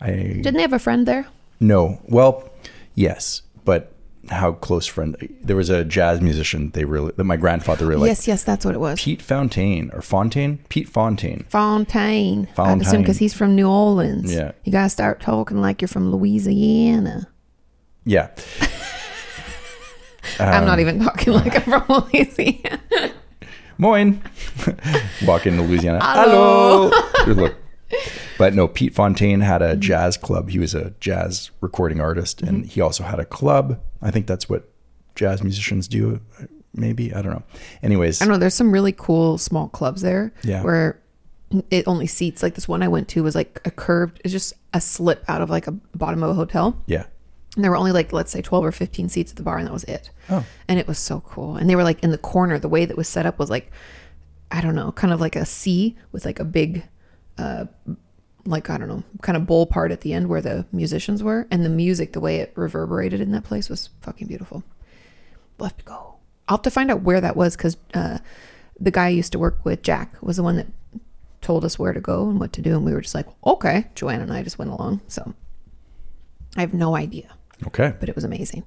[SPEAKER 1] I
[SPEAKER 2] Didn't they have a friend there?
[SPEAKER 1] no, well, yes, but how close friend? There was a jazz musician. They really that my grandfather really liked.
[SPEAKER 2] yes, yes, that's what it was.
[SPEAKER 1] Pete Fontaine or Fontaine, Pete Fontaine.
[SPEAKER 2] Fontaine. I'd assume
[SPEAKER 1] Fontaine.
[SPEAKER 2] because he's from New Orleans.
[SPEAKER 1] Yeah.
[SPEAKER 2] You gotta start talking like you're from Louisiana.
[SPEAKER 1] Yeah,
[SPEAKER 2] I'm not even talking like I'm from Louisiana.
[SPEAKER 1] Moin. Walk into Louisiana.
[SPEAKER 2] Hello.
[SPEAKER 1] Hello. Look. But no, Pete Fontaine had a jazz club. He was a jazz recording artist, and
[SPEAKER 2] Mm-hmm.
[SPEAKER 1] he also had a club. I think that's what jazz musicians do. Maybe I don't know. Anyways,
[SPEAKER 2] I don't know. There's some really cool small clubs there.
[SPEAKER 1] Yeah.
[SPEAKER 2] Where it only seats like this one I went to was like a curved, it's just a slip out of like a bottom of a hotel.
[SPEAKER 1] yeah,
[SPEAKER 2] And there were only like, let's say 12 or 15 seats at the bar, and that was it.
[SPEAKER 1] Oh.
[SPEAKER 2] And it was so cool. And they were like in the corner, the way that was set up was like, I don't know, kind of like a C with like a big, uh, like, I don't know, kind of bowl part at the end where the musicians were. And the music, the way it reverberated in that place was fucking beautiful. We'll have to go. I'll have to find out where that was because uh, the guy I used to work with, Jack, was the one that told us where to go and what to do. And we were just like, okay. Joanne and I just went along. So I have no idea
[SPEAKER 1] okay,
[SPEAKER 2] but it was amazing.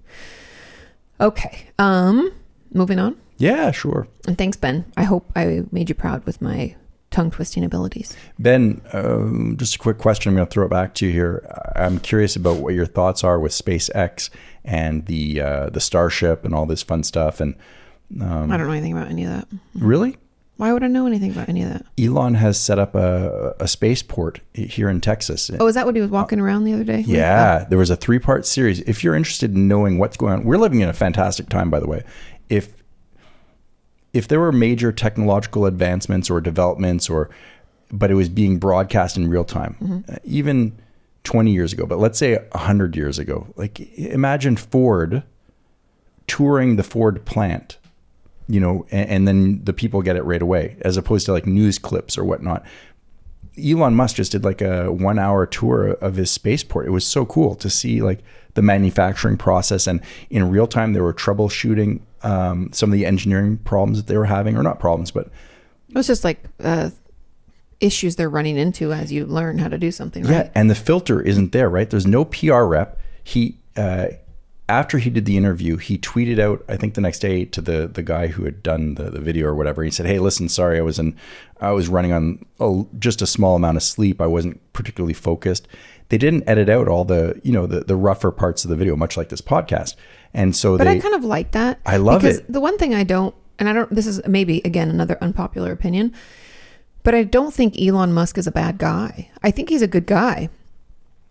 [SPEAKER 2] Okay. Um, moving on.
[SPEAKER 1] yeah, sure.
[SPEAKER 2] And thanks, Ben. I hope I made you proud with my tongue twisting abilities.
[SPEAKER 1] Ben, um, just a quick question. I'm going to throw it back to you here. I- I'm curious about what your thoughts are with SpaceX and the uh, the Starship and all this fun stuff. And Um,
[SPEAKER 2] I don't know anything about any of that.
[SPEAKER 1] really,
[SPEAKER 2] Why would I know anything about any of that?
[SPEAKER 1] Elon has set up a, a spaceport here in Texas.
[SPEAKER 2] Oh, is that what he was walking around the other day?
[SPEAKER 1] Yeah, there was a three part series. If you're interested in knowing what's going on, we're living in a fantastic time, by the way. If if there were major technological advancements or developments or but it was being broadcast in real time uh, even 20 years ago but let's say 100 years ago like i- imagine ford touring the ford plant you know and, and then the people get it right away as opposed to like news clips or whatnot Elon Musk just did like a one hour tour of his spaceport. It was so cool to see like the manufacturing process and in real time they were troubleshooting um, some of the engineering problems that they were having, or not problems, but
[SPEAKER 2] It was just like uh, issues they're running into as you learn how to do something.
[SPEAKER 1] yeah.
[SPEAKER 2] Right?
[SPEAKER 1] And the filter isn't there, right? There's no PR rep. He uh, after he did the interview, he tweeted out I think the next day to the the guy who had done the, the video or whatever. He said, "Hey, listen, sorry, I was in, I was running on a, just a small amount of sleep. I wasn't particularly focused." They didn't edit out all the you know the the rougher parts of the video, much like this podcast. And so
[SPEAKER 2] But
[SPEAKER 1] they
[SPEAKER 2] I kind of like that.
[SPEAKER 1] I love
[SPEAKER 2] because
[SPEAKER 1] it.
[SPEAKER 2] The one thing I don't, and I don't, this is maybe again another unpopular opinion, but I don't think Elon Musk is a bad guy. I think he's a good guy.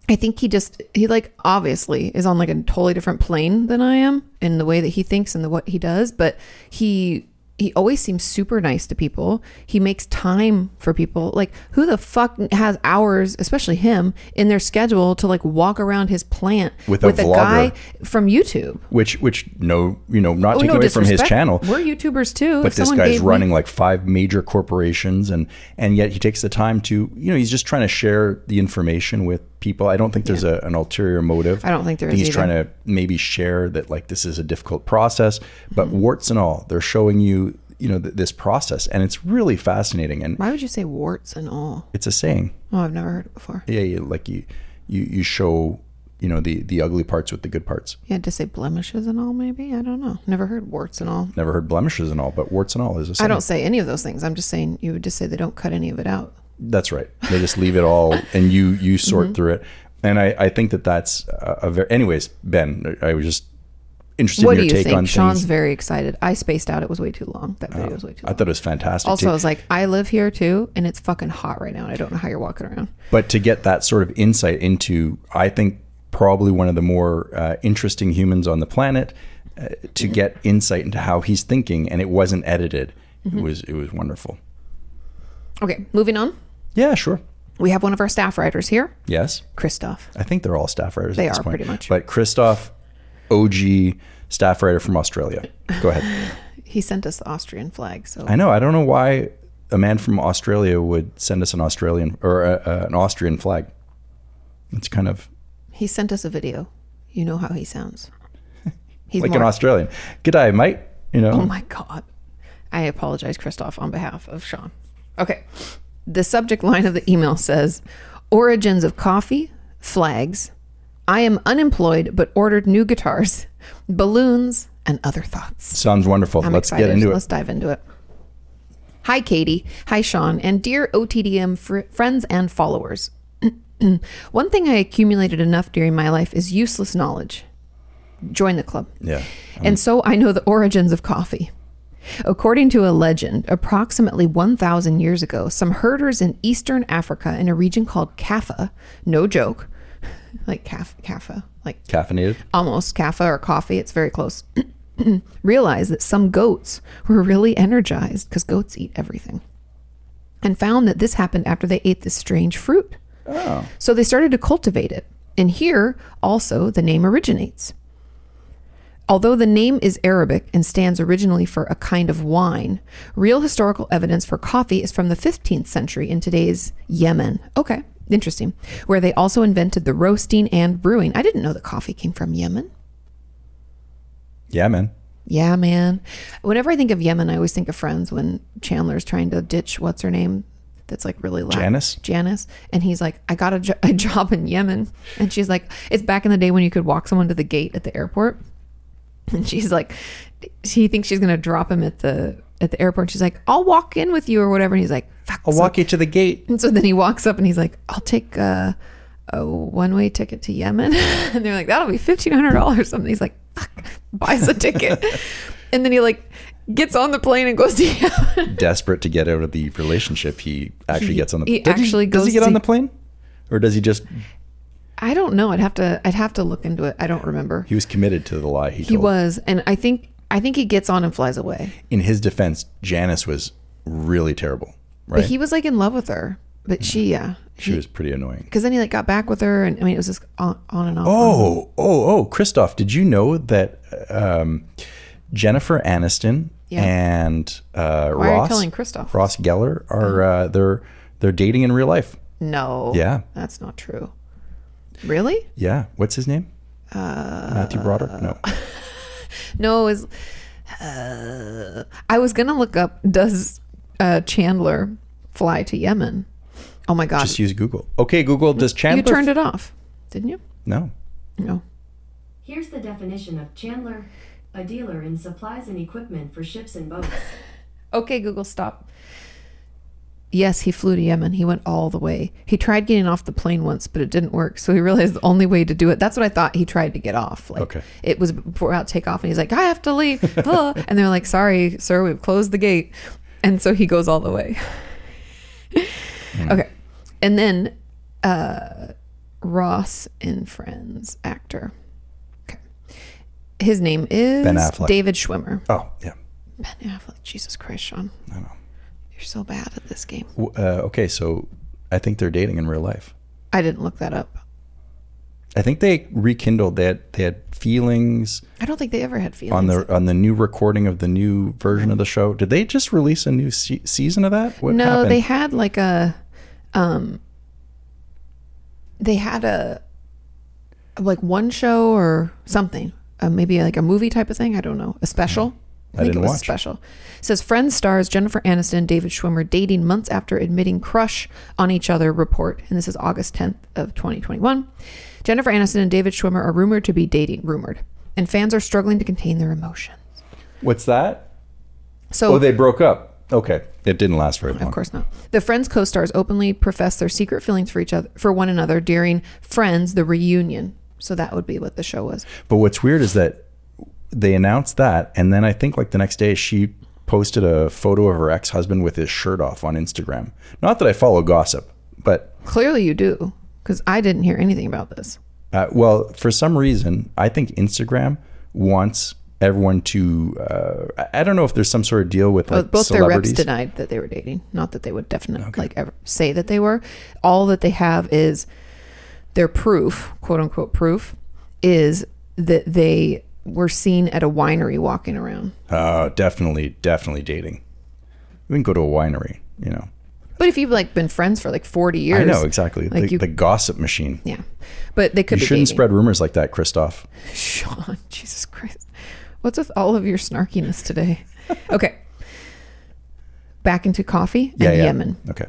[SPEAKER 2] I think he just he like obviously is on like a totally different plane than I am in the way that he thinks and the what he does, but he he always seems super nice to people. He makes time for people. Like who the fuck has hours, especially him, in their schedule to like walk around his plant
[SPEAKER 1] With a vlogger.
[SPEAKER 2] guy from YouTube?
[SPEAKER 1] which which no you know not
[SPEAKER 2] Oh,
[SPEAKER 1] taking
[SPEAKER 2] no
[SPEAKER 1] away from his
[SPEAKER 2] disrespect.
[SPEAKER 1] channel,
[SPEAKER 2] We're YouTubers too.
[SPEAKER 1] but
[SPEAKER 2] If
[SPEAKER 1] this
[SPEAKER 2] someone
[SPEAKER 1] guy's
[SPEAKER 2] gave me-
[SPEAKER 1] running like five major corporations and and yet he takes the time to you know he's just trying to share the information with people i don't think there's a, an ulterior motive
[SPEAKER 2] I don't think there
[SPEAKER 1] he's
[SPEAKER 2] is
[SPEAKER 1] trying
[SPEAKER 2] either.
[SPEAKER 1] to maybe share that like this is a difficult process but
[SPEAKER 2] Mm-hmm.
[SPEAKER 1] warts and all they're showing you you know th- this process and it's really fascinating and
[SPEAKER 2] Why would you say warts and all?
[SPEAKER 1] it's a saying
[SPEAKER 2] Oh, I've never heard it before.
[SPEAKER 1] yeah you, like you you you show you know the the ugly parts with the good parts
[SPEAKER 2] You had to say blemishes and all, maybe? I don't know. Never heard warts and all.
[SPEAKER 1] never heard blemishes and all but warts and all is a saying
[SPEAKER 2] I don't say any of those things. I'm just saying you would just say they don't cut any of it out.
[SPEAKER 1] That's right. They just leave it all, and you you sort
[SPEAKER 2] Mm-hmm.
[SPEAKER 1] through it. And I, I think that that's a, a very. Anyways, Ben, I was just interested
[SPEAKER 2] what
[SPEAKER 1] in
[SPEAKER 2] do
[SPEAKER 1] your
[SPEAKER 2] you
[SPEAKER 1] take on
[SPEAKER 2] think? Sean's
[SPEAKER 1] things. Oh.
[SPEAKER 2] very excited. I spaced out. It was way too long. That video was way too
[SPEAKER 1] I
[SPEAKER 2] long.
[SPEAKER 1] thought it was fantastic.
[SPEAKER 2] Also,
[SPEAKER 1] too.
[SPEAKER 2] I was like, I live here too, and it's fucking hot right now. And I don't know how you're walking around.
[SPEAKER 1] but to get that sort of insight into, I think probably one of the more uh, interesting humans on the planet, uh, to
[SPEAKER 2] Mm-hmm.
[SPEAKER 1] get insight into how he's thinking, and it wasn't edited.
[SPEAKER 2] Mm-hmm.
[SPEAKER 1] It was it was wonderful.
[SPEAKER 2] Okay, moving on.
[SPEAKER 1] Yeah, sure.
[SPEAKER 2] We have one of our staff writers here,
[SPEAKER 1] Yes.
[SPEAKER 2] Christoph.
[SPEAKER 1] I think they're all staff writers.
[SPEAKER 2] They
[SPEAKER 1] at this
[SPEAKER 2] are,
[SPEAKER 1] point.
[SPEAKER 2] pretty much.
[SPEAKER 1] But Christoph, OG staff writer from Australia. Go ahead.
[SPEAKER 2] He sent us the Austrian flag. So
[SPEAKER 1] I know. I don't know why a man from Australia would send us an Australian or a, a, an Austrian flag. It's kind of
[SPEAKER 2] he sent us a video. You know how he sounds. He's
[SPEAKER 1] like
[SPEAKER 2] more,
[SPEAKER 1] an Australian. G'day, mate. You know.
[SPEAKER 2] Oh my God. I apologize, Christoph, on behalf of Sean. Okay. The subject line of the email says Origins of coffee, flags. I am unemployed but ordered new guitars, balloons, and other thoughts.
[SPEAKER 1] Sounds wonderful.
[SPEAKER 2] I'm
[SPEAKER 1] Let's
[SPEAKER 2] excited.
[SPEAKER 1] get into
[SPEAKER 2] Let's
[SPEAKER 1] it.
[SPEAKER 2] dive into it. Hi, Katie. Hi, Sean. And dear OTDM fr- friends and followers. One thing I accumulated enough during my life is useless knowledge. Join the club.
[SPEAKER 1] Yeah.
[SPEAKER 2] And so I know the origins of coffee. According to a legend, approximately 1,000 years ago, some herders in eastern Africa in a region called Kaffa, no joke, like Kaf, Kaffa, like
[SPEAKER 1] Caffeinated.
[SPEAKER 2] almost kaffa or coffee it's very close realized that some goats were really energized because goats eat everything and found that this happened after they ate this strange fruit
[SPEAKER 1] Oh.
[SPEAKER 2] so they started to cultivate it and here also the name originates Although the name is Arabic and stands originally for a kind of wine, real historical evidence for coffee is from the 15th century in today's Yemen. Okay, interesting. Where they also invented the roasting and brewing. I didn't know that coffee came from Yemen.
[SPEAKER 1] Yeah, man.
[SPEAKER 2] Yeah, man. Whenever I think of Yemen, I always think of Friends when Chandler's trying to ditch what's her name. That's like really loud.
[SPEAKER 1] Janice?
[SPEAKER 2] Janice. And he's like, I got a, jo- a job in Yemen. And she's like, it's back in the day when you could walk someone to the gate at the airport. And she's like, she thinks she's going to drop him at the at the airport. She's like, I'll walk in with you or whatever. And he's like, fuck.
[SPEAKER 1] I'll
[SPEAKER 2] so-
[SPEAKER 1] walk you to the gate.
[SPEAKER 2] and so then he walks up and he's like, I'll take a, a one way ticket to Yemen. and they're like, that'll be $1,500 something. He's like, fuck, buys a ticket. and then he like gets on the plane and goes to Yemen.
[SPEAKER 1] Desperate to get out of the relationship, he actually gets on the.
[SPEAKER 2] he
[SPEAKER 1] Did
[SPEAKER 2] actually
[SPEAKER 1] does he
[SPEAKER 2] goes
[SPEAKER 1] get on
[SPEAKER 2] to-
[SPEAKER 1] the plane, or does he just?
[SPEAKER 2] I don't know. I'd have to, I'd have to look into it. I don't remember.
[SPEAKER 1] He was committed to the lie. He,
[SPEAKER 2] He
[SPEAKER 1] told.
[SPEAKER 2] was. And I think I think he gets on and flies away.
[SPEAKER 1] In his defense, Janice was really terrible, right?
[SPEAKER 2] But he was like in love with her. But she, yeah,
[SPEAKER 1] she was pretty annoying.
[SPEAKER 2] because then he like got back with her, and I mean it was just on, on and off.
[SPEAKER 1] Oh, oh, oh, Christoph, did you know that um, Jennifer Aniston
[SPEAKER 2] Yeah.
[SPEAKER 1] and uh,
[SPEAKER 2] Why are you
[SPEAKER 1] Ross
[SPEAKER 2] telling Christoph? Oh.
[SPEAKER 1] Ross Geller are uh, they're they're dating in real life?
[SPEAKER 2] no,
[SPEAKER 1] Yeah,
[SPEAKER 2] that's not true. Really?
[SPEAKER 1] yeah. What's his name? Uh, Matthew Broderick? No.
[SPEAKER 2] No, is uh, I was gonna look up does uh, Chandler fly to Yemen? Oh my god,
[SPEAKER 1] Just use Google. Okay, Google. Does Chandler?
[SPEAKER 2] you turned it off, didn't you?
[SPEAKER 1] no.
[SPEAKER 2] No.
[SPEAKER 4] Here's the definition of Chandler a dealer in supplies and equipment for ships and boats.
[SPEAKER 2] Okay, Google, stop. Yes, he flew to Yemen. He went all the way. He tried getting off the plane once, but it didn't work. So he realized the only way to do it. That's what I thought he tried to get off. Like
[SPEAKER 1] Okay.
[SPEAKER 2] it was before out takeoff, and he's like, "I have to leave," Ah. and they're like, "Sorry, sir, we've closed the gate," and so he goes all the way.
[SPEAKER 1] Hmm.
[SPEAKER 2] Okay, and then uh, Ross in Friends actor. Okay, his name is
[SPEAKER 1] Ben Affleck.
[SPEAKER 2] David Schwimmer.
[SPEAKER 1] Oh, yeah.
[SPEAKER 2] Ben Affleck. Jesus Christ, Sean. I know. You're so bad at this game.
[SPEAKER 1] W- Uh, okay, so I think they're dating in real life.
[SPEAKER 2] I didn't look that up.
[SPEAKER 1] I think they rekindled. They had, they had feelings
[SPEAKER 2] I don't think they ever had feelings.
[SPEAKER 1] on the on the new recording of the new version of the show. Did they just release a new se- season of that? What
[SPEAKER 2] no,
[SPEAKER 1] happened?
[SPEAKER 2] they had like a, um, they had a, like one show or something, uh, maybe like a movie type of thing. I don't know. A special. I, think
[SPEAKER 1] Hmm. didn't
[SPEAKER 2] it was
[SPEAKER 1] watch.
[SPEAKER 2] a special. It says Friends stars Jennifer Aniston and David Schwimmer dating months after admitting crush on each other report. And this is August 10th of 2021. Jennifer Aniston and David Schwimmer are rumored to be dating, rumored. And fans are struggling to contain their emotions.
[SPEAKER 1] What's that?
[SPEAKER 2] So
[SPEAKER 1] Oh, they broke up. Okay, it didn't last very long.
[SPEAKER 2] Of course not. The Friends co-stars openly profess their secret feelings for each other for one another during Friends the reunion. So that would be what the show was.
[SPEAKER 1] But what's weird is that they announced that, and then I think like the next day she posted a photo of her ex husband with his shirt off on Instagram. Not that I follow gossip, but
[SPEAKER 2] Clearly you do cuz I didn't hear anything about this.
[SPEAKER 1] uh, well, for some reason, I think Instagram wants everyone to. Uh, I- I don't know if there's some sort of deal with like
[SPEAKER 2] But both their reps
[SPEAKER 1] celebrities.
[SPEAKER 2] denied that they were dating. Not that they would definitely like ever say that they were. All that they have is their proof, quote unquote proof, is that they were seen at a winery walking around.
[SPEAKER 1] Oh, definitely, definitely dating. We can go to a winery, you know.
[SPEAKER 2] But if you've like been friends for like 40 years,
[SPEAKER 1] I know exactly
[SPEAKER 2] Like
[SPEAKER 1] the,
[SPEAKER 2] you-
[SPEAKER 1] the gossip machine.
[SPEAKER 2] Yeah. But they could
[SPEAKER 1] You
[SPEAKER 2] be
[SPEAKER 1] shouldn't
[SPEAKER 2] dating.
[SPEAKER 1] spread rumors like that, Christoph.
[SPEAKER 2] Sean, Jesus Christ. What's with all of your snarkiness today? Okay. Back into coffee and Yemen.
[SPEAKER 1] Okay.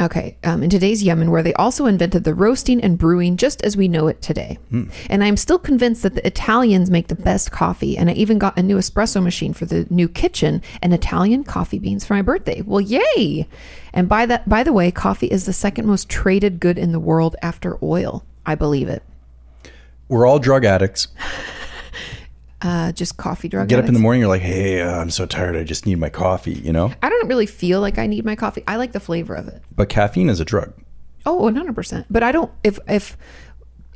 [SPEAKER 2] Okay. Um, in today's Yemen, where they also invented the roasting and brewing just as we know it today.
[SPEAKER 1] Hmm.
[SPEAKER 2] And I'm still convinced that the Italians make the best coffee. And I even got a new espresso machine for the new kitchen and Italian coffee beans for my birthday. Well, yay! And by that, by the way, coffee is the second most traded good in the world after oil. I believe it.
[SPEAKER 1] We're all drug addicts.
[SPEAKER 2] Uh, just coffee drug.
[SPEAKER 1] Get up in
[SPEAKER 2] addicts.
[SPEAKER 1] the morning, you're like, hey, uh, I'm so tired. I just need my coffee, you know?
[SPEAKER 2] I don't really feel like I need my coffee. I like the flavor of it.
[SPEAKER 1] But caffeine is a drug.
[SPEAKER 2] Oh, 100%. But I don't if if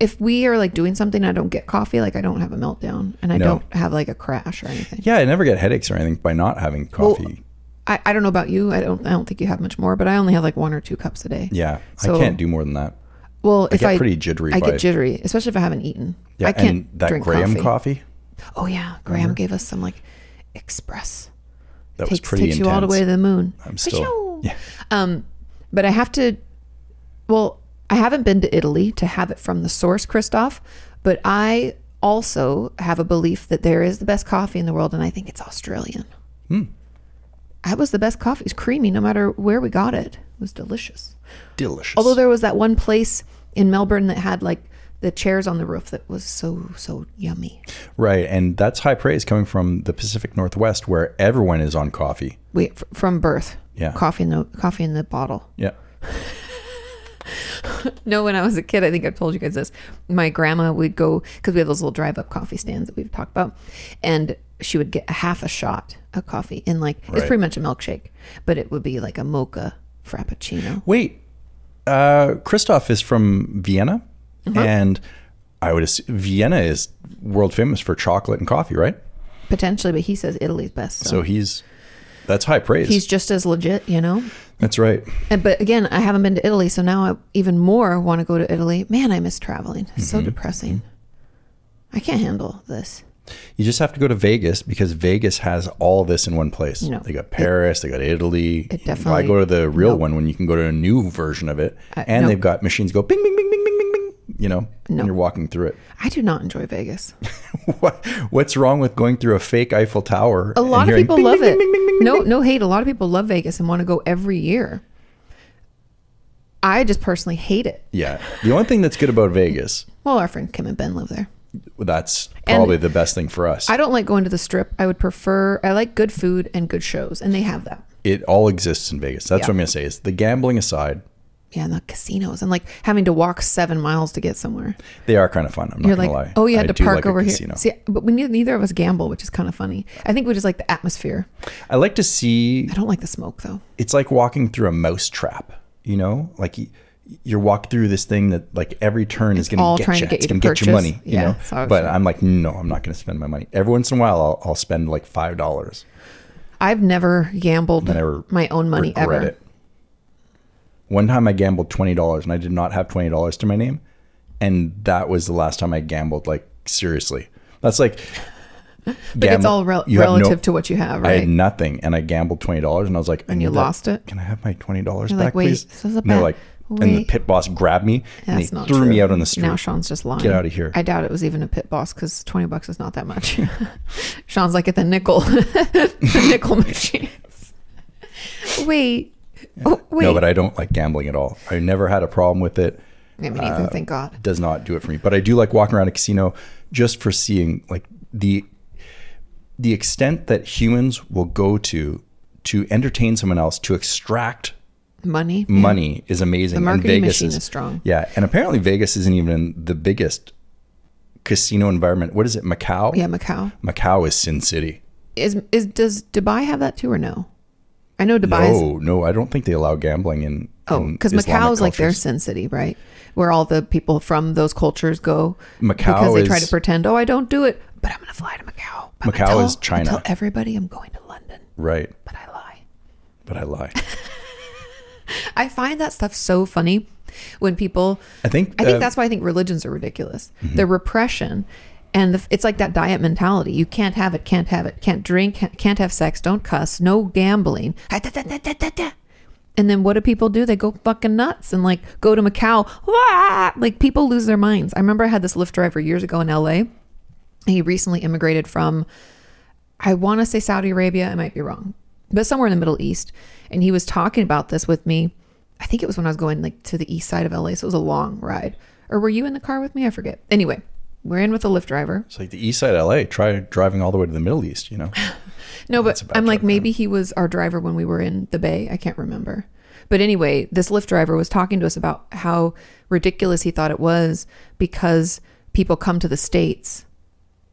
[SPEAKER 2] if we are like doing something and I don't get coffee, like I don't have a meltdown and I
[SPEAKER 1] No.
[SPEAKER 2] don't have like a crash or anything.
[SPEAKER 1] Yeah, I never get headaches or anything by not having coffee.
[SPEAKER 2] I, I don't know about you. I don't I don't think you have much more, but I only have like one or two cups a day.
[SPEAKER 1] yeah,
[SPEAKER 2] So-
[SPEAKER 1] I can't do more than that.
[SPEAKER 2] Well, if
[SPEAKER 1] get
[SPEAKER 2] I
[SPEAKER 1] pretty jittery
[SPEAKER 2] I
[SPEAKER 1] by-
[SPEAKER 2] get jittery, especially if I haven't eaten.
[SPEAKER 1] Yeah,
[SPEAKER 2] I
[SPEAKER 1] and
[SPEAKER 2] can't
[SPEAKER 1] that
[SPEAKER 2] drink
[SPEAKER 1] Graham
[SPEAKER 2] coffee.
[SPEAKER 1] coffee, Mm-hmm.
[SPEAKER 2] Oh yeah, Graham gave us some like express
[SPEAKER 1] that was
[SPEAKER 2] takes
[SPEAKER 1] pretty
[SPEAKER 2] takes
[SPEAKER 1] intense.
[SPEAKER 2] you all the way to the moon.
[SPEAKER 1] I'm still,
[SPEAKER 2] Pshaw.
[SPEAKER 1] yeah.
[SPEAKER 2] Um, but I have to. Well, I haven't been to Italy to have it from the source, Christoph. But I also have a belief that there is the best coffee in the world, and I think it's Australian. That was the best coffee. It's creamy, no matter where we got it. It was delicious.
[SPEAKER 1] delicious.
[SPEAKER 2] Although there was that one place in Melbourne that had like the chairs on the roof that was so so yummy.
[SPEAKER 1] right, and that's high praise coming from the Pacific Northwest where everyone is on coffee.
[SPEAKER 2] Wait, f- from birth.
[SPEAKER 1] Yeah.
[SPEAKER 2] Coffee in the coffee in the bottle.
[SPEAKER 1] Yeah.
[SPEAKER 2] No, when I was a kid, I think I've told you guys this. My grandma would go because we have those little drive-up coffee stands that we've talked about, and she would get half a shot of coffee in like it's
[SPEAKER 1] Right.
[SPEAKER 2] pretty much a milkshake, but it would be like a mocha frappuccino.
[SPEAKER 1] Wait, uh, Christoph is from Vienna,
[SPEAKER 2] Uh-huh.
[SPEAKER 1] and I would assume Vienna is world famous for chocolate and coffee, right?
[SPEAKER 2] potentially, but he says Italy's best. So,
[SPEAKER 1] So he's that's high praise.
[SPEAKER 2] he's just as legit, you know.
[SPEAKER 1] that's right.
[SPEAKER 2] And, but again, I haven't been to Italy, so now I even more want to go to Italy. Man, I miss traveling. It's so depressing. I can't handle this.
[SPEAKER 1] You just have to go to Vegas because Vegas has all this in one place.
[SPEAKER 2] No.
[SPEAKER 1] They got Paris, they got Italy.
[SPEAKER 2] It
[SPEAKER 1] Why
[SPEAKER 2] definitely-
[SPEAKER 1] go to the real
[SPEAKER 2] no.
[SPEAKER 1] one when you can go to a new version of it?
[SPEAKER 2] I-
[SPEAKER 1] and
[SPEAKER 2] no.
[SPEAKER 1] they've got machines go bing, bing, bing, bing, bing, bing, bing. You know,
[SPEAKER 2] No.
[SPEAKER 1] and you're walking through it.
[SPEAKER 2] I do not enjoy Vegas.
[SPEAKER 1] What, what's wrong with going through a fake Eiffel Tower?
[SPEAKER 2] A
[SPEAKER 1] and
[SPEAKER 2] lot of
[SPEAKER 1] hearing
[SPEAKER 2] people
[SPEAKER 1] bing,
[SPEAKER 2] love
[SPEAKER 1] bing,
[SPEAKER 2] it.
[SPEAKER 1] bing, bing, bing, bing,
[SPEAKER 2] no,
[SPEAKER 1] bing?
[SPEAKER 2] no hate. A lot of people love Vegas and want to go every year. I just personally hate it.
[SPEAKER 1] Yeah. The only thing that's good about Vegas,
[SPEAKER 2] Well, our friend Kim and Ben live there.
[SPEAKER 1] that's
[SPEAKER 2] And-
[SPEAKER 1] probably the best thing for us.
[SPEAKER 2] I don't like going to the strip. I would prefer. I like good food and good shows, and they have that.
[SPEAKER 1] it all exists in Vegas. That's
[SPEAKER 2] Yeah.
[SPEAKER 1] what I'm going to say is the gambling aside,
[SPEAKER 2] Yeah, and the casinos and like having to walk seven miles to get somewhere.
[SPEAKER 1] they are kind of fun. I'm not
[SPEAKER 2] You're
[SPEAKER 1] going
[SPEAKER 2] like,
[SPEAKER 1] to lie.
[SPEAKER 2] oh, you
[SPEAKER 1] I
[SPEAKER 2] had to
[SPEAKER 1] do
[SPEAKER 2] park
[SPEAKER 1] like a
[SPEAKER 2] over here.
[SPEAKER 1] casino.
[SPEAKER 2] See, but we neither, neither of us gamble, which is kind of funny. I think we just like the atmosphere.
[SPEAKER 1] I like to see
[SPEAKER 2] I don't like the smoke though.
[SPEAKER 1] it's like walking through a mouse trap, you know? Like you, you're walking through this thing that like every turn is going
[SPEAKER 2] all
[SPEAKER 1] to get
[SPEAKER 2] trying
[SPEAKER 1] you.
[SPEAKER 2] to get
[SPEAKER 1] it's
[SPEAKER 2] you
[SPEAKER 1] going
[SPEAKER 2] to
[SPEAKER 1] to get your
[SPEAKER 2] purchase.
[SPEAKER 1] money, you
[SPEAKER 2] Yeah,
[SPEAKER 1] know?
[SPEAKER 2] that's what I was
[SPEAKER 1] but
[SPEAKER 2] saying.
[SPEAKER 1] I'm like, no, I'm not going to spend my money. Every once in a while, I'll, I'll spend like $5.
[SPEAKER 2] I've never gambled
[SPEAKER 1] Then I re-
[SPEAKER 2] my own money
[SPEAKER 1] regret
[SPEAKER 2] ever.
[SPEAKER 1] it. One time I gambled $20 and I did not have $20 to my name. And that was the last time I gambled, like seriously. That's like,
[SPEAKER 2] Like it's all rel- relative to what you have,
[SPEAKER 1] I
[SPEAKER 2] right?
[SPEAKER 1] had nothing and I gambled twenty dollars and I was like, I
[SPEAKER 2] And you
[SPEAKER 1] need that.
[SPEAKER 2] lost it?
[SPEAKER 1] Can I have my twenty dollars
[SPEAKER 2] You're
[SPEAKER 1] back,
[SPEAKER 2] like, "Wait,
[SPEAKER 1] please?
[SPEAKER 2] this is a
[SPEAKER 1] and they're
[SPEAKER 2] bad-
[SPEAKER 1] like, and the
[SPEAKER 2] wait.
[SPEAKER 1] pit boss grabbed me and
[SPEAKER 2] That's
[SPEAKER 1] he
[SPEAKER 2] not
[SPEAKER 1] threw
[SPEAKER 2] true.
[SPEAKER 1] me out on the street.
[SPEAKER 2] Now Sean's just lying.
[SPEAKER 1] Get out of here.
[SPEAKER 2] I doubt it was even a pit boss because twenty bucks is not that much. Sean's like at the nickel, the nickel machine. wait, oh, wait.
[SPEAKER 1] no, but I don't like gambling at all. I never had a problem with it.
[SPEAKER 2] Yeah, me
[SPEAKER 1] uh,
[SPEAKER 2] neither, thank God.
[SPEAKER 1] Does not do it for me. But I do like walking around a casino just for seeing like the the extent that humans will go to to entertain someone else to extract
[SPEAKER 2] Money.
[SPEAKER 1] money is amazing.
[SPEAKER 2] The
[SPEAKER 1] and
[SPEAKER 2] marketing
[SPEAKER 1] Vegas
[SPEAKER 2] machine is strong.
[SPEAKER 1] Yeah, and apparently Vegas isn't even in the biggest casino environment. What is it, Macau?
[SPEAKER 2] Yeah, Macau.
[SPEAKER 1] Macau is Sin City.
[SPEAKER 2] Is is does Dubai have that too or no? I know Dubai. is-
[SPEAKER 1] No, no, I don't think they allow gambling in.
[SPEAKER 2] Oh,
[SPEAKER 1] in
[SPEAKER 2] because
[SPEAKER 1] Islamic
[SPEAKER 2] Macau is like their
[SPEAKER 1] cultures.
[SPEAKER 2] sin city, right? Where all the people from those cultures go
[SPEAKER 1] Macau
[SPEAKER 2] because they try
[SPEAKER 1] is-
[SPEAKER 2] to pretend, oh, I don't do it, but I'm going to fly to Macau. But I'm gonna
[SPEAKER 1] Macau
[SPEAKER 2] tell-
[SPEAKER 1] is China.
[SPEAKER 2] I tell everybody I'm going to London,
[SPEAKER 1] right,
[SPEAKER 2] but I lie.
[SPEAKER 1] but I lie.
[SPEAKER 2] I find that stuff so funny when people.
[SPEAKER 1] I think
[SPEAKER 2] I think
[SPEAKER 1] uh,
[SPEAKER 2] that's why I think religions are ridiculous. The repression, and the, it's like that diet mentality. You can't have it, can't have it, can't drink, can't- can't have sex, don't cuss, no gambling. Ah, da, da, da, da, da, da. And then what do people do? They go fucking nuts and like go to Macau. Wah! Like people lose their minds. I remember I had this Lyft driver years ago in LA. He recently immigrated from I want to say Saudi Arabia. I might be wrong, but somewhere in the Middle East. And he was talking about this with me. I think it was when I was going like to the east side of LA, so it was a long ride. Or were you in the car with me? I forget. Anyway, we're in with a Lyft driver.
[SPEAKER 1] it's like the East Side of LA. Try driving all the way to the Middle East. You know,
[SPEAKER 2] No, but
[SPEAKER 1] a bad
[SPEAKER 2] I'm like
[SPEAKER 1] joke,
[SPEAKER 2] maybe he was our driver when we were in the Bay. I can't remember. But anyway, this Lyft driver was talking to us about how ridiculous he thought it was because people come to the states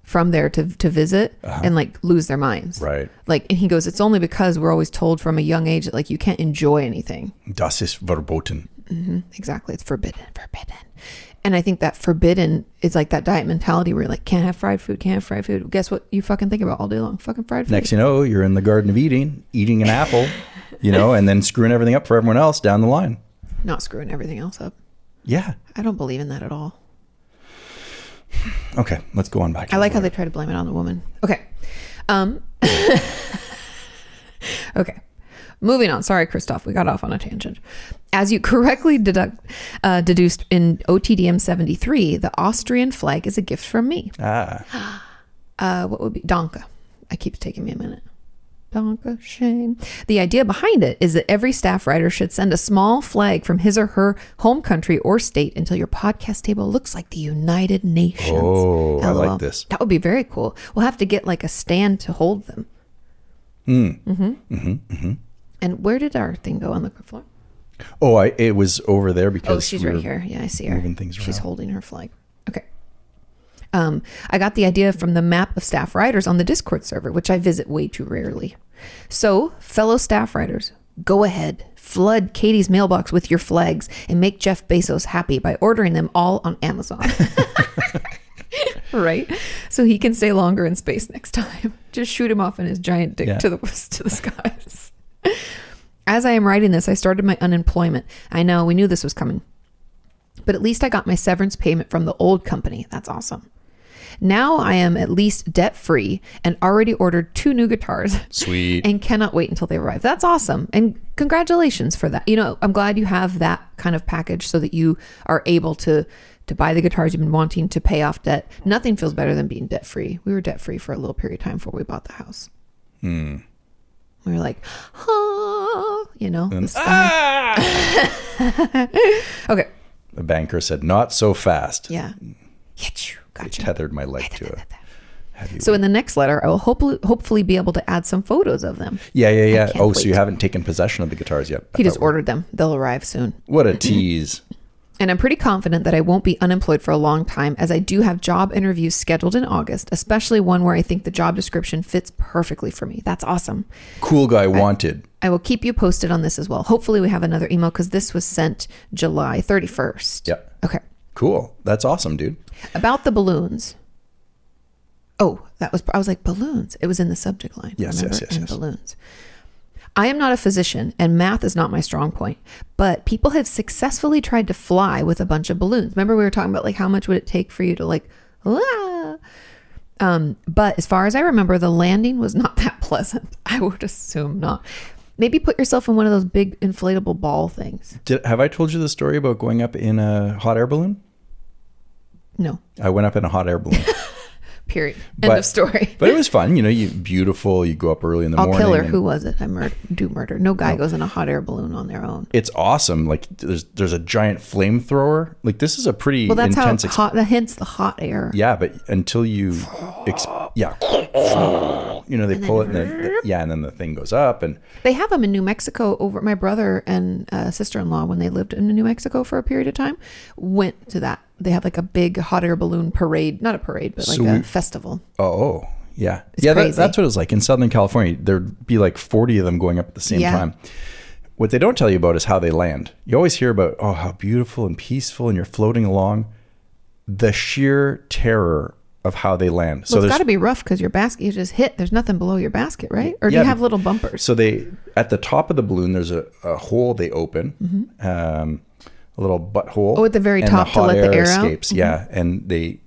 [SPEAKER 2] from there to to visit
[SPEAKER 1] Uh-huh.
[SPEAKER 2] and like lose their minds.
[SPEAKER 1] right?
[SPEAKER 2] Like, and he goes, it's only because we're always told from a young age that like you can't enjoy anything.
[SPEAKER 1] Das ist verboten.
[SPEAKER 2] Exactly, it's forbidden, forbidden. And I think that forbidden is like that diet mentality where you're like can't have fried food, can't have fried food. Guess what? You fucking think about all day long, fucking fried food.
[SPEAKER 1] Next, you know, you're in the Garden of Eating, eating an apple, you know, and then screwing everything up for everyone else down the line.
[SPEAKER 2] Not screwing everything else up.
[SPEAKER 1] Yeah.
[SPEAKER 2] I don't believe in that at all.
[SPEAKER 1] Okay, let's go on back.
[SPEAKER 2] I like how they try to blame it on the woman. Okay. Um, okay. Moving on. Sorry, Christoph. We got off on a tangent. As you correctly deduct, uh, deduced in OTDM 73, the Austrian flag is a gift from me.
[SPEAKER 1] ah.
[SPEAKER 2] uh, what would be Donka? I keeps taking me a minute. Donka Shane. The idea behind it is that every staff writer should send a small flag from his or her home country or state until your podcast table looks like the United Nations.
[SPEAKER 1] Oh, I like this.
[SPEAKER 2] That would be very cool. We'll have to get like a stand to hold them. Mm. Mm-hmm.
[SPEAKER 1] Hmm.
[SPEAKER 2] Mm-hmm.
[SPEAKER 1] Mm-hmm.
[SPEAKER 2] And where did our thing go on the floor?
[SPEAKER 1] Oh, I, it was over there because
[SPEAKER 2] Oh, she's
[SPEAKER 1] we
[SPEAKER 2] right
[SPEAKER 1] were-
[SPEAKER 2] here. Yeah, I see her.
[SPEAKER 1] moving things
[SPEAKER 2] she's
[SPEAKER 1] around.
[SPEAKER 2] holding her flag. Okay. Um, I got the idea from the map of staff writers on the Discord server, which I visit way too rarely. So, fellow staff writers, go ahead, flood Katie's mailbox with your flags and make Jeff Bezos happy by ordering them all on Amazon. right? So he can stay longer in space next time. Just shoot him off in his giant dick
[SPEAKER 1] Yeah.
[SPEAKER 2] to the to the skies. As I am writing this, I started my unemployment. I know we knew this was coming. But at least I got my severance payment from the old company. That's awesome. Now I am at least debt free and already ordered two new guitars
[SPEAKER 1] Sweet.
[SPEAKER 2] and cannot wait until they arrive. That's awesome. And congratulations for that. You know, I'm glad you have that kind of package so that you are able to to buy the guitars you've been wanting to pay off debt. Nothing feels better than being debt free. We were debt free for a little period of time before we bought the house.
[SPEAKER 1] Hmm.
[SPEAKER 2] We were like, ah, you know, the sky.
[SPEAKER 1] Ah!
[SPEAKER 2] okay.
[SPEAKER 1] The banker said, "Not so fast."
[SPEAKER 2] Yeah. Get you. Gotcha.
[SPEAKER 1] Tethered my leg to it.
[SPEAKER 2] So in the next letter, I will hopefully hopefully be able to add some photos of them.
[SPEAKER 1] Yeah, yeah, yeah.
[SPEAKER 2] can't
[SPEAKER 1] Oh, so
[SPEAKER 2] wait.
[SPEAKER 1] you haven't taken possession of the guitars yet? I
[SPEAKER 2] He just
[SPEAKER 1] thought we-
[SPEAKER 2] ordered them. They'll arrive soon.
[SPEAKER 1] What a tease!
[SPEAKER 2] And I'm pretty confident that I won't be unemployed for a long time as I do have job interviews scheduled in August, especially one where I think the job description fits perfectly for me. That's awesome.
[SPEAKER 1] Cool guy wanted.
[SPEAKER 2] I will keep you posted on this as well. Hopefully, we have another email because this was sent July 31st.
[SPEAKER 1] Yep.
[SPEAKER 2] Okay.
[SPEAKER 1] Cool. That's awesome, dude.
[SPEAKER 2] About the balloons. Oh, that was, I was like, balloons. It was in the subject line.
[SPEAKER 1] Yes, yes, yes,
[SPEAKER 2] And
[SPEAKER 1] yes.
[SPEAKER 2] Balloons. I am not a physician and math is not my strong point, but people have successfully tried to fly with a bunch of balloons. Remember, we were talking about like how much would it take for you to like, ah. Um, but as far as I remember, the landing was not that pleasant. I would assume not. Maybe put yourself in one of those big inflatable ball things.
[SPEAKER 1] Did, have I told you the story about going up in a hot air balloon?
[SPEAKER 2] No,
[SPEAKER 1] I went up in a hot air balloon,
[SPEAKER 2] period. End
[SPEAKER 1] But-
[SPEAKER 2] of story.
[SPEAKER 1] but it was fun. You know, you beautiful. You go up early in the
[SPEAKER 2] I'll
[SPEAKER 1] morning.
[SPEAKER 2] kill her.
[SPEAKER 1] and-
[SPEAKER 2] Who was it? I mur- do murder. No guy goes in a hot air balloon on their own.
[SPEAKER 1] It's awesome. Like there's there's a giant flamethrower. Like this is a pretty
[SPEAKER 2] Well, that's
[SPEAKER 1] intense.
[SPEAKER 2] how
[SPEAKER 1] ex-
[SPEAKER 2] hot. Hence the hot air.
[SPEAKER 1] yeah, but until you, ex- yeah, you know they pull it and then the- yeah, and then the thing goes up and
[SPEAKER 2] They have them in New Mexico. Over my brother and uh, sister in law, when they lived in New Mexico for a period of time, went to that. They have like a big hot air balloon parade. Not a parade, but like
[SPEAKER 1] So
[SPEAKER 2] a
[SPEAKER 1] we-
[SPEAKER 2] festival.
[SPEAKER 1] Oh, yeah. yeah, that,
[SPEAKER 2] crazy.
[SPEAKER 1] that's what it was like. In Southern California, there'd be like 40 of them going up at the same
[SPEAKER 2] Yeah.
[SPEAKER 1] time. What they don't tell you about is how they land. You always hear about, oh, how beautiful and peaceful, and you're floating along. The sheer terror of how they land.
[SPEAKER 2] Well,
[SPEAKER 1] so
[SPEAKER 2] it's
[SPEAKER 1] there's
[SPEAKER 2] got to be rough because your basket, you just hit. There's nothing below your basket, right? Or do
[SPEAKER 1] Yeah,
[SPEAKER 2] you have
[SPEAKER 1] but-
[SPEAKER 2] little bumpers?
[SPEAKER 1] So they at the top of the balloon, there's a, a hole they open, um, a little butthole.
[SPEAKER 2] Mm-hmm. Oh, at the very
[SPEAKER 1] and
[SPEAKER 2] top to
[SPEAKER 1] hot
[SPEAKER 2] let the air out? Mm-hmm.
[SPEAKER 1] Yeah, and they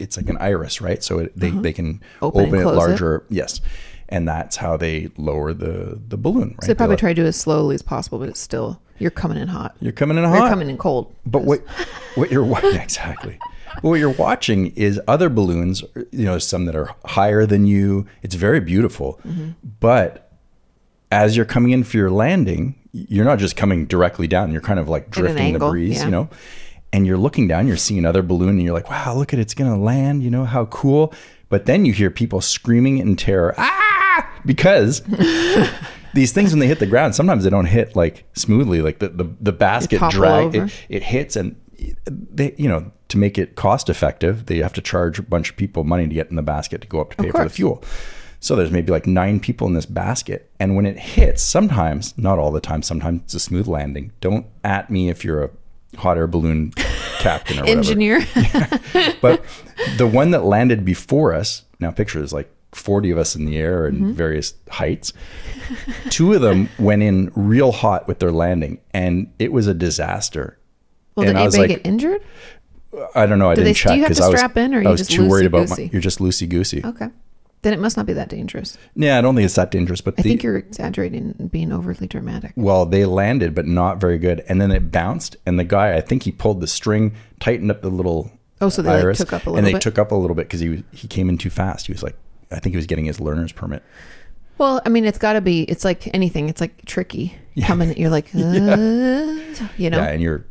[SPEAKER 1] it's like an iris, right? So it, they they can
[SPEAKER 2] Uh-huh. Open
[SPEAKER 1] open,
[SPEAKER 2] and
[SPEAKER 1] it
[SPEAKER 2] close it.
[SPEAKER 1] larger. Yes, and that's how they lower the the balloon. Right?
[SPEAKER 2] So they probably
[SPEAKER 1] let-
[SPEAKER 2] try to do it as slowly as possible, but it's still you're coming in hot.
[SPEAKER 1] You're coming in hot.
[SPEAKER 2] You're coming in cold.
[SPEAKER 1] But what what you're wa- exactly? But what you're watching is other balloons. You know, some that are higher than you. It's very beautiful.
[SPEAKER 2] Mm-hmm.
[SPEAKER 1] But as you're coming in for your landing, you're not just coming directly down. You're kind of like
[SPEAKER 2] an
[SPEAKER 1] drifting
[SPEAKER 2] angle,
[SPEAKER 1] the breeze.
[SPEAKER 2] yeah.
[SPEAKER 1] You know. And you're looking down, you're seeing another balloon, and you're like, wow, look at it, it's gonna land, you know, how cool. But then you hear people screaming in terror, ah, because these things when they hit the ground sometimes they don't hit like smoothly like the the, the basket
[SPEAKER 2] topple
[SPEAKER 1] drag
[SPEAKER 2] over.
[SPEAKER 1] it, it hits and they you know to make it cost effective they have to charge a bunch of people money to get in the basket to go up to pay for the
[SPEAKER 2] course.
[SPEAKER 1] fuel so there's maybe like nine people in this basket and when it hits sometimes not all the time sometimes it's a smooth landing don't at me if you're a hot air balloon captain or whatever
[SPEAKER 2] Engineer.
[SPEAKER 1] but the one that landed before us, now picture there's like 40 of us in the air and
[SPEAKER 2] Mm-hmm.
[SPEAKER 1] various heights. Two of them went in real hot with their landing, and it was a disaster.
[SPEAKER 2] Well,
[SPEAKER 1] and
[SPEAKER 2] did
[SPEAKER 1] I was
[SPEAKER 2] anybody
[SPEAKER 1] like,
[SPEAKER 2] get injured?
[SPEAKER 1] I don't know. I
[SPEAKER 2] Do they-
[SPEAKER 1] didn't
[SPEAKER 2] do
[SPEAKER 1] check
[SPEAKER 2] you have to
[SPEAKER 1] I was,
[SPEAKER 2] strap in or
[SPEAKER 1] I
[SPEAKER 2] you
[SPEAKER 1] was
[SPEAKER 2] just
[SPEAKER 1] too worried about.
[SPEAKER 2] loosey-goosey? Oh.
[SPEAKER 1] My, you're just loosey goosey.
[SPEAKER 2] Okay. Then it must not be that dangerous.
[SPEAKER 1] Yeah, I don't think it's that dangerous, but
[SPEAKER 2] I
[SPEAKER 1] the,
[SPEAKER 2] think you're exaggerating and being overly dramatic.
[SPEAKER 1] well, they landed, but not very good. And then it bounced, and the guy, I think he pulled the string, tightened up the little
[SPEAKER 2] Oh, so they, like,
[SPEAKER 1] iris,
[SPEAKER 2] took up a
[SPEAKER 1] and
[SPEAKER 2] little
[SPEAKER 1] they
[SPEAKER 2] bit?
[SPEAKER 1] took up a little bit because he was, he came in too fast. He was like, I think he was getting his learner's permit.
[SPEAKER 2] Well, I mean, it's got to be. It's like anything. It's like tricky. Coming, you're like, uh, you know.
[SPEAKER 1] Yeah, and you're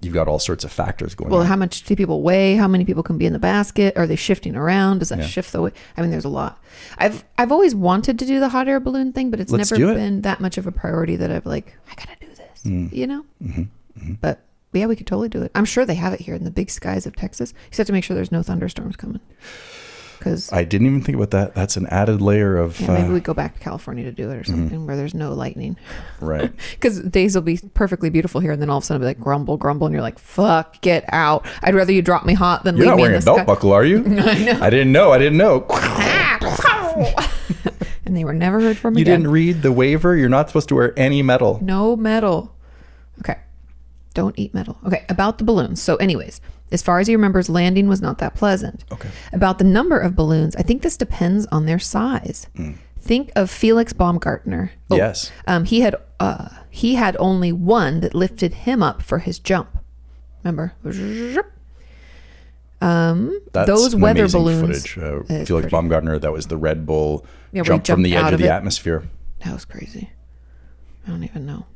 [SPEAKER 1] you've got all sorts of factors going
[SPEAKER 2] well,
[SPEAKER 1] on.
[SPEAKER 2] how much do people weigh? How many people can be in the basket? Are they shifting around? Does that shift the way? I mean, there's a lot. I've I've always wanted to do the hot air balloon thing, but it's
[SPEAKER 1] Let's do
[SPEAKER 2] never
[SPEAKER 1] it. Mm.
[SPEAKER 2] been that much of a priority that I've like, I gotta do this, you know.
[SPEAKER 1] Mm-hmm.
[SPEAKER 2] But yeah, we could totally do it. I'm sure they have it here in the big skies of Texas. You just have to make sure there's no thunderstorms coming. because
[SPEAKER 1] I didn't even think about that. That's an added layer of
[SPEAKER 2] yeah, maybe
[SPEAKER 1] uh,
[SPEAKER 2] we go back to California to do it or
[SPEAKER 1] mm-hmm.
[SPEAKER 2] something where there's no lightning.
[SPEAKER 1] right.
[SPEAKER 2] Because days will be perfectly beautiful here, and then all of a sudden it'll be like grumble, grumble, and you're like, "Fuck, get out! I'd rather you drop me hot than
[SPEAKER 1] You're
[SPEAKER 2] leave
[SPEAKER 1] not
[SPEAKER 2] me in
[SPEAKER 1] wearing a
[SPEAKER 2] this
[SPEAKER 1] belt
[SPEAKER 2] sky."
[SPEAKER 1] buckle, are you? I know. I didn't know. I didn't know.
[SPEAKER 2] Ah! and they were never heard from
[SPEAKER 1] you
[SPEAKER 2] again.
[SPEAKER 1] didn't read the waiver. You're not supposed to wear any metal.
[SPEAKER 2] No metal. Okay. Don't eat metal. Okay. About the balloons. So, anyways, as far as he remembers, landing was not that pleasant.
[SPEAKER 1] Okay.
[SPEAKER 2] About the number of balloons, I think this depends on their size.
[SPEAKER 1] Hmm.
[SPEAKER 2] Think of Felix Baumgartner. Oh,
[SPEAKER 1] Yes.
[SPEAKER 2] Um, he had uh, he had only one that lifted him up for his jump. Remember? Um,
[SPEAKER 1] That's
[SPEAKER 2] those
[SPEAKER 1] an
[SPEAKER 2] weather
[SPEAKER 1] amazing
[SPEAKER 2] balloons.
[SPEAKER 1] Footage. Uh,
[SPEAKER 2] It's
[SPEAKER 1] Felix
[SPEAKER 2] pretty-
[SPEAKER 1] Baumgartner. That was the Red Bull
[SPEAKER 2] Yeah, where he
[SPEAKER 1] jump from
[SPEAKER 2] jumped
[SPEAKER 1] the
[SPEAKER 2] out
[SPEAKER 1] edge of
[SPEAKER 2] of
[SPEAKER 1] the
[SPEAKER 2] it.
[SPEAKER 1] atmosphere.
[SPEAKER 2] That was crazy. I don't even know.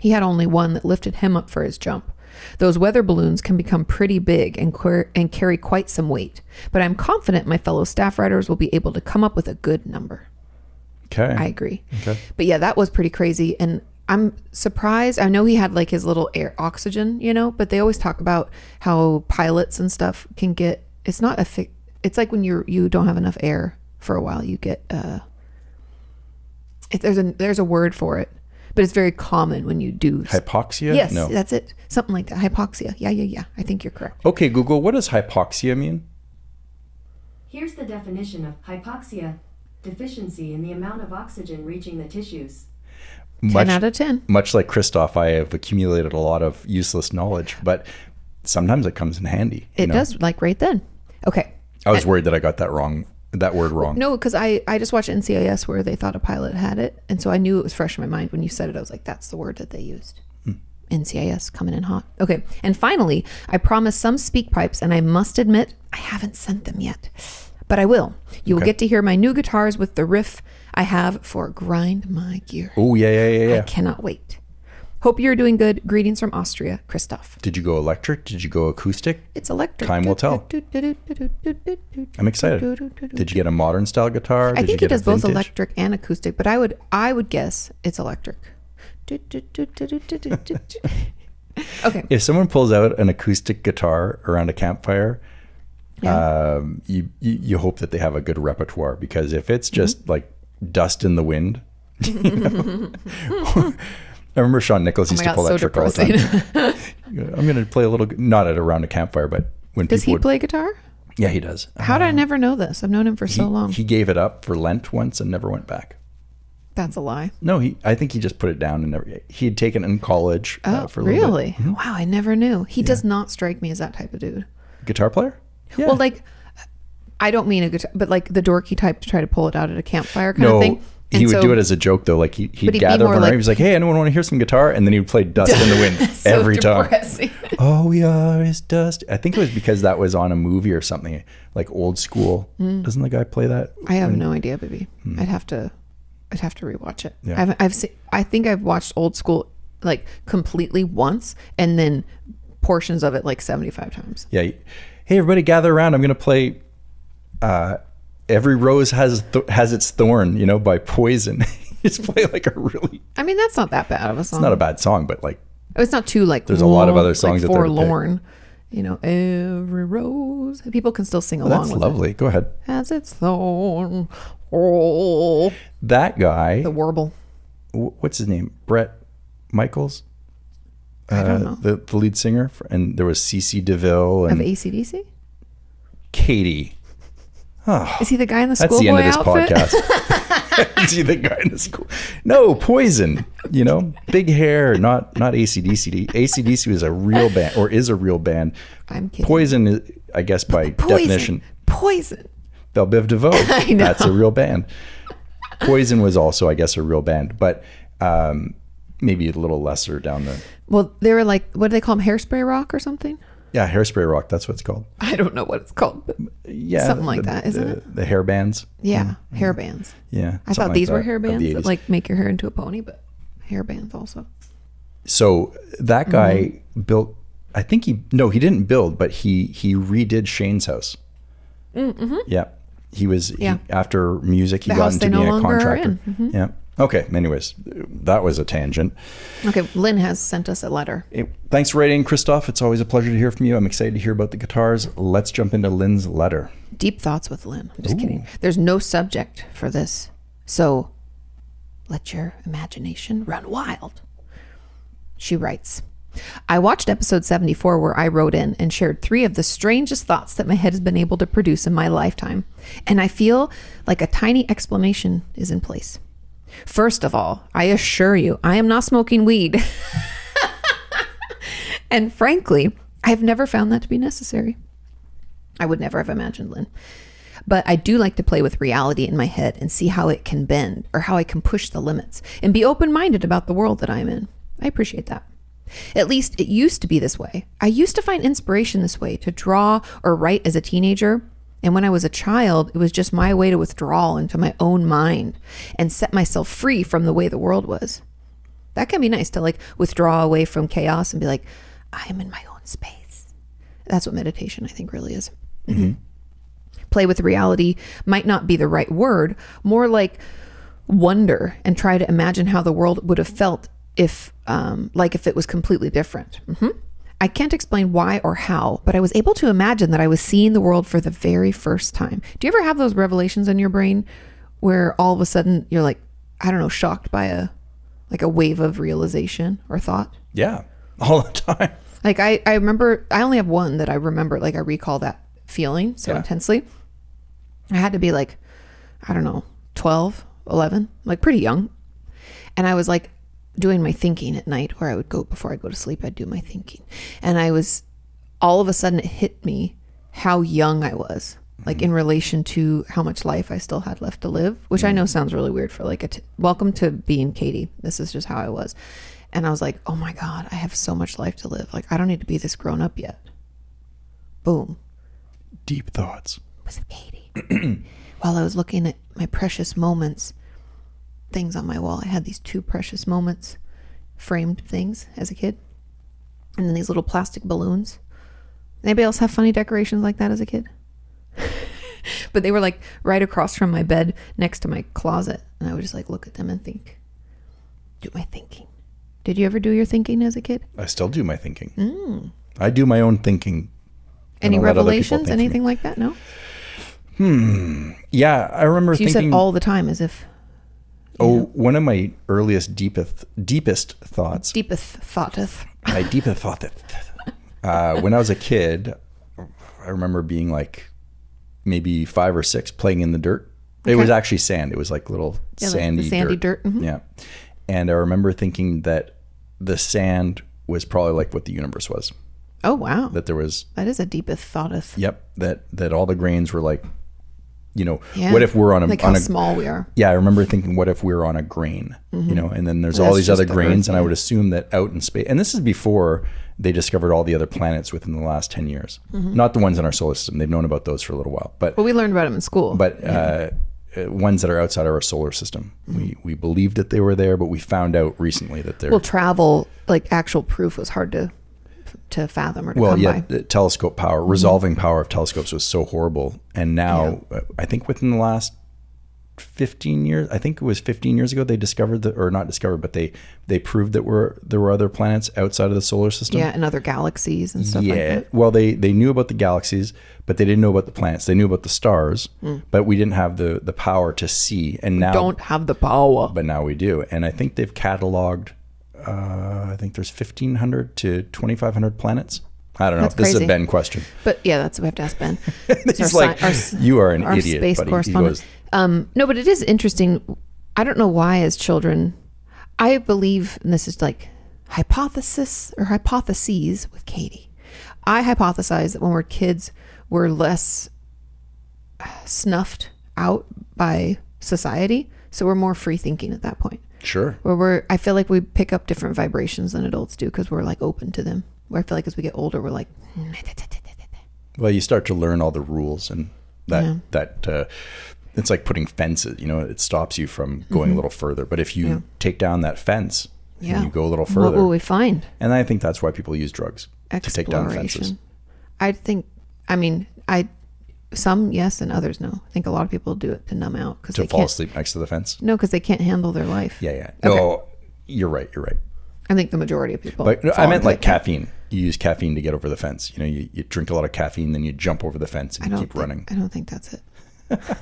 [SPEAKER 2] He had only one that lifted him up for his jump. Those weather balloons can become pretty big and, quer- and carry quite some weight, but I'm confident my fellow staff writers will be able to come up with a good number.
[SPEAKER 1] Okay.
[SPEAKER 2] I agree.
[SPEAKER 1] Okay.
[SPEAKER 2] But yeah, that was pretty crazy. And I'm surprised. I know he had like his little air oxygen, you know, but they always talk about how pilots and stuff can get. It's not a. Fi- it's like when you you don't have enough air for a while, you get. uh if There's a there's a word for it, but it's very common when you do.
[SPEAKER 1] hypoxia.
[SPEAKER 2] yes,
[SPEAKER 1] No.
[SPEAKER 2] that's it. Something like that. Hypoxia. Yeah, yeah, yeah. I think you're correct.
[SPEAKER 1] Okay, Google. What does hypoxia mean?
[SPEAKER 4] Here's the definition of hypoxia deficiency in the amount of oxygen reaching the tissues.
[SPEAKER 2] Ten out
[SPEAKER 1] Much,
[SPEAKER 2] of ten.
[SPEAKER 1] much like Christoph, I have accumulated a lot of useless knowledge, but sometimes it comes in handy. you
[SPEAKER 2] It
[SPEAKER 1] know?
[SPEAKER 2] does like right then. Okay.
[SPEAKER 1] I was worried that I got that wrong. That word wrong.
[SPEAKER 2] No, because I, I just watched NCIS where they thought a pilot had it. And so I knew it was fresh in my mind. When you said it, I was like, that's the word that they used.
[SPEAKER 1] Hmm.
[SPEAKER 2] NCIS coming in hot. Okay. And finally, I promised some speak pipes, and I must admit, I haven't sent them yet. But I will. You will
[SPEAKER 1] Okay.
[SPEAKER 2] get to hear my new guitars with the riff I have for Grind My Gear.
[SPEAKER 1] Oh yeah, yeah, yeah,
[SPEAKER 2] I
[SPEAKER 1] yeah.
[SPEAKER 2] cannot wait. Hope you're doing good. Greetings from Austria, Christoph.
[SPEAKER 1] Did you go electric? Did you go acoustic?
[SPEAKER 2] It's electric.
[SPEAKER 1] Time will tell. I'm excited. Did you get a modern style guitar?
[SPEAKER 2] I
[SPEAKER 1] Did
[SPEAKER 2] think
[SPEAKER 1] you
[SPEAKER 2] he
[SPEAKER 1] get a
[SPEAKER 2] does both
[SPEAKER 1] vintage?
[SPEAKER 2] electric and acoustic, but I would I would guess it's electric. okay.
[SPEAKER 1] If someone pulls out an acoustic guitar around a campfire, um, you, you you hope that they have a good repertoire because if it's just
[SPEAKER 2] Mm-hmm.
[SPEAKER 1] like dust in the wind, you know? I remember Sean Nichols used
[SPEAKER 2] Oh my
[SPEAKER 1] to
[SPEAKER 2] God,
[SPEAKER 1] pull
[SPEAKER 2] so
[SPEAKER 1] that trick all the time. I'm going to play a little, not at around a campfire, but when
[SPEAKER 2] Does
[SPEAKER 1] people
[SPEAKER 2] he
[SPEAKER 1] would,
[SPEAKER 2] play guitar?
[SPEAKER 1] yeah, he does.
[SPEAKER 2] How did I never know this? I've known him for so
[SPEAKER 1] he,
[SPEAKER 2] long.
[SPEAKER 1] he gave it up for Lent once and never went back.
[SPEAKER 2] That's a lie.
[SPEAKER 1] No, he. I think he just put it down and never. He had taken it in college
[SPEAKER 2] Oh,
[SPEAKER 1] uh, for a little bit.
[SPEAKER 2] really? Wow, I never knew. He does not strike me as that type of dude.
[SPEAKER 1] guitar player. Yeah.
[SPEAKER 2] Well, like, I don't mean a guitar, but like the dorky type to try to pull it out at a campfire kind of thing.
[SPEAKER 1] He would do it as a joke though. Like he, he'd
[SPEAKER 2] be
[SPEAKER 1] gather
[SPEAKER 2] more
[SPEAKER 1] one around.
[SPEAKER 2] like-
[SPEAKER 1] He was like, "Hey, anyone want to hear some guitar?" And then he would play "Dust in the Wind" every time.
[SPEAKER 2] time.
[SPEAKER 1] All we are is dust. I think it was because that was on a movie or something like old school.
[SPEAKER 2] Mm.
[SPEAKER 1] Doesn't the guy play that?
[SPEAKER 2] I have no idea, baby. I'd have to, I'd have to rewatch it.
[SPEAKER 1] hmm. Yeah.
[SPEAKER 2] I haven't, I've seen, I think I've watched Old School like completely once, and then portions of it like seventy-five times.
[SPEAKER 1] Yeah. Hey, everybody, gather around. I'm going to play. Uh, Every rose has th- has its thorn, you know, by Poison. Just play like a really.
[SPEAKER 2] I mean, that's not that bad of a song. Oh,
[SPEAKER 1] It's not a bad song, but like
[SPEAKER 2] It's not too like.
[SPEAKER 1] There's a lot of
[SPEAKER 2] long,
[SPEAKER 1] other songs
[SPEAKER 2] like,
[SPEAKER 1] out there to pick.
[SPEAKER 2] forlorn. You know, every rose. People can still sing along.
[SPEAKER 1] Oh, that's
[SPEAKER 2] with
[SPEAKER 1] lovely. Go ahead.
[SPEAKER 2] It. Has its thorn. Oh,
[SPEAKER 1] That guy.
[SPEAKER 2] the warble.
[SPEAKER 1] wh- what's his name? Brett Michaels,
[SPEAKER 2] I don't
[SPEAKER 1] uh,
[SPEAKER 2] know.
[SPEAKER 1] the the lead singer, for, and there was Cece DeVille
[SPEAKER 2] Of
[SPEAKER 1] and
[SPEAKER 2] ACDC?
[SPEAKER 1] Katie.
[SPEAKER 2] Is he the guy in the
[SPEAKER 1] That's the end
[SPEAKER 2] schoolboy
[SPEAKER 1] of this
[SPEAKER 2] outfit?
[SPEAKER 1] podcast. Is he the guy in the school? No, Poison. You know, big hair, not not ACDC. ACDC was a real band, or is a real band.
[SPEAKER 2] I'm kidding.
[SPEAKER 1] Poison, is, I guess, by
[SPEAKER 2] Poison.
[SPEAKER 1] definition,
[SPEAKER 2] Poison.
[SPEAKER 1] Belle Biv DeVoe.
[SPEAKER 2] know.
[SPEAKER 1] That's a real band. Poison was also, I guess, a real band, but um, maybe a little lesser down the.
[SPEAKER 2] Well, they were like, what do they call them? Hairspray rock or something?
[SPEAKER 1] Yeah, hairspray rock. That's what it's called.
[SPEAKER 2] I don't know what it's called. But
[SPEAKER 1] yeah,
[SPEAKER 2] Something like
[SPEAKER 1] the-
[SPEAKER 2] that, isn't
[SPEAKER 1] the, it? The hair bands.
[SPEAKER 2] yeah, hair bands.
[SPEAKER 1] Yeah,
[SPEAKER 2] I
[SPEAKER 1] Mm-hmm. something
[SPEAKER 2] thought
[SPEAKER 1] like
[SPEAKER 2] these were
[SPEAKER 1] that
[SPEAKER 2] hair
[SPEAKER 1] of the
[SPEAKER 2] bands that
[SPEAKER 1] 80s.
[SPEAKER 2] like make your hair into a pony, but hair bands also.
[SPEAKER 1] so that guy
[SPEAKER 2] Mm-hmm.
[SPEAKER 1] built. I think he no, he didn't build, but he he redid Shane's house. Mm-hmm. Yeah, he was.
[SPEAKER 2] Yeah.
[SPEAKER 1] He, after music, he
[SPEAKER 2] The
[SPEAKER 1] got
[SPEAKER 2] house
[SPEAKER 1] into
[SPEAKER 2] they no
[SPEAKER 1] being a
[SPEAKER 2] longer are
[SPEAKER 1] contractor.
[SPEAKER 2] in. Mm-hmm.
[SPEAKER 1] Yeah, Okay. Anyways, that was a tangent.
[SPEAKER 2] Okay, Lynn has sent us a letter.
[SPEAKER 1] It- thanks for writing, Christoph. It's always a pleasure to hear from you. I'm excited to hear about the guitars. Let's jump into Lynn's letter.
[SPEAKER 2] Deep thoughts with Lynn. I'm just kidding. There's no subject for this. So let your imagination run wild. She writes I watched episode 74 where I wrote in and shared three of the strangest thoughts that my head has been able to produce in my lifetime. And I feel like a tiny explanation is in place. First of all, I assure you, I am not smoking weed. and frankly, I've never found that to be necessary. I would never have imagined Lynn. But I do like to play with reality in my head and see how it can bend or how I can push the limits and be open minded about the world that I'm in. I appreciate that. At least it used to be this way. I used to find inspiration this way to draw or write as a teenager. And when I was a child, it was just my way to withdraw into my own mind and set myself free from the way the world was that can be nice to like withdraw away from chaos and be like i'm in my own space that's what meditation i think really is play with reality might not be the right word more like wonder and try to imagine how the world would have felt if um, like if it was completely different hmm i can't explain why or how but i was able to imagine that i was seeing the world for the very first time do you ever have those revelations in your brain where all of a sudden you're like i don't know shocked by a like a wave of realization or thought
[SPEAKER 1] Yeah. All the time.
[SPEAKER 2] like I, I remember I only have one that I remember like I recall that feeling so
[SPEAKER 1] Yeah.
[SPEAKER 2] intensely. I had to be like I don't know, 12, 11, like pretty young. And I was like doing my thinking at night where I would go before I go to sleep, I'd do my thinking. And I was all of a sudden it hit me how young I was. Like in relation to how much life I still had left to live, which I know sounds really weird for like a t- welcome to being Katie. This is just how I was, and I was like, oh my god, I have so much life to live. Like I don't need to be this grown up yet. Boom,
[SPEAKER 1] Deep thoughts.
[SPEAKER 2] was Katie. While I was looking at my precious moments, things on my wall, I had these two precious moments, framed things as a kid, and then these little plastic balloons. Anybody else have funny decorations like that as a kid? but they were like right across from my bed next to my closet, and I would just like look at them and think, do my thinking. Did you ever do your thinking as a kid?
[SPEAKER 1] I still do my thinking.
[SPEAKER 2] Mm.
[SPEAKER 1] I do my own thinking.
[SPEAKER 2] Any
[SPEAKER 1] don't let other people
[SPEAKER 2] revelations?
[SPEAKER 1] think for me.
[SPEAKER 2] Anything like that? No?
[SPEAKER 1] Yeah, I remember
[SPEAKER 2] You
[SPEAKER 1] thinking.
[SPEAKER 2] said all the time as if
[SPEAKER 1] oh, one of my earliest deepest deepest thoughts.
[SPEAKER 2] deepeth thoughteth.
[SPEAKER 1] I deeply thought that uh, when I was a kid, I remember being like maybe five or six playing in the dirt. It was actually sand. It was like little
[SPEAKER 2] Yeah, like the
[SPEAKER 1] sandy,
[SPEAKER 2] sandy dirt, mhm.
[SPEAKER 1] Yeah, and I remember thinking that the sand was probably like what the universe was.
[SPEAKER 2] Oh, wow.
[SPEAKER 1] That there was
[SPEAKER 2] That is a deepest thoughteth.
[SPEAKER 1] yep that that all the grains were like, you know,
[SPEAKER 2] Yeah.
[SPEAKER 1] what if we're on a
[SPEAKER 2] like
[SPEAKER 1] on a
[SPEAKER 2] how small we are?
[SPEAKER 1] yeah, I remember thinking, what if we were on a grain? You know, and then there's all
[SPEAKER 2] Mm-hmm. That's
[SPEAKER 1] these
[SPEAKER 2] just
[SPEAKER 1] other
[SPEAKER 2] the
[SPEAKER 1] grains,
[SPEAKER 2] Earth,
[SPEAKER 1] and I
[SPEAKER 2] yeah.
[SPEAKER 1] would assume that out in space, and this is before they discovered all the other planets within the last 10 years,
[SPEAKER 2] Mm-hmm.
[SPEAKER 1] not the ones in our solar system. They've known about those for a little while, but,
[SPEAKER 2] Well, we learned about them in school.
[SPEAKER 1] but, uh, uh, ones that are outside of our solar system. We, we believed that they were there, but we found out recently that they're,
[SPEAKER 2] Mm-hmm. well,
[SPEAKER 1] well,
[SPEAKER 2] travel like actual proof was hard to to fathom or to come
[SPEAKER 1] yeah,
[SPEAKER 2] by.
[SPEAKER 1] the telescope power,
[SPEAKER 2] Mm-hmm.
[SPEAKER 1] resolving power of telescopes was so horrible. And now uh, I think within the last 15 years i think it was 15 years ago they discovered that or not discovered but they they proved that were there were other planets outside of the solar system
[SPEAKER 2] Yeah, and other galaxies and stuff like
[SPEAKER 1] yeah
[SPEAKER 2] that.
[SPEAKER 1] well they they knew about the galaxies but they didn't know about the planets they knew about the stars but we didn't have the the power to see and now
[SPEAKER 2] Mm. Don't have the power.
[SPEAKER 1] but now we do and i think they've cataloged uh i think there's 1500 to 2500 planets i don't know
[SPEAKER 2] That's
[SPEAKER 1] this is
[SPEAKER 2] crazy.
[SPEAKER 1] a ben question
[SPEAKER 2] But yeah, that's what we have to ask Ben.
[SPEAKER 1] He's
[SPEAKER 2] It's
[SPEAKER 1] like, "You are an
[SPEAKER 2] our
[SPEAKER 1] idiot,
[SPEAKER 2] space
[SPEAKER 1] buddy." He
[SPEAKER 2] correspondent.
[SPEAKER 1] goes-
[SPEAKER 2] um, no, but it is interesting. I don't know why, as children, I believe, and this is like hypothesis or hypotheses with Katie. I hypothesize that when we're kids, we're less snuffed out by society, so we're more free thinking at that point
[SPEAKER 1] sure
[SPEAKER 2] where we're I feel like we pick up different vibrations than adults do because we're like open to them. Where I feel like as we get older, we're like,
[SPEAKER 1] Well, you start to learn all the rules, and that that uh, it's like putting fences. You know, it stops you from going a little further. But if you take down that fence
[SPEAKER 2] Mm-hmm. Yeah.
[SPEAKER 1] and you go a little
[SPEAKER 2] what
[SPEAKER 1] further,
[SPEAKER 2] will we find?
[SPEAKER 1] and I think that's why people use drugs to take down fences.
[SPEAKER 2] Exploration. I think. I mean, I Some yes, and others no. I think a lot of people do it to numb out because
[SPEAKER 1] to
[SPEAKER 2] they
[SPEAKER 1] fall
[SPEAKER 2] can't.
[SPEAKER 1] asleep next to the fence.
[SPEAKER 2] No, because they can't handle their life.
[SPEAKER 1] Yeah, yeah.
[SPEAKER 2] Okay.
[SPEAKER 1] No, you're right. You're right.
[SPEAKER 2] I think the majority of people.
[SPEAKER 1] But no, I
[SPEAKER 2] fall
[SPEAKER 1] meant
[SPEAKER 2] into
[SPEAKER 1] like
[SPEAKER 2] that camp.
[SPEAKER 1] caffeine. You use caffeine to get over the fence. You know, you, you drink a lot of caffeine, then you jump over the fence and
[SPEAKER 2] I
[SPEAKER 1] you
[SPEAKER 2] don't
[SPEAKER 1] keep
[SPEAKER 2] thi-
[SPEAKER 1] running.
[SPEAKER 2] I don't think that's it.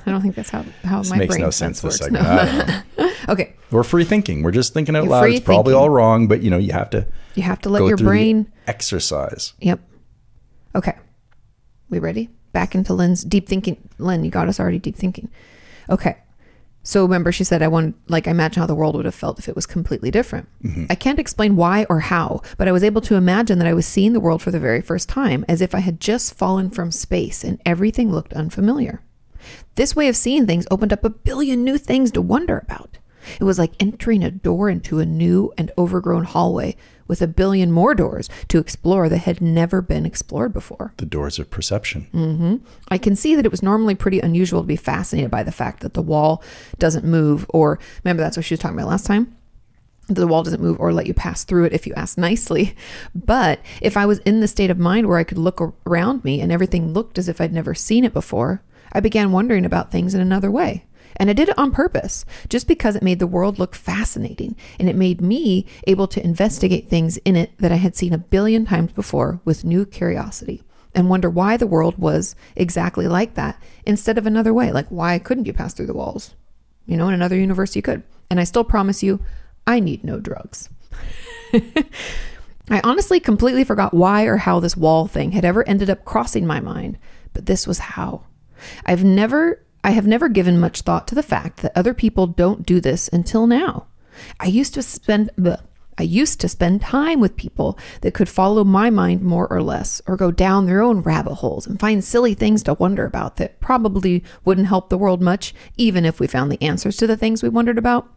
[SPEAKER 2] I don't think that's how how
[SPEAKER 1] This
[SPEAKER 2] my
[SPEAKER 1] makes
[SPEAKER 2] brain
[SPEAKER 1] no sense. This
[SPEAKER 2] works.
[SPEAKER 1] segment.
[SPEAKER 2] No.
[SPEAKER 1] I don't know.
[SPEAKER 2] okay,
[SPEAKER 1] We're free thinking. We're just thinking out
[SPEAKER 2] You're
[SPEAKER 1] loud.
[SPEAKER 2] free
[SPEAKER 1] It's probably
[SPEAKER 2] thinking.
[SPEAKER 1] all wrong, but you know, you have to
[SPEAKER 2] you have to let
[SPEAKER 1] go
[SPEAKER 2] your
[SPEAKER 1] through the
[SPEAKER 2] brain.
[SPEAKER 1] exercise.
[SPEAKER 2] Yep. Okay. We ready? Back into Lynn's deep thinking. Lynn, you got us already deep thinking. Okay. So remember, she said, I want, like, I imagine how the world would have felt if it was completely different. I can't explain why or how, but I was able to imagine that I was seeing the world for the very first time, as if I had just fallen from space and everything looked unfamiliar. This way of seeing things opened up a billion new things to wonder about. It was like entering a door into a new and overgrown hallway with a billion more doors to explore that had never been explored before.
[SPEAKER 1] The doors of perception.
[SPEAKER 2] I can see that it was normally pretty unusual to be fascinated by the fact that the wall doesn't move, or remember that's what she was talking about last time? that The wall doesn't move or let you pass through it if you ask nicely. But if I was in the state of mind where I could look around me and everything looked as if I'd never seen it before, I began wondering about things in another way. And I did it on purpose, just because it made the world look fascinating and it made me able to investigate things in it that I had seen a billion times before with new curiosity and wonder why the world was exactly like that instead of another way. Like, why couldn't you pass through the walls? You know, in another universe, you could. And I still promise you, I need no drugs. I honestly completely forgot why or how this wall thing had ever ended up crossing my mind, but this was how. I've never I have never given much thought to the fact that other people don't do this until now. I used to spend bleh. I used to spend time with people that could follow my mind more or less or go down their own rabbit holes and find silly things to wonder about that probably wouldn't help the world much even if we found the answers to the things we wondered about.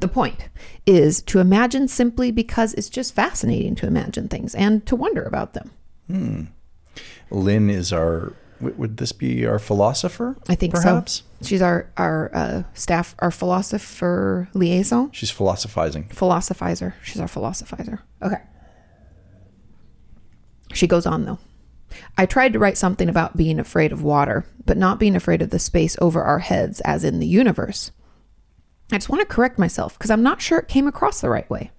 [SPEAKER 2] The point is to imagine simply because it's just fascinating to imagine things and to wonder about them.
[SPEAKER 1] Lynn is our, w- would this be our philosopher?
[SPEAKER 2] I think
[SPEAKER 1] perhaps?
[SPEAKER 2] so. She's our our uh, staff, our philosopher liaison,
[SPEAKER 1] She's philosophizing.
[SPEAKER 2] philosophizer. She's our philosophizer. Okay. She goes on though. I tried to write something about being afraid of water, but not being afraid of the space over our heads, as in the universe. I just want to correct myself because I'm not sure it came across the right way.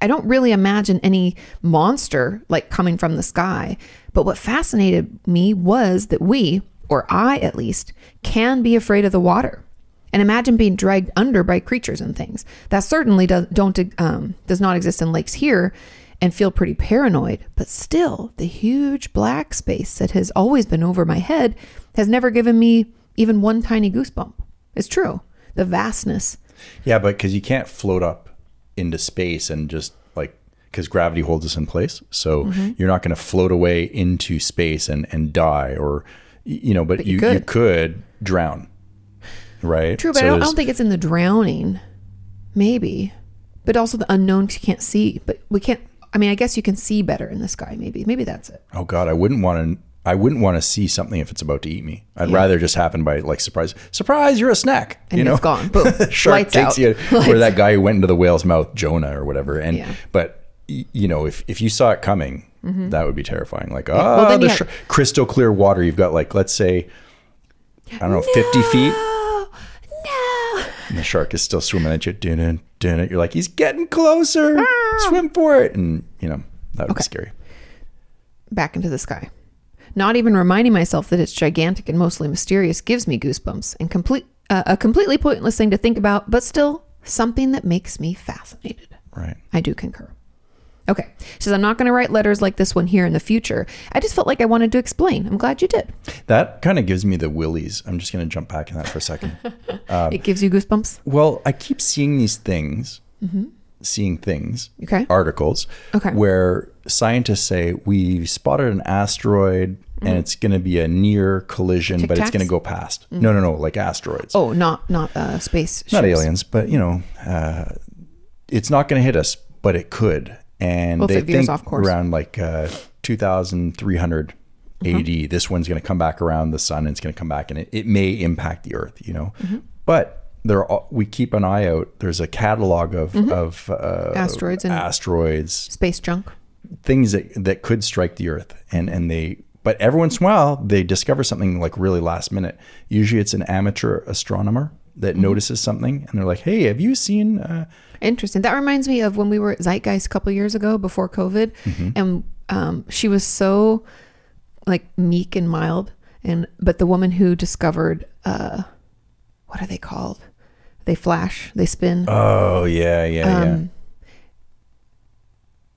[SPEAKER 2] I don't really imagine any monster like coming from the sky, but what fascinated me was that we, or I at least, can be afraid of the water. And imagine being dragged under by creatures and things. That certainly does, don't, um, does not exist in lakes here and feel pretty paranoid, but still, the huge black space that has always been over my head has never given me even one tiny goosebump. It's true. The vastness
[SPEAKER 1] Yeah, but because you can't float up into space and just like, because gravity holds us in place. So
[SPEAKER 2] Mm-hmm.
[SPEAKER 1] you're not going to float away into space and, and die or, y- you know, but, you,
[SPEAKER 2] you
[SPEAKER 1] you
[SPEAKER 2] could.
[SPEAKER 1] could drown. Right?
[SPEAKER 2] True, but
[SPEAKER 1] So
[SPEAKER 2] I, don't, I
[SPEAKER 1] there's-
[SPEAKER 2] don't think it's in the drowning. Maybe, but also the unknown 'cause you can't see. But we can't. I mean, I guess you can see better in the sky. Maybe, maybe that's it.
[SPEAKER 1] Oh God, I wouldn't want to. I wouldn't want to see something if it's about to eat me. I'd rather just happen by like surprise, surprise, you're a snack.
[SPEAKER 2] And
[SPEAKER 1] you know,
[SPEAKER 2] it's gone. Boom.
[SPEAKER 1] Shark
[SPEAKER 2] Lights
[SPEAKER 1] takes
[SPEAKER 2] out.
[SPEAKER 1] you
[SPEAKER 2] Lights
[SPEAKER 1] where that guy who went into the whale's mouth, Jonah or whatever. And
[SPEAKER 2] Yeah. Mm-hmm.
[SPEAKER 1] but y- you know, if if you saw it coming, that would be terrifying. Like ah,
[SPEAKER 2] Well, then
[SPEAKER 1] the
[SPEAKER 2] you
[SPEAKER 1] shar-
[SPEAKER 2] have-
[SPEAKER 1] crystal clear water. You've got like let's say, I don't know, fifty feet.
[SPEAKER 2] Oh no!
[SPEAKER 1] And the shark is still swimming at you. Dun it, dun it. You're like he's getting closer.
[SPEAKER 2] Ah.
[SPEAKER 1] Swim for it, and you know that would be scary.
[SPEAKER 2] Back into the sky. Not even reminding myself that it's gigantic and mostly mysterious gives me goosebumps and complete uh, a completely pointless thing to think about, but still something that makes me fascinated.
[SPEAKER 1] Right.
[SPEAKER 2] I do concur. Okay. She says, I'm not going to write letters like this one here in the future. I just felt like I wanted to explain. I'm glad you did.
[SPEAKER 1] That kind of gives me the willies. I'm just going to jump back in that for a second. Um,
[SPEAKER 2] it gives you goosebumps.
[SPEAKER 1] well, I keep seeing these things, seeing things,
[SPEAKER 2] Mm-hmm. Okay.
[SPEAKER 1] articles,
[SPEAKER 2] Okay.
[SPEAKER 1] where scientists say we spotted an asteroid
[SPEAKER 2] Mm-hmm.
[SPEAKER 1] and it's going to be a near collision, but it's
[SPEAKER 2] Tic
[SPEAKER 1] going
[SPEAKER 2] Tacs?
[SPEAKER 1] to go past.
[SPEAKER 2] Mm.
[SPEAKER 1] No, no, no, like asteroids.
[SPEAKER 2] Oh, not not uh, space.
[SPEAKER 1] not
[SPEAKER 2] ships.
[SPEAKER 1] aliens, but you know, uh, it's not going to hit us, but it could. And
[SPEAKER 2] Well, if
[SPEAKER 1] they
[SPEAKER 2] it veers
[SPEAKER 1] think
[SPEAKER 2] off course.
[SPEAKER 1] around like uh, 2,300
[SPEAKER 2] Mm-hmm.
[SPEAKER 1] AD, this one's going to come back around the sun and it's going to come back and it, it may impact the earth, you know,
[SPEAKER 2] Mm-hmm.
[SPEAKER 1] but there are, we keep an eye out. There's a catalog of, of uh,
[SPEAKER 2] Mm-hmm. Asteroids and-
[SPEAKER 1] asteroids,
[SPEAKER 2] Space junk.
[SPEAKER 1] things that, that could strike the earth and, and they, But every once in a while, they discover something like really last minute. Usually, it's an amateur astronomer that
[SPEAKER 2] Mm-hmm.
[SPEAKER 1] notices something, and they're like, "Hey, have you seen?" Uh,
[SPEAKER 2] Interesting. That reminds me of when we were at Zeitgeist a couple years ago before COVID,
[SPEAKER 1] Mm-hmm.
[SPEAKER 2] and um, she was so like meek and mild, and but the woman who discovered uh, what are they called? They flash, they spin.
[SPEAKER 1] oh yeah, yeah, yeah.
[SPEAKER 2] Um,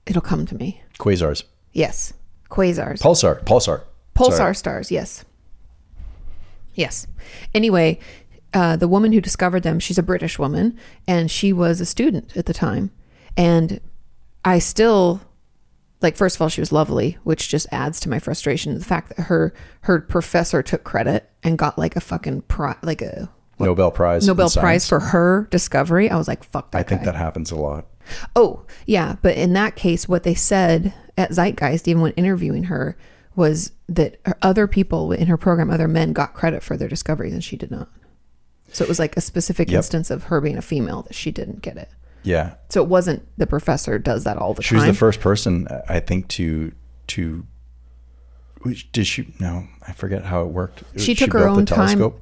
[SPEAKER 2] It'll come to me.
[SPEAKER 1] Quasars,
[SPEAKER 2] Yes, quasars.
[SPEAKER 1] pulsar, pulsar,
[SPEAKER 2] Pulsar
[SPEAKER 1] Sorry.
[SPEAKER 2] stars, yes. Yes. Anyway, uh, the woman who discovered them, she's a British woman, and she was a student at the time. And I still, like, first of all, she was lovely, which just adds to my frustration. The fact that her her professor took credit and got like a fucking pri- like a
[SPEAKER 1] Nobel Prize, in
[SPEAKER 2] Nobel
[SPEAKER 1] science.
[SPEAKER 2] Prize for her discovery. I was like, fuck that.
[SPEAKER 1] I think
[SPEAKER 2] guy.
[SPEAKER 1] that happens a lot.
[SPEAKER 2] Oh, yeah. But in that case, what they said at Zeitgeist, even when interviewing her, was that her- other people in her program, other men, got credit for their discoveries and she did not. So it was like a specific
[SPEAKER 1] Yep.
[SPEAKER 2] instance of her being a female that she didn't get it.
[SPEAKER 1] Yeah,
[SPEAKER 2] So it wasn't the professor does that all the
[SPEAKER 1] She was
[SPEAKER 2] time.
[SPEAKER 1] the first person, uh, I think, to to. which- Did she? No, I forget how it worked.
[SPEAKER 2] She took her
[SPEAKER 1] built the
[SPEAKER 2] own time.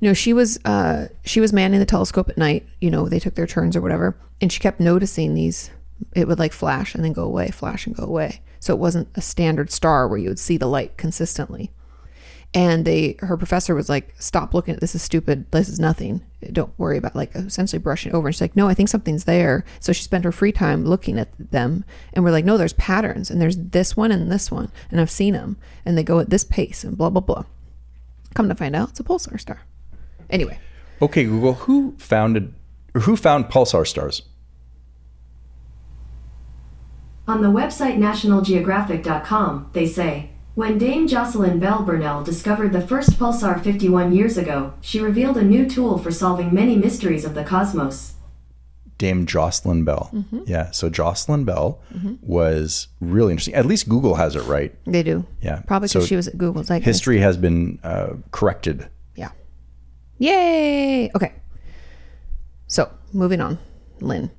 [SPEAKER 2] No, she was uh, she was manning the telescope at night. You know, they took their turns or whatever, and she kept noticing these. It would like flash and then go away, flash and go away. So it wasn't a standard star where you would see the light consistently. And they, her professor was like, "Stop looking at this. Is stupid. This is nothing. Don't worry about like essentially brushing it over." And she's like, "No, I think something's there." So she spent her free time looking at them, and we're like, "No, there's patterns, and there's this one and this one, and I've seen them, and they go at this pace, and blah blah blah." Come to find out, it's a pulsar star. Anyway,
[SPEAKER 1] Okay, Google. Who founded? or Who found pulsar stars?
[SPEAKER 4] On the website nationalgeographic.com, they say, when Dame Jocelyn Bell Burnell discovered the first pulsar 51 years ago, she revealed a new tool for solving many mysteries of the cosmos.
[SPEAKER 1] Dame Jocelyn Bell.
[SPEAKER 2] Mm-hmm.
[SPEAKER 1] Yeah. So Jocelyn Bell was really interesting. At least Google has it right.
[SPEAKER 2] they do.
[SPEAKER 1] Yeah.
[SPEAKER 2] Probably because
[SPEAKER 1] So
[SPEAKER 2] she was at Google. It's Like
[SPEAKER 1] History has been uh, corrected.
[SPEAKER 2] Yeah. Yay. Okay. So moving on, Lynn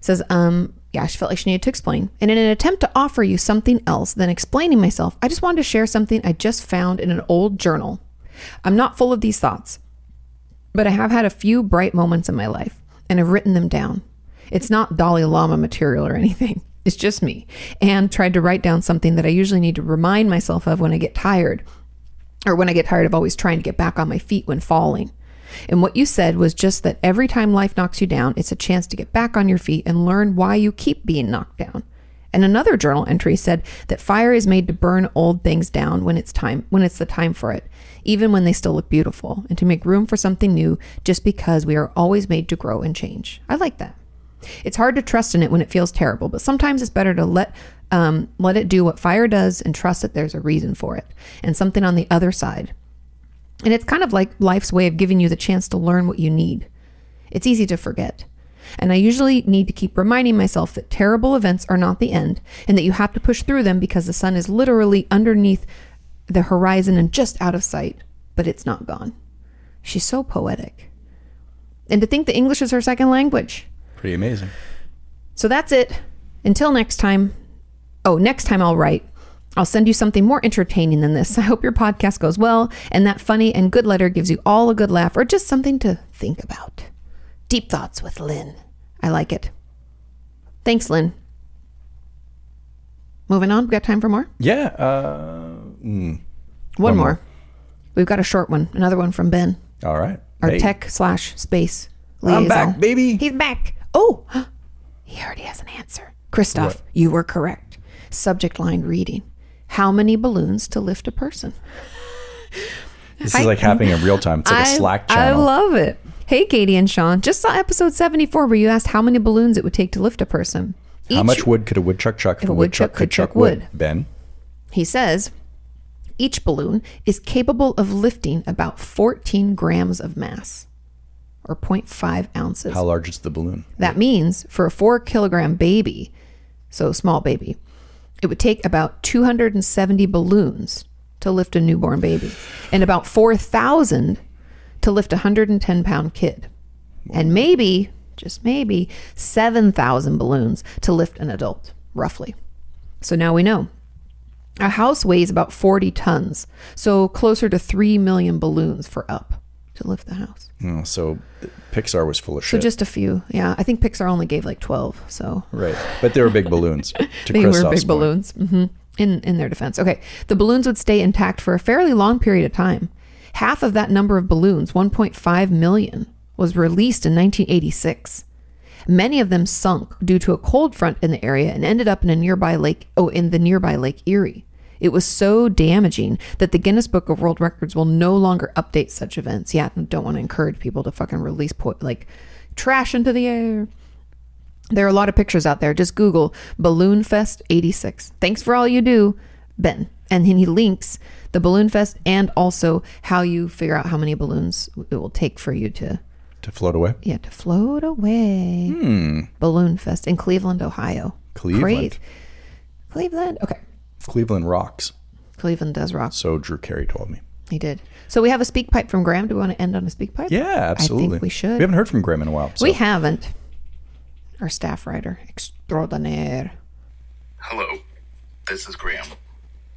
[SPEAKER 2] says, um, yeah, she felt like she needed to explain. And in an attempt to offer you something else than explaining myself, I just wanted to share something I just found in an old journal. I'm not full of these thoughts, but I have had a few bright moments in my life and I've written them down. It's not Dalai Lama material or anything. It's just me. And tried to write down something that I usually need to remind myself of when I get tired or when I get tired of always trying to get back on my feet when falling. And what you said was just that every time life knocks you down, it's a chance to get back on your feet and learn why you keep being knocked down. And another journal entry said that fire is made to burn old things down when it's time when it's the time for it, even when they still look beautiful, and to make room for something new just because we are always made to grow and change. I like that. It's hard to trust in it when it feels terrible, but sometimes it's better to let um, let it do what fire does and trust that there's a reason for it and something on the other side. And it's kind of like life's way of giving you the chance to learn what you need. It's easy to forget. And I usually need to keep reminding myself that terrible events are not the end and that you have to push through them because the sun is literally underneath the horizon and just out of sight, but it's not gone. She's so poetic. And to think that English is her second language.
[SPEAKER 1] Pretty amazing.
[SPEAKER 2] So that's it. Until next time. Oh, next time I'll write. I'll send you something more entertaining than this. I hope your podcast goes well and that funny and good letter gives you all a good laugh or just something to think about. Deep thoughts with Lynn. I like it. Thanks, Lynn. Moving on. We got time for more?
[SPEAKER 1] Yeah. Uh,
[SPEAKER 2] One,
[SPEAKER 1] One
[SPEAKER 2] more.
[SPEAKER 1] more.
[SPEAKER 2] We've got a short one. Another one from Ben,
[SPEAKER 1] all right.
[SPEAKER 2] our
[SPEAKER 1] Hey,
[SPEAKER 2] tech slash space liaison.
[SPEAKER 1] I'm back, baby.
[SPEAKER 2] He's back. Oh, he already has an answer. Christoph, you were correct. Subject line reading. How many balloons to lift a person?
[SPEAKER 1] this is like happening in real time. It's like a
[SPEAKER 2] I-
[SPEAKER 1] Slack
[SPEAKER 2] I
[SPEAKER 1] channel.
[SPEAKER 2] love it. Hey, Katie and Sean, just saw episode 74 where you asked how many balloons it would take to lift a person.
[SPEAKER 1] How
[SPEAKER 2] Each-
[SPEAKER 1] much wood could a woodchuck chuck if a woodchuck, could chuck wood? Ben.
[SPEAKER 2] He says each balloon is capable of lifting about 14 grams of mass or 0.5 ounces.
[SPEAKER 1] How large is the balloon?
[SPEAKER 2] That means for a four kilogram baby, so small baby, it would take about 270 balloons to lift a newborn baby and about 4,000 to lift a 110 pound kid. And maybe, just maybe, 7,000 balloons to lift an adult, roughly. So now we know A house weighs about 40 tons, so closer to 3 million balloons for up to lift the house.
[SPEAKER 1] Oh, so Pixar was full of
[SPEAKER 2] So
[SPEAKER 1] shit.
[SPEAKER 2] just a few. Yeah, I think Pixar only gave like 12, so
[SPEAKER 1] right. But they were big balloons. To
[SPEAKER 2] they were
[SPEAKER 1] Christoph's point.
[SPEAKER 2] big balloons. hmm In in their defense, okay, the balloons would stay intact for a fairly long period of time. Half of that number of balloons, 1.5 million, was released in 1986. Many of them sunk due to a cold front in the area and ended up in a nearby lake. Oh, in the nearby Lake Erie. It was so damaging that the Guinness Book of World Records will no longer update such events. Yeah, don't want to encourage people to fucking release po- like trash into the air. There are a lot of pictures out there. Just Google Balloon Fest 86. Thanks for all you do, Ben. And then he links the Balloon Fest and also how you figure out how many balloons it will take for you to
[SPEAKER 1] To float away. Hmm,
[SPEAKER 2] yeah to float away. Balloon Fest in Cleveland, Ohio.
[SPEAKER 1] Cleveland.
[SPEAKER 2] Great. Cleveland. Okay.
[SPEAKER 1] Cleveland rocks.
[SPEAKER 2] Cleveland does rock.
[SPEAKER 1] So Drew Carey told me.
[SPEAKER 2] He did. So we have a speak pipe from Graham. Do we want to end on a speak pipe?
[SPEAKER 1] Yeah, absolutely.
[SPEAKER 2] we should.
[SPEAKER 1] We haven't heard from Graham in a while. So.
[SPEAKER 2] We haven't. Our staff writer extraordinaire.
[SPEAKER 5] Hello, this is Graham.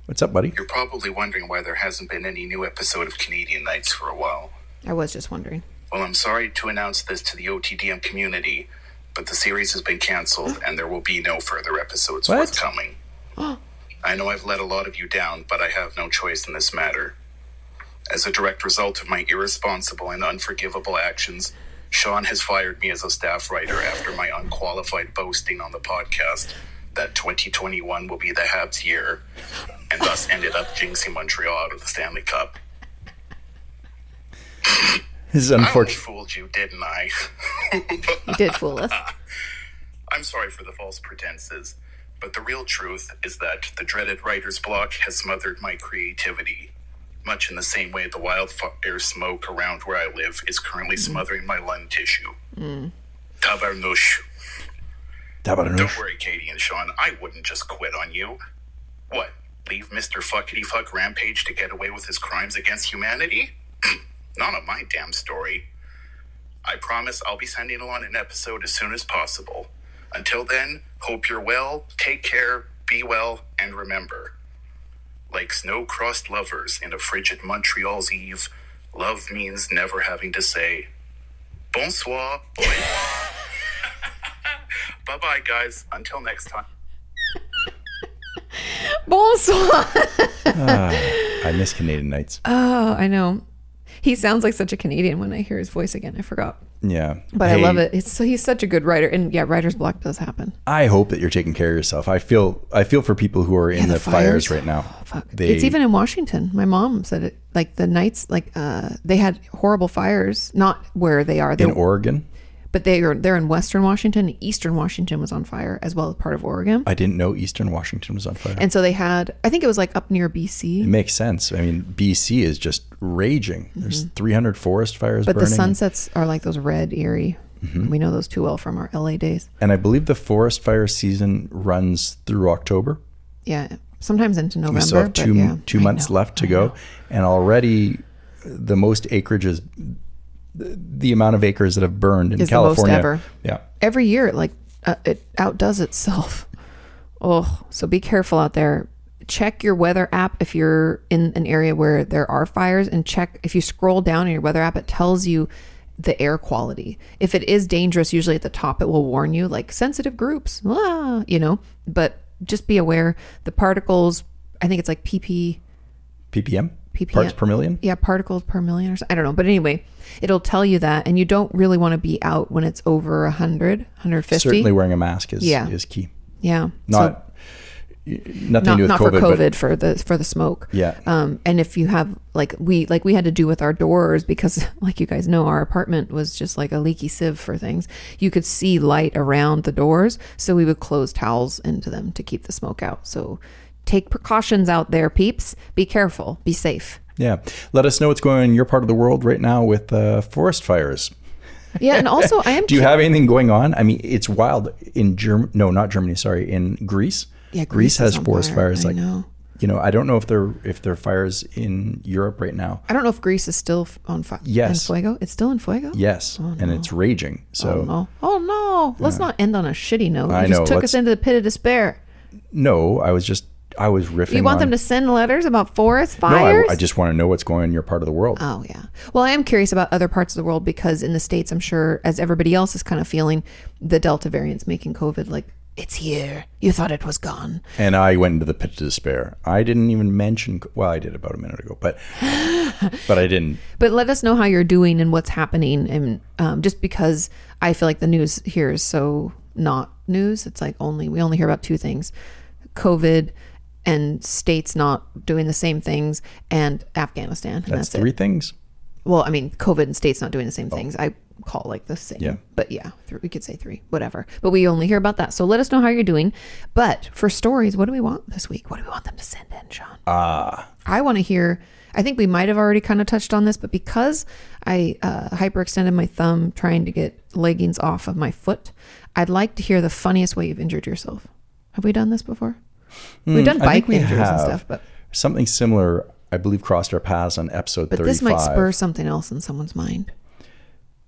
[SPEAKER 1] What's up, buddy?
[SPEAKER 5] You're probably wondering why there hasn't been any new episode of Canadian Nights for a while.
[SPEAKER 2] I was just wondering.
[SPEAKER 5] Well, I'm sorry to announce this to the OTDM community, but the series has been cancelled and there will be no further episodes
[SPEAKER 1] What?
[SPEAKER 5] forthcoming. I know I've let a lot of you down, but I have no choice in this matter. As a direct result of my irresponsible and unforgivable actions, Sean has fired me as a staff writer after my unqualified boasting on the podcast that 2021 will be the Habs year, and thus ended up jinxing Montreal out of the Stanley Cup.
[SPEAKER 1] This is
[SPEAKER 5] I almost
[SPEAKER 1] unfortunate.
[SPEAKER 5] fooled you, didn't I?
[SPEAKER 2] You did fool us.
[SPEAKER 5] I'm sorry for the false pretenses, but the real truth is that the dreaded writer's block has smothered my creativity, much in the same way the wildfire smoke around where I live is currently smothering my lung tissue. Tabarnouche. Don't worry, Katie and Sean, I wouldn't just quit on you. What? Leave Mr. Fuckity Fuck Rampage to get away with his crimes against humanity? Not on my damn story. I promise I'll be sending along an episode as soon as possible. Until then, hope you're well, take care, be well, and remember like snow crossed lovers in a frigid Montreal's eve, love means never having to say, Bonsoir, boy. bye bye, guys. Until next time.
[SPEAKER 2] Bonsoir.
[SPEAKER 1] I miss Canadian Nights.
[SPEAKER 2] Oh, I know. He sounds like such a Canadian when I hear his voice again. I forgot.
[SPEAKER 1] yeah.
[SPEAKER 2] But I
[SPEAKER 1] Hey,
[SPEAKER 2] love it. It's, so he's such a good writer. And yeah, writer's block does happen.
[SPEAKER 1] I hope that you're taking care of yourself. I feel I feel for people who are in
[SPEAKER 2] the
[SPEAKER 1] the, fires.
[SPEAKER 2] fires. Oh,
[SPEAKER 1] right now.
[SPEAKER 2] Fuck.
[SPEAKER 1] They-
[SPEAKER 2] it's even in Washington. My mom said it. Like the nights, like uh, they had horrible fires, not where they are, they,
[SPEAKER 1] in Oregon.
[SPEAKER 2] but they are they're in Western Washington. and Eastern Washington was on fire as well as part of Oregon.
[SPEAKER 1] I didn't know Eastern Washington was on fire.
[SPEAKER 2] and so they had, I think it was like up near BC,
[SPEAKER 1] it makes sense. I mean, BC is just raging. There's 300 forest fires
[SPEAKER 2] Mm-hmm. but the
[SPEAKER 1] burning. Mm-hmm.
[SPEAKER 2] sunsets are like those red, eerie. We know those too well from our LA days.
[SPEAKER 1] and I believe the forest fire season runs through October.
[SPEAKER 2] Yeah, sometimes into November.
[SPEAKER 1] We still have
[SPEAKER 2] but
[SPEAKER 1] two
[SPEAKER 2] yeah.
[SPEAKER 1] two
[SPEAKER 2] I
[SPEAKER 1] months
[SPEAKER 2] know,
[SPEAKER 1] left to
[SPEAKER 2] I
[SPEAKER 1] go,
[SPEAKER 2] know.
[SPEAKER 1] and already the most acreage is the, the amount of acres that have burned in
[SPEAKER 2] Is the most
[SPEAKER 1] California.
[SPEAKER 2] ever.
[SPEAKER 1] Yeah,
[SPEAKER 2] Every year, it like uh, it outdoes itself. Oh, so be careful out there. Check your weather app if you're in an area where there are fires, and check if you scroll down in your weather app, it tells you the air quality. If it is dangerous, usually at the top, it will warn you, like sensitive groups, ah, you know. But just be aware the particles. I think it's like pp.
[SPEAKER 1] ppm,
[SPEAKER 2] PPM.
[SPEAKER 1] parts per million.
[SPEAKER 2] yeah particles per million or so. i don't know but anyway it'll tell you that and you don't really want to be out when it's over 100 150
[SPEAKER 1] Certainly, wearing a mask is
[SPEAKER 2] Yeah.
[SPEAKER 1] is key.
[SPEAKER 2] yeah so
[SPEAKER 1] Not nothing
[SPEAKER 2] not,
[SPEAKER 1] to do with
[SPEAKER 2] not
[SPEAKER 1] COVID,
[SPEAKER 2] for
[SPEAKER 1] but
[SPEAKER 2] covid for the for the smoke
[SPEAKER 1] Yeah.
[SPEAKER 2] um and if you have like we like we had to do with our doors because like you guys know our apartment was just like a leaky sieve for things you could see light around the doors so we would close towels into them to keep the smoke out so take precautions out there peeps be careful be safe
[SPEAKER 1] yeah. Let us know what's going on in your part of the world right now with uh, forest fires.
[SPEAKER 2] yeah and also i am
[SPEAKER 1] Do you have anything going on? I mean, it's wild in Germany. No, not Germany. Sorry, in Greece.
[SPEAKER 2] Yeah,
[SPEAKER 1] Greece,
[SPEAKER 2] Greece
[SPEAKER 1] has
[SPEAKER 2] is on
[SPEAKER 1] forest
[SPEAKER 2] fire.
[SPEAKER 1] fires.
[SPEAKER 2] I
[SPEAKER 1] like,
[SPEAKER 2] know.
[SPEAKER 1] you know, I don't know if there if there are fires in Europe right now.
[SPEAKER 2] I don't know if Greece is still f- on fire.
[SPEAKER 1] Yes.
[SPEAKER 2] In fuego? It's still in fuego?
[SPEAKER 1] Yes, and it's raging. So
[SPEAKER 2] Oh, no. Oh, no. Let's not end on a shitty note.
[SPEAKER 1] I
[SPEAKER 2] you just
[SPEAKER 1] know,
[SPEAKER 2] took
[SPEAKER 1] let's-
[SPEAKER 2] us into the pit of despair.
[SPEAKER 1] no, I was just I was riffing.
[SPEAKER 2] You want
[SPEAKER 1] on-
[SPEAKER 2] them to send letters about forest
[SPEAKER 1] No, I-
[SPEAKER 2] fires?
[SPEAKER 1] I, just want to know what's going on in your part of the world.
[SPEAKER 2] Oh yeah. Well, I am curious about other parts of the world because in the states, I'm sure, as everybody else is kind of feeling, the Delta variant's making COVID like it's here. You thought it was gone.
[SPEAKER 1] and I went into the pit of despair. I didn't even mention. Well, I did about a minute ago, but but I didn't.
[SPEAKER 2] But let us know how you're doing and what's happening. And um, just because I feel like the news here is so not news, it's like only we only hear about two things: COVID and states not doing the same things, and Afghanistan. And
[SPEAKER 1] That's,
[SPEAKER 2] that's,
[SPEAKER 1] three
[SPEAKER 2] it.
[SPEAKER 1] things.
[SPEAKER 2] Well, I mean, COVID and states not doing the same things. I call like the same.
[SPEAKER 1] Oh. Yeah.
[SPEAKER 2] But yeah, th- we could say three, whatever. But we only hear about that. So let us know how you're doing. But for stories, what do we want this week? What do we want them to send in, Sean?
[SPEAKER 1] Uh, Ah,
[SPEAKER 2] I want to hear. I think we might have already kind of touched on this, but because I uh, hyperextended my thumb trying to get leggings off of my foot, I'd like to hear the funniest way you've injured yourself. Have we done this before? We've done
[SPEAKER 1] Hmm, I think
[SPEAKER 2] bike
[SPEAKER 1] we
[SPEAKER 2] injuries
[SPEAKER 1] have.
[SPEAKER 2] and stuff, but
[SPEAKER 1] Something similar, I believe, crossed our paths on episode
[SPEAKER 2] but
[SPEAKER 1] 35.
[SPEAKER 2] this might spur something else in someone's mind.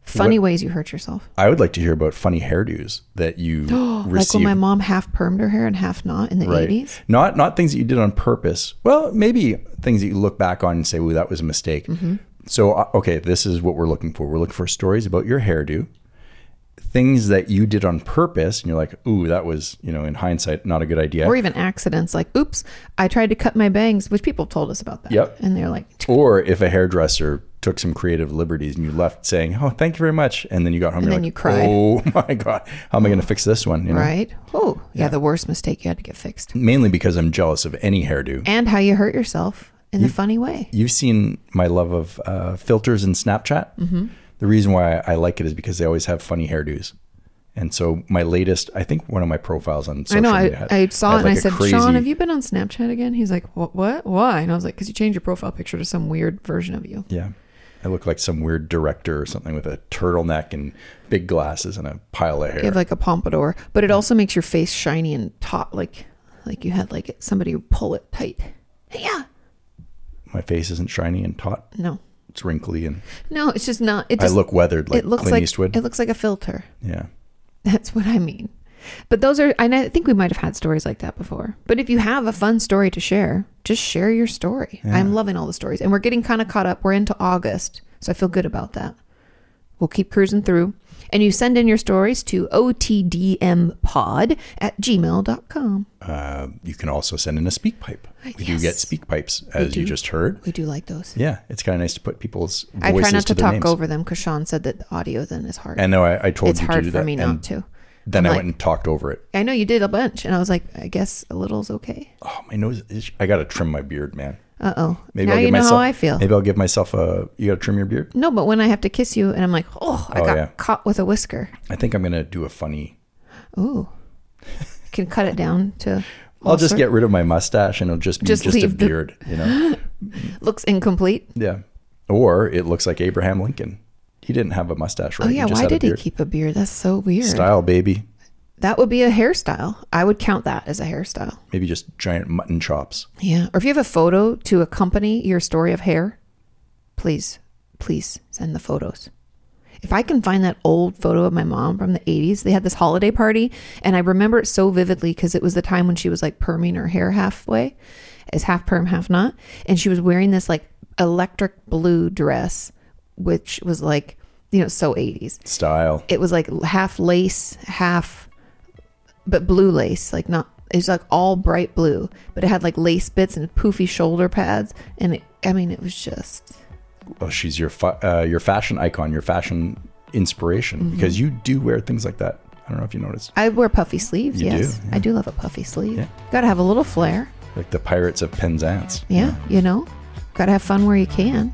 [SPEAKER 2] Funny ways you hurt yourself.
[SPEAKER 1] I would like to hear about funny hairdos that you received.
[SPEAKER 2] Like when my mom half permed her hair and half not in the
[SPEAKER 1] right?
[SPEAKER 2] 80s.
[SPEAKER 1] Not not things that you did on purpose. Well, maybe things that you look back on and say, "Ooh, that was a mistake."
[SPEAKER 2] Mm-hmm.
[SPEAKER 1] So, uh, okay, this is what we're looking for. We're looking for stories about your hairdo, things that you did on purpose, and you're like, "Ooh, that was you know, in hindsight, not a good idea."
[SPEAKER 2] Or even accidents like, oops, I tried to cut my bangs, which people have told us about that.
[SPEAKER 1] Yep.
[SPEAKER 2] And they're like,
[SPEAKER 1] Or if a hairdresser took some creative liberties and you left saying, "Oh, thank you very much," and then you got home and,
[SPEAKER 2] then you
[SPEAKER 1] like,
[SPEAKER 2] cried.
[SPEAKER 1] "Oh my god, how am I going to fix this one?" You know?
[SPEAKER 2] right? Oh, yeah, the worst mistake you had to get fixed.
[SPEAKER 1] Mainly because I'm jealous of any hairdo.
[SPEAKER 2] And how you hurt yourself in the funny way.
[SPEAKER 1] you've seen my love of uh, filters in Snapchat.
[SPEAKER 2] Mm-hmm.
[SPEAKER 1] The reason why I like it is because they always have funny hairdos. And so my latest, I think one of my profiles on social
[SPEAKER 2] I know.
[SPEAKER 1] media,
[SPEAKER 2] I,
[SPEAKER 1] had-
[SPEAKER 2] I saw
[SPEAKER 1] had like
[SPEAKER 2] it and I
[SPEAKER 1] a
[SPEAKER 2] said,
[SPEAKER 1] crazy-
[SPEAKER 2] Sean, have you been on Snapchat again? He's like, what? what? Why? And I was like, because you changed your profile picture to some weird version of you.
[SPEAKER 1] Yeah, I look like some weird director or something with a turtleneck and big glasses and a pile of hair.
[SPEAKER 2] You have like a pompadour, but it also makes your face shiny and taut, like like you had like somebody pull it tight. Yeah.
[SPEAKER 1] my face isn't shiny and taut;
[SPEAKER 2] No.
[SPEAKER 1] it's wrinkly, and
[SPEAKER 2] No, it's just not. It just
[SPEAKER 1] I look weathered like
[SPEAKER 2] it looks
[SPEAKER 1] Clint
[SPEAKER 2] like
[SPEAKER 1] Eastwood.
[SPEAKER 2] it looks like a filter.
[SPEAKER 1] yeah,
[SPEAKER 2] That's what I mean. But those are, and I think we might have had stories like that before. But if you have a fun story to share, just share your story. I'm loving all the stories, and we're getting kind of caught up. We're into August, so I feel good about that. We'll keep cruising through. And you send in your stories to otdmpod at gmail.com.
[SPEAKER 1] uh, you can also send in a speak pipe. We do get
[SPEAKER 2] Yes.
[SPEAKER 1] speak pipes, as you
[SPEAKER 2] do.
[SPEAKER 1] just heard.
[SPEAKER 2] We do like those.
[SPEAKER 1] Yeah, it's kind of nice to put people's voices
[SPEAKER 2] I try not to,
[SPEAKER 1] their
[SPEAKER 2] talk
[SPEAKER 1] names.
[SPEAKER 2] over them because Sean said that the audio then is hard.
[SPEAKER 1] And no, I, I told
[SPEAKER 2] it's
[SPEAKER 1] you
[SPEAKER 2] hard
[SPEAKER 1] to do
[SPEAKER 2] for
[SPEAKER 1] that,
[SPEAKER 2] me
[SPEAKER 1] and
[SPEAKER 2] not to.
[SPEAKER 1] Then
[SPEAKER 2] I'm
[SPEAKER 1] I
[SPEAKER 2] like-
[SPEAKER 1] went and talked over it.
[SPEAKER 2] I know you did a bunch, and I was like, I guess a little's okay.
[SPEAKER 1] Oh, my nose! Is, I gotta trim my beard, man.
[SPEAKER 2] Uh oh. Now you know
[SPEAKER 1] myself.
[SPEAKER 2] how I feel.
[SPEAKER 1] Maybe I'll give myself a. You gotta trim your beard.
[SPEAKER 2] No, but when I have to kiss you and I'm like, oh, I
[SPEAKER 1] Oh,
[SPEAKER 2] got
[SPEAKER 1] yeah.
[SPEAKER 2] caught with a whisker.
[SPEAKER 1] I think I'm gonna do a funny.
[SPEAKER 2] Ooh. Can cut it down to.
[SPEAKER 1] I'll just
[SPEAKER 2] also-
[SPEAKER 1] get rid of my mustache and it'll just be
[SPEAKER 2] Just
[SPEAKER 1] just, a
[SPEAKER 2] leave the-
[SPEAKER 1] beard. You know?
[SPEAKER 2] Looks incomplete.
[SPEAKER 1] yeah. Or it looks like Abraham Lincoln. He didn't have a mustache, right?
[SPEAKER 2] Oh, yeah.
[SPEAKER 1] just
[SPEAKER 2] Why
[SPEAKER 1] had a
[SPEAKER 2] did he
[SPEAKER 1] beard.
[SPEAKER 2] keep a beard? That's so weird.
[SPEAKER 1] style, baby?
[SPEAKER 2] That would be a hairstyle. I would count that as a hairstyle.
[SPEAKER 1] Maybe just giant mutton chops.
[SPEAKER 2] Yeah. Or if you have a photo to accompany your story of hair, please, please send the photos. If I can find that old photo of my mom from the 80s, they had this holiday party, and I remember it so vividly because it was the time when she was like perming her hair halfway, as half perm, half not. And she was wearing this like electric blue dress, which was like, you know, so 80s
[SPEAKER 1] Style.
[SPEAKER 2] it was like half lace, half but blue lace, like not it was like all bright blue, but it had like lace bits and poofy shoulder pads and it I mean it was just
[SPEAKER 1] Oh, she's your fa- uh, your fashion icon, your fashion inspiration,
[SPEAKER 2] Mm-hmm.
[SPEAKER 1] because you do wear things like that. I don't know if you noticed,
[SPEAKER 2] I wear puffy sleeves,
[SPEAKER 1] You
[SPEAKER 2] yes.
[SPEAKER 1] do,
[SPEAKER 2] I do love a puffy sleeve.
[SPEAKER 1] Yeah.
[SPEAKER 2] Got to have a little flair.
[SPEAKER 1] like the Pirates of Penzance.
[SPEAKER 2] Yeah, you know. Got to have fun where you can.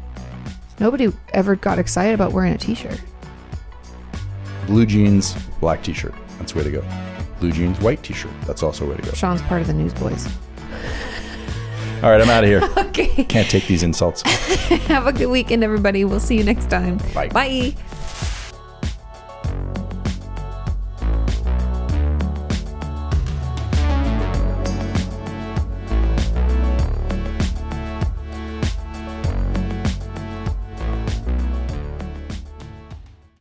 [SPEAKER 2] Nobody ever got excited about wearing a t-shirt.
[SPEAKER 1] blue jeans, black t-shirt. That's the way to go. Blue jeans, white t-shirt. That's also the way to go.
[SPEAKER 2] Sean's part of the newsboys.
[SPEAKER 1] All right, I'm out of here.
[SPEAKER 2] Okay.
[SPEAKER 1] Can't take these insults.
[SPEAKER 2] have a good weekend everybody. We'll see you next time.
[SPEAKER 1] Bye.
[SPEAKER 2] Bye.